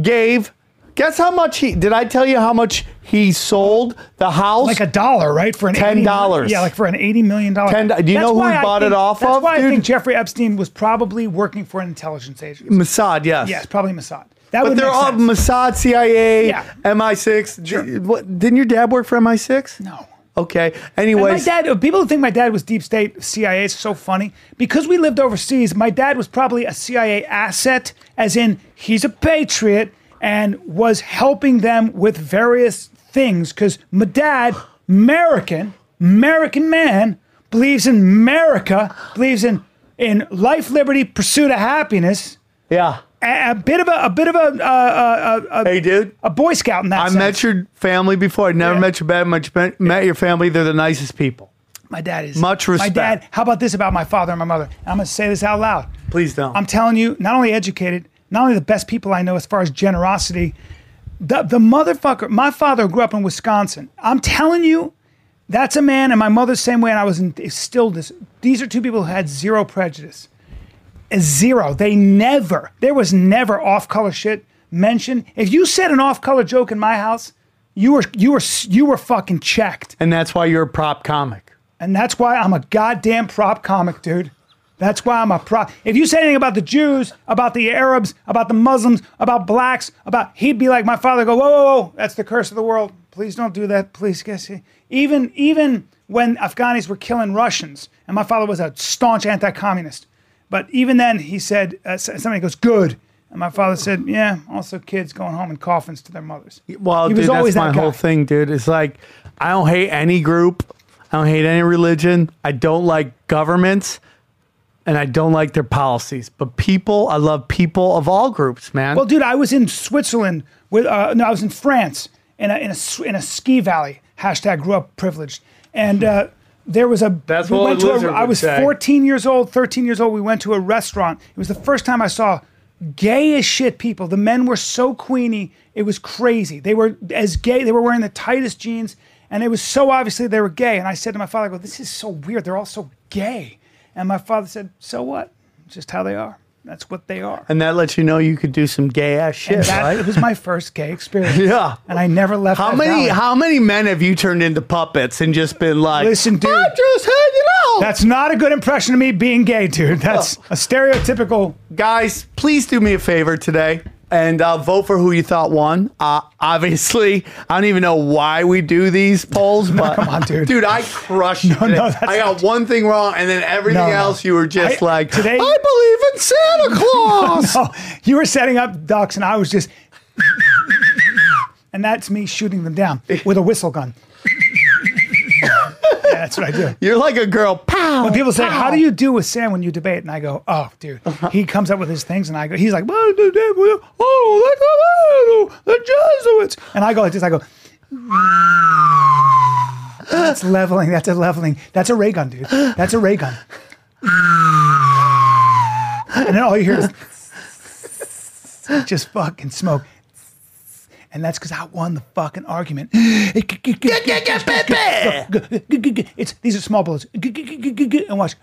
S2: gave. Guess how much he did? I tell you how much he sold the house.
S6: Like a dollar, right? For an
S2: $10.
S6: 80 million Yeah, like for an eighty million dollar.
S2: Ten- do you know who he bought it off
S6: that's
S2: of,
S6: why I
S2: dude?
S6: think Jeffrey Epstein was probably working for an intelligence agency.
S2: Mossad, yes.
S6: Yes, probably Mossad. That
S2: But
S6: would
S2: they're
S6: make
S2: all
S6: sense.
S2: Mossad, CIA,
S6: Yeah.
S2: MI6. D- what, didn't your dad work for MI6?
S6: no.
S2: Okay.
S6: And
S2: Anyways,
S6: my dad, uh, people who think my dad was deep state CIA is so funny because we lived overseas. My dad was probably a CIA asset, as in he's a patriot and was helping them with various things. Because my dad, American, American man, believes in America, believes in in life, liberty, pursuit of happiness.
S2: yeah.
S6: A, a bit of a, a bit of a, uh, uh, a,
S2: Hey, dude.
S6: a boy scout in that.
S2: I
S6: sense.
S2: met your family before. I never
S6: Yeah.
S2: met your dad. Much met, met your family. They're the nicest people.
S6: My dad is
S2: Much
S6: My
S2: respect.
S6: dad. How about this about my father and my mother? I'm going to say this out loud.
S2: Please don't.
S6: I'm telling you, not only educated, not only the best people I know as far as generosity. The the motherfucker. My father grew up in Wisconsin. I'm telling you, that's a man, and my mother's same way. And I was in- instilled this. These are two people who had zero prejudice, Uh, zero. They never. There was never off color shit mentioned. If you said an off color joke in my house, you were you were you were fucking checked.
S2: and that's why you're a prop comic.
S6: And that's why I'm a goddamn prop comic, dude. That's why I'm a prop. If you said anything about the Jews, about the Arabs, about the Muslims, about blacks, about he'd be like my father, go, whoa, whoa, whoa, that's the curse of the world. Please don't do that. Please, guess even even when Afghani's were killing Russians, and my father was a staunch anti-communist, but even then he said uh, s- somebody goes good, and my father said, yeah, also kids going home in coffins to their mothers.
S2: Well,
S6: He
S2: dude,
S6: was
S2: that's
S6: always
S2: my
S6: that
S2: whole
S6: guy.
S2: thing, dude. It's like I don't hate any group. I don't hate any religion. I don't like governments, and I don't like their policies. But people, I love people of all groups, man.
S6: Well, dude, I was in Switzerland with uh, no, I was in France in a in a s- in a ski valley. Hashtag grew up privileged, and uh, there was a
S2: That's
S6: we
S2: what
S6: went
S2: a
S6: to
S2: lizard
S6: I
S2: would
S6: was
S2: say.
S6: 14 years old 13 years old we went to a restaurant it was the first time I saw gay as shit people the men were so queeny it was crazy they were as gay they were wearing the tightest jeans and it was so obviously they were gay and I said to my father I go this is so weird they're all so gay and my father said so what it's just how they are that's what they are
S2: and that lets you know you could do some gay ass shit,
S6: and that
S2: right?
S6: was my first gay (laughs) experience
S2: Yeah.
S6: and I never left
S2: How
S6: that
S2: many
S6: valley.
S2: how many men have you turned into puppets and just been like,
S6: Listen, dude.
S2: I'm just hanging out.
S6: That's not a good impression of me being gay, dude. That's a (laughs) stereotypical.
S2: guys, please do me a favor today and uh, vote for who you thought won. Uh, obviously, I don't even know why we do these
S6: (laughs)
S2: polls, but
S6: come on, dude.
S2: dude, I crushed it.
S6: no, that's
S2: I got one thing wrong, and then everything
S6: No, no.
S2: else you were just
S6: I-
S2: like,
S6: today-
S2: I believe in
S6: (laughs)
S2: Santa Claus.
S6: Oh, you were setting up ducks, and I was just. (laughs) and that's me shooting them down with a whistle gun. (laughs) yeah, that's what I do.
S2: You're like a girl. Pow.
S6: When people say, "How do you do with Sam when you debate?" and I go, "Oh, dude, he comes up with his things," and I go, "He's like, "Well, dude, dude, well, oh, that's- oh, the Jesuits," and I go like this. I go, "That's leveling. That's a leveling. That's a ray gun, dude. That's a ray gun." And then all you hear is just fucking smoke. And that's because I won the fucking argument. It's these are small bullets. And watch.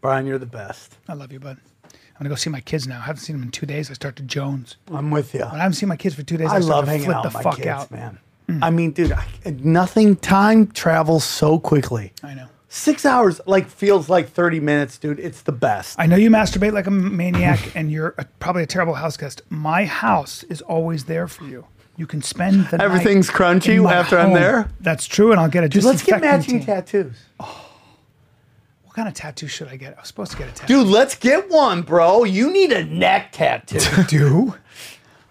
S2: Brian, you're the best.
S6: I love you, bud. I'm gonna go see my kids now. I haven't seen them in two days. I start to Jones.
S2: I'm with you.
S6: When I haven't seen my kids for two days, I,
S2: I
S6: start
S2: love
S6: to
S2: hanging
S6: flip
S2: out
S6: the
S2: with my
S6: fuck
S2: kids,
S6: out.
S2: man. I mean, dude, I, nothing. Time travels so quickly.
S6: I know.
S2: Six hours like feels like thirty minutes, dude. It's the best.
S6: I know you masturbate like a
S2: (laughs)
S6: maniac, and you're a, probably a terrible house guest. My house is always there for you. You can spend the night
S2: Everything's crunchy
S6: in my
S2: after I'm there?
S6: That's true, and I'll get a dude.
S2: Let's get matching tattoos,
S6: What kind of tattoo should I get? I was supposed to get a tattoo.
S2: dude. Let's get one, bro. You need a neck
S6: (laughs)
S2: tattoo.
S6: do?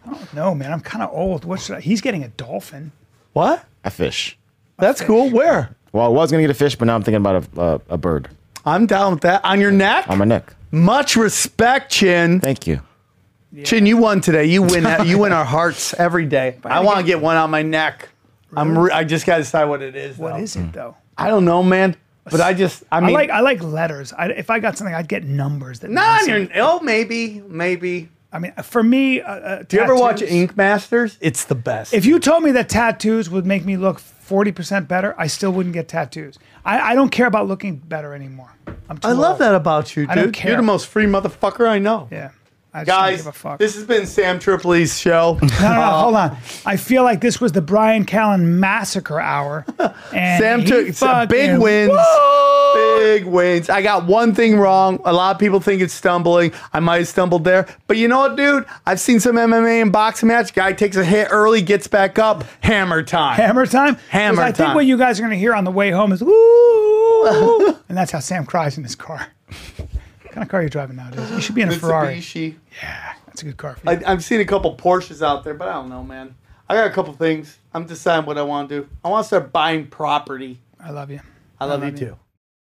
S6: I don't know, man. I'm kind of old. What should I? He's getting a dolphin.
S2: what?
S5: A fish.
S2: That's cool. Where?
S5: Well, I was gonna get a fish, but now I'm thinking about a uh, a bird
S2: I'm down with that. On your neck.
S5: on my neck.
S2: Much respect, Chin.
S5: Thank you.
S2: Chin, you won today. You win. you win our hearts every day. I want to get one on my neck. I'm. Re- I just got to decide what it is.
S6: What is it though?
S2: I don't know, man. But I just. Mm. I
S6: I,
S2: mean,
S6: like I like letters. I, if I got something, I'd get numbers. That
S2: Not on
S6: mean
S2: your. Oh, maybe, maybe.
S6: something. I mean, for me, uh, uh,
S2: Do you ever watch
S6: tattoos-
S2: Ink Masters? It's the best.
S6: If you told me that tattoos would make me look forty percent better, I still wouldn't get tattoos. I, I don't care about looking better anymore. I'm too
S2: I love
S6: old.
S2: that about you, dude.
S6: I don't care.
S2: You're the most free motherfucker I know.
S6: Yeah. I just don't
S2: Guys,
S6: give a fuck.
S2: this has been Sam Tripoli's show.
S6: (laughs) no, no, no, hold on. I feel like this was the Brian Callen
S2: (laughs)
S6: massacre hour. And
S2: Sam
S6: he
S2: took some big
S6: fucking-
S2: wins. Big wins. I got one thing wrong. A lot of people think it's stumbling. I might have stumbled there. But you know what, dude? I've seen some MMA and boxing match. Guy takes a hit early, gets back up. Hammer time.
S6: Hammer time. 'Cause
S2: Hammer
S6: I think
S2: time.
S6: what you guys are going to hear on the way home is ooh,
S2: (laughs)
S6: and that's how Sam cries in his car. (laughs) what kind of car are you driving nowadays? You should be in a Ferrari.
S2: Mitsubishi.
S6: That's a good car for you.
S2: I, I've seen a couple Porsches out there, but I don't know, man. I got a couple things. I'm deciding what I want to do. I want to start buying property.
S6: I, love you.
S2: I love you too.